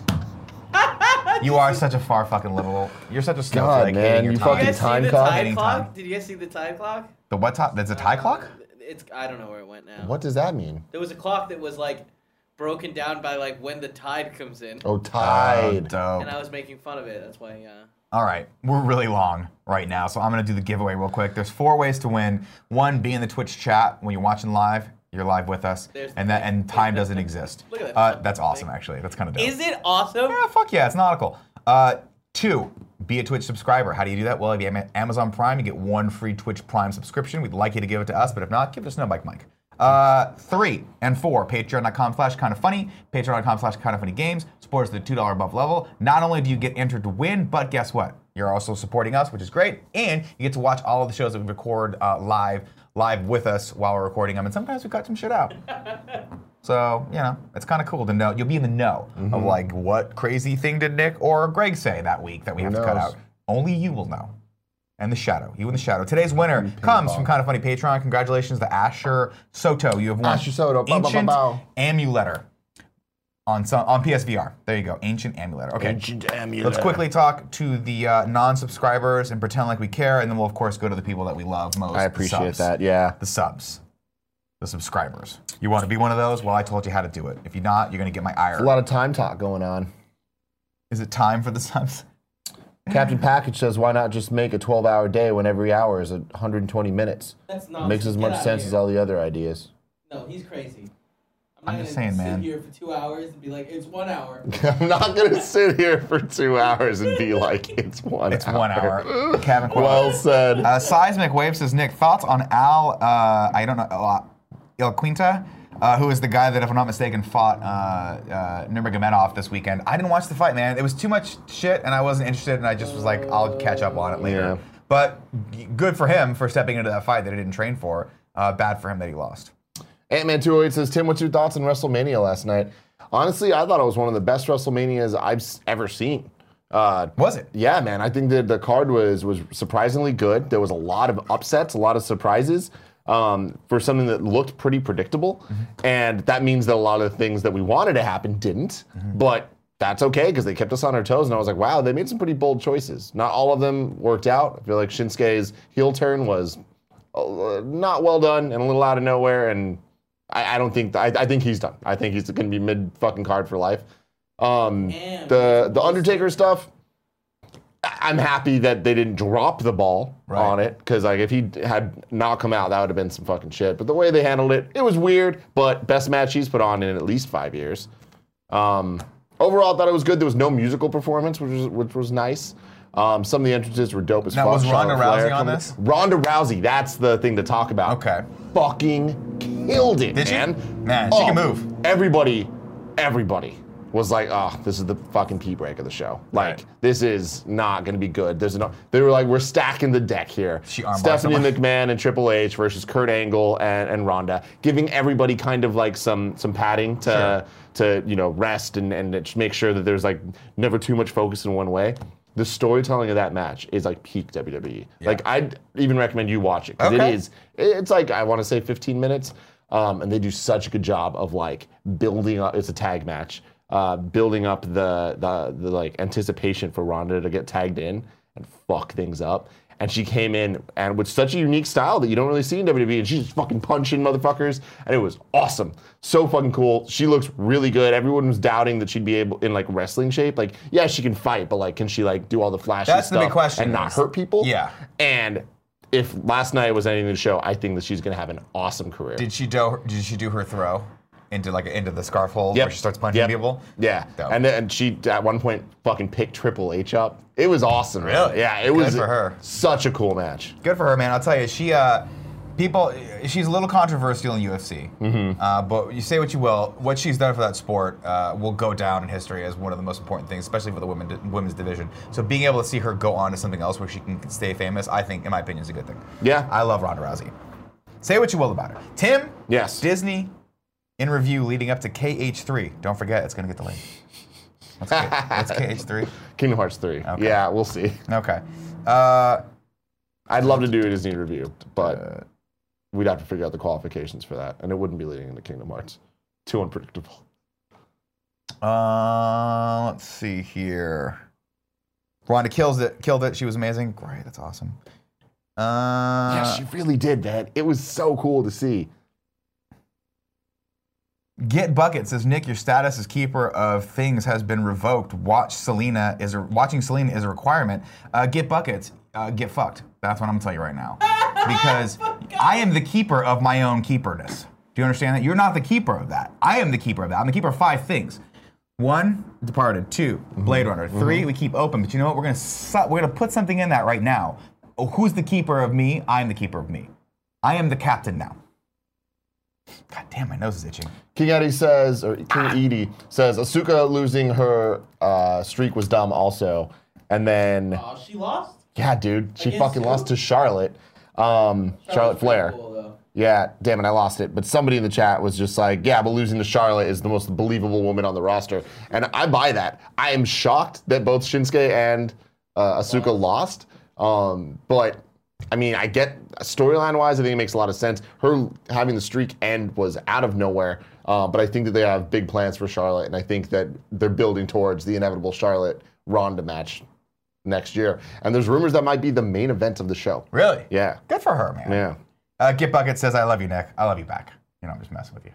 Speaker 2: You are such a far fucking liberal. You're such a
Speaker 4: God,
Speaker 2: snowflake.
Speaker 4: man,
Speaker 2: hating your
Speaker 4: you
Speaker 2: time.
Speaker 4: fucking Did you guys see time the clock?
Speaker 3: Time
Speaker 2: Hating
Speaker 3: clock?
Speaker 2: time.
Speaker 3: Did you guys see the time clock?
Speaker 2: The what time? That's a tie clock.
Speaker 3: It's I don't know where it went now.
Speaker 4: What does that mean?
Speaker 3: There was a clock that was like broken down by like when the tide comes in.
Speaker 2: Uh,
Speaker 4: Oh, tide.
Speaker 2: dope.
Speaker 3: And I was making fun of it. That's why. Uh,
Speaker 2: All right, we're really long right now, so I'm gonna do the giveaway real quick. There's four ways to win. One, be in the Twitch chat when you're watching live. You're live with us,
Speaker 3: There's the
Speaker 2: and that and time doesn't exist.
Speaker 3: Look at that
Speaker 2: Uh, that's awesome, actually. That's kind of dope.
Speaker 3: Is it awesome?
Speaker 2: Yeah, fuck yeah, it's nautical. Uh, two, be a Twitch subscriber. How do you do that? Well, if you have Amazon Prime, you get one free Twitch Prime subscription. We'd like you to give it to us, but if not, give us no bike mic. Uh, three and four, patreon.com slash kind of funny, patreon.com slash kind of funny games, supporters at the $2 above level. Not only do you get entered to win, but guess what? You're also supporting us, which is great, and you get to watch all of the shows that we record uh, live, live with us while we're recording them, and sometimes we cut some shit out. So, you know, it's kind of cool to know. You'll be in the know of like what crazy thing did Nick or Greg say that week that we
Speaker 4: Who
Speaker 2: have to cut
Speaker 4: knows?
Speaker 2: out. Only you will know. And the shadow. You and the shadow. Today's winner comes from Kind of Funny Patreon. Congratulations to Asher Soto. You have won
Speaker 4: Asher Soto, bow, bow, bow,
Speaker 2: Ancient
Speaker 4: bow.
Speaker 2: Amuletter. on some on PSVR. There you go, Ancient Amulet. Okay,
Speaker 6: Ancient
Speaker 2: Let's
Speaker 6: Amulet.
Speaker 2: quickly talk to the uh, non-subscribers and pretend like we care, and then we'll of course go to the people that we love most.
Speaker 4: I
Speaker 2: the
Speaker 4: appreciate
Speaker 2: subs.
Speaker 4: that. Yeah.
Speaker 2: the subs, the subscribers. You want to be one of those? Well, I told you how to do it. If you're not, you're gonna get my ire.
Speaker 4: There's a lot of time talk going on.
Speaker 2: Is it time for the subs?
Speaker 4: Captain Package says, why not just make a 12 hour day when every hour is 120 minutes?
Speaker 11: That's
Speaker 4: It Makes
Speaker 11: nonsense.
Speaker 4: as
Speaker 11: Get
Speaker 4: much
Speaker 11: outta
Speaker 4: sense
Speaker 11: here.
Speaker 4: as all the other ideas.
Speaker 11: No, he's crazy.
Speaker 2: I'm
Speaker 11: not
Speaker 2: just
Speaker 11: gonna
Speaker 2: saying,
Speaker 11: sit
Speaker 2: man.
Speaker 11: here for two hours and be like, it's one hour.
Speaker 4: I'm not going to sit here for two hours and be like, it's one
Speaker 2: It's
Speaker 4: hour.
Speaker 2: one hour. Kevin Quayle.
Speaker 4: Well said.
Speaker 2: Uh, Seismic Wave says, Nick, thoughts on Al, uh, I don't know, El, El Quinta, uh, who is the guy that, if I'm not mistaken, fought uh, uh, Nurmagomedov this weekend. I didn't watch the fight, man. It was too much shit, and I wasn't interested, and I just was like, I'll catch up on it later. But g- good for him for stepping into that fight that he didn't train for. Uh, bad for him that he lost.
Speaker 4: Ant Man 208 says, Tim, what's your thoughts on WrestleMania last night? Honestly, I thought it was one of the best WrestleManias I've s- ever seen. Uh,
Speaker 2: was it?
Speaker 4: Yeah, man. I think that the card was was surprisingly good. There was a lot of upsets, a lot of surprises um, for something that looked pretty predictable, and that means that a lot of the things that we wanted to happen didn't. But that's okay because they kept us on our toes, and I was like, wow, they made some pretty bold choices. Not all of them worked out. I feel like Shinsuke's heel turn was uh, not well done and a little out of nowhere. And I, I don't think I, I think he's done. I think he's going to be mid fucking card for life. Um, the the Undertaker stuff. I- I'm happy that they didn't drop the ball on it because like if he had not come out, that would have been some fucking shit. But the way they handled it, it was weird. But best match he's put on in at least five years. Um, overall, I thought it was good. There was no musical performance, which was which was nice. Um, some of the entrances were dope as
Speaker 2: Now,
Speaker 4: fuck.
Speaker 2: was Ronda
Speaker 4: Charlotte Flair
Speaker 2: Rousey on
Speaker 4: coming-
Speaker 2: this?
Speaker 4: Ronda Rousey, that's the thing to talk about. Okay. Fucking killed it,
Speaker 2: Did she?
Speaker 4: man. Oh.
Speaker 2: Man, she can move.
Speaker 4: Everybody, everybody was like, oh, this is the fucking pee break of the show. Like, this is not gonna be good. There's no they were like, we're stacking the deck here. She
Speaker 2: armbarred
Speaker 4: Stephanie
Speaker 2: someone.
Speaker 4: McMahon and Triple H versus Kurt Angle and, and Ronda, giving everybody kind of like some some padding to to you know rest and and to make sure that there's like never too much focus in one way. The storytelling of that match is like peak WWE. Like I'd even recommend you watch it because
Speaker 2: Okay.
Speaker 4: it is it's like I want to say 15 minutes, um, and they do such a good job of like building up. It's a tag match, uh, building up the, the the like anticipation for Ronda to get tagged in and fuck things up. And she came in and with such a unique style that you don't really see in WWE, and she's just fucking punching motherfuckers, and it was awesome, so fucking cool. She looks really good. Everyone was doubting that she'd be able in like wrestling shape. Like, yeah, she can fight, but like, can she like do all the flashy
Speaker 2: That's the
Speaker 4: stuff
Speaker 2: big question.
Speaker 4: and not
Speaker 2: is-
Speaker 4: hurt people?
Speaker 2: Yeah.
Speaker 4: And if last night was anything to show, I think that she's going to have an awesome career.
Speaker 2: Did she do? Did she do her throw into like into the scarf hole
Speaker 4: Yep.
Speaker 2: where she starts punching
Speaker 4: Yep.
Speaker 2: people?
Speaker 4: yeah, and then- and she at one point fucking picked Triple H up. It was awesome. man.
Speaker 2: Really?
Speaker 4: Yeah, it
Speaker 2: Good
Speaker 4: was
Speaker 2: for her.
Speaker 4: Such a cool match.
Speaker 2: Good for her, man. I'll tell you, she uh, people, she's a little controversial in UFC. Uh, but you say what you will, what she's done for that sport uh, will go down in history as one of the most important things, especially for the women women's division. So being able to see her go on to something else where she can stay famous, I think, in my opinion, is a good thing.
Speaker 4: Yeah,
Speaker 2: I love Ronda Rousey. Say what you will about her, Tim.
Speaker 4: Yes.
Speaker 2: Disney in review leading up to KH3. Don't forget, it's gonna get delayed. That's, K- that's KH3.
Speaker 4: Kingdom Hearts three. Yeah, we'll see.
Speaker 2: Okay. Uh,
Speaker 4: I'd love to do a Disney review, but we'd have to figure out the qualifications for that, and it wouldn't be leading into Kingdom Hearts. Too unpredictable.
Speaker 2: Uh, let's see here. Rhonda kills it. Killed it. She was amazing. Great. That's awesome. Uh,
Speaker 4: yeah, she really did, man. It was so cool to see.
Speaker 2: Get bucket says Nick, your status as keeper of things has been revoked. Watch Selena is a, watching Selena is a requirement. Uh, get buckets. Uh, get fucked. That's what I'm gonna tell you right now. Because I am the keeper of my own keeperness. Do you understand that? You're not the keeper of that. I am the keeper of that. I'm the keeper of five things. One, Departed. 2 Blade Runner. 3 we keep open. But you know what? We're gonna su- we're gonna put something in that right now. Oh, who's the keeper of me? I'm the keeper of me. I am the captain now. God damn, my nose is itching.
Speaker 4: King Eddie says, or King Edie says, Asuka losing her uh, streak was dumb also. And then,
Speaker 11: Oh, she lost?
Speaker 4: yeah, dude, she
Speaker 11: Against
Speaker 4: fucking
Speaker 11: who?
Speaker 4: lost to Charlotte. Um, Charlotte Flair.
Speaker 11: Cool, though.
Speaker 4: Yeah, damn it, I lost it. But somebody in the chat was just like, yeah, but losing to Charlotte is the most believable woman on the roster. And I buy that. I am shocked that both Shinsuke and uh, Asuka lost. Um, but I mean, I get storyline wise, I think it makes a lot of sense. Her having the streak end was out of nowhere, uh, but I think that they have big plans for Charlotte, and I think that they're building towards the inevitable Charlotte Ronda match next year. And there's rumors that might be the main event of the show.
Speaker 2: Really?
Speaker 4: Yeah.
Speaker 2: Good for her, man.
Speaker 4: Yeah.
Speaker 2: Uh, Get Bucket says, I love you, Nick. I love you back. You know, I'm just messing with you.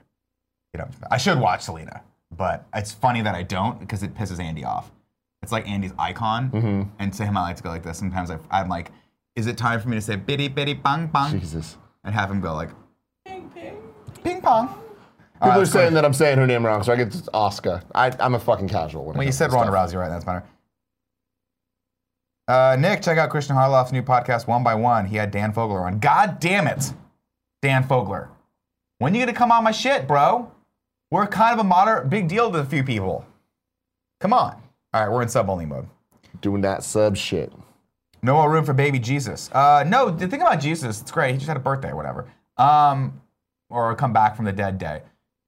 Speaker 2: You know, I'm just- I should watch Selena, but it's funny that I don't because it pisses Andy off. It's like Andy's icon.
Speaker 4: Mm-hmm.
Speaker 2: And to him, I like to go like this. Sometimes I, I'm like, is it time for me to say bitty bitty bang bang?
Speaker 4: Jesus.
Speaker 2: And have him go like,
Speaker 1: Ping pong.
Speaker 2: All right,
Speaker 4: People are
Speaker 2: let's go
Speaker 4: saying that I'm saying her name wrong, so I get Oscar. I, I'm a fucking casual. When it
Speaker 2: Well, you
Speaker 4: comes to
Speaker 2: said Ronda
Speaker 4: stuff.
Speaker 2: Rousey, right? That's better. Uh, Nick, check out Christian Harloff's new podcast, One by One. He had Dan Fogler on. God damn it, Dan Fogler. When you gonna come on my shit, bro? We're kind of a moderate, big deal to a few people. Come on. All right, we're in sub only mode.
Speaker 4: Doing that sub shit.
Speaker 2: No more room for baby Jesus. Uh, no, the thing about Jesus, it's great. He just had a birthday or whatever. Um, or come back from the dead day.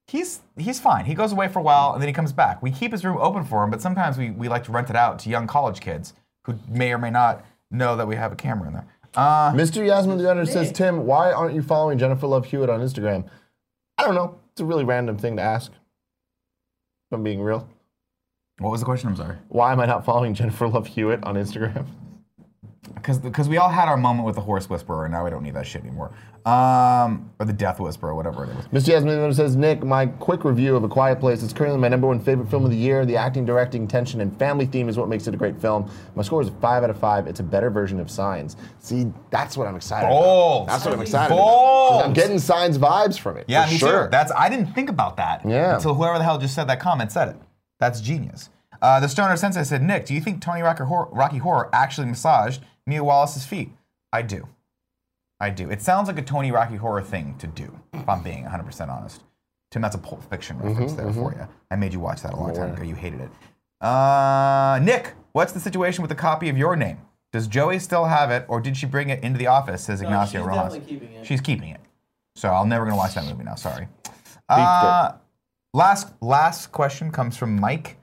Speaker 2: He's he's fine. He goes away for a while and then he comes back. We keep his room open for him, but sometimes we, we like to rent it out to young college kids who may or may not know that we have a camera in there. Uh,
Speaker 4: Mr. Yasmin the Hunter says, Tim, why aren't you following Jennifer Love Hewitt on Instagram? I don't know. It's a really random thing to ask. If I'm being real.
Speaker 2: What was the question? I'm sorry.
Speaker 4: Why am I not following Jennifer Love Hewitt on Instagram?
Speaker 2: Because because we all had our moment with the horse whisperer, and now we don't need that shit anymore. Um, or the death whisperer, whatever it is.
Speaker 4: Mr. Yasmin the Hunter says, Nick, my quick review of A Quiet Place is currently my number one favorite film of the year. The acting, directing, tension, and family theme is what makes it a great film. My score is a five out of five. It's a better version of Signs. See, that's what I'm excited
Speaker 2: Bold.
Speaker 4: about. That's what I'm excited about. 'Cause
Speaker 2: Bold.
Speaker 4: I'm getting Signs vibes from it.
Speaker 2: Yeah,
Speaker 4: for
Speaker 2: me
Speaker 4: sure.
Speaker 2: too. That's I didn't think about that.
Speaker 4: Yeah.
Speaker 2: Until whoever the hell just said that comment said it. That's genius. Uh, the Stoner Sensei said, Nick, do you think Tony Rocker Hor- Rocky Horror actually massaged Mia Wallace's feet? I do. I do. It sounds like a Tony Rocky Horror thing to do, if I'm being 100% honest. Tim, that's a Pulp Fiction reference
Speaker 4: Mhm,
Speaker 2: there for you. I made you watch that a long time
Speaker 4: Yeah.
Speaker 2: ago. You hated it. Uh, Nick, what's the situation with the copy of your name? Does Joey still have it, or did she bring it into the office, says
Speaker 11: No,
Speaker 2: Ignacio
Speaker 11: she's
Speaker 2: Rojas.
Speaker 11: definitely keeping it.
Speaker 2: She's keeping it. So I'm never gonna watch that movie now. Sorry. Uh, last last question comes from Mike.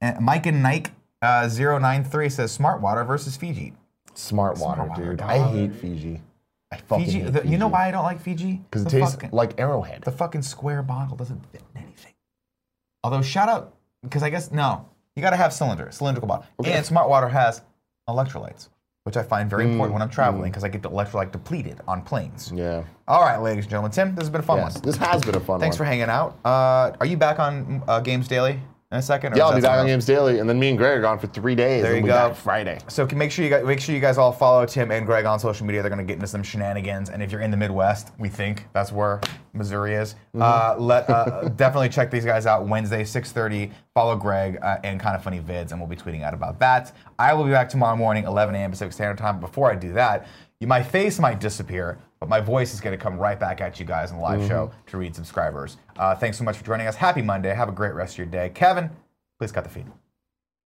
Speaker 2: And Mike and Nike uh, 093 says Smart Water versus Fiji.
Speaker 4: Smart water, dude. I hate Fiji. I fucking
Speaker 2: Fiji,
Speaker 4: hate
Speaker 2: the-
Speaker 4: Fiji.
Speaker 2: You know why I don't like Fiji?
Speaker 4: Because it
Speaker 2: The
Speaker 4: tastes
Speaker 2: fucking-
Speaker 4: like Arrowhead.
Speaker 2: The fucking square bottle doesn't fit in anything. Although shout out because I guess no, you got to have cylinder, cylindrical bottle, and Smart Water has electrolytes, which I find very important when I'm traveling because I get the electrolyte depleted on planes.
Speaker 4: Mm, Yeah.
Speaker 2: All right, ladies and gentlemen, Tim, this has been a fun
Speaker 4: Yes,
Speaker 2: one.
Speaker 4: this has been a fun
Speaker 2: Thanks for
Speaker 4: one.
Speaker 2: hanging out. Uh, are you back on uh, Games Daily in a second? or
Speaker 4: Yeah,
Speaker 2: is
Speaker 4: I'll
Speaker 2: that
Speaker 4: be back
Speaker 2: somewhere
Speaker 4: on
Speaker 2: else?
Speaker 4: Games Daily, and then me and Greg are gone for three days.
Speaker 2: There
Speaker 4: and
Speaker 2: you
Speaker 4: we'll be
Speaker 2: go.
Speaker 4: back Friday.
Speaker 2: So can make sure you guys make sure you guys all follow Tim and Greg on social media. They're gonna get into some shenanigans, and if you're in the Midwest, we think that's where Missouri is.
Speaker 4: Mm-hmm.
Speaker 2: Uh, let uh, definitely check these guys out Wednesday 6:30. Follow Greg uh, and kind of funny vids, and we'll be tweeting out about that. I will be back tomorrow morning 11 a.m. Pacific Standard Time. Before I do that, you, my face might disappear, but my voice is gonna come right back at you guys in the live show
Speaker 4: Mm-hmm.
Speaker 2: to read subscribers. Uh, thanks so much for joining us. Happy Monday. Have a great rest of your day, Kevin. Please cut the feed.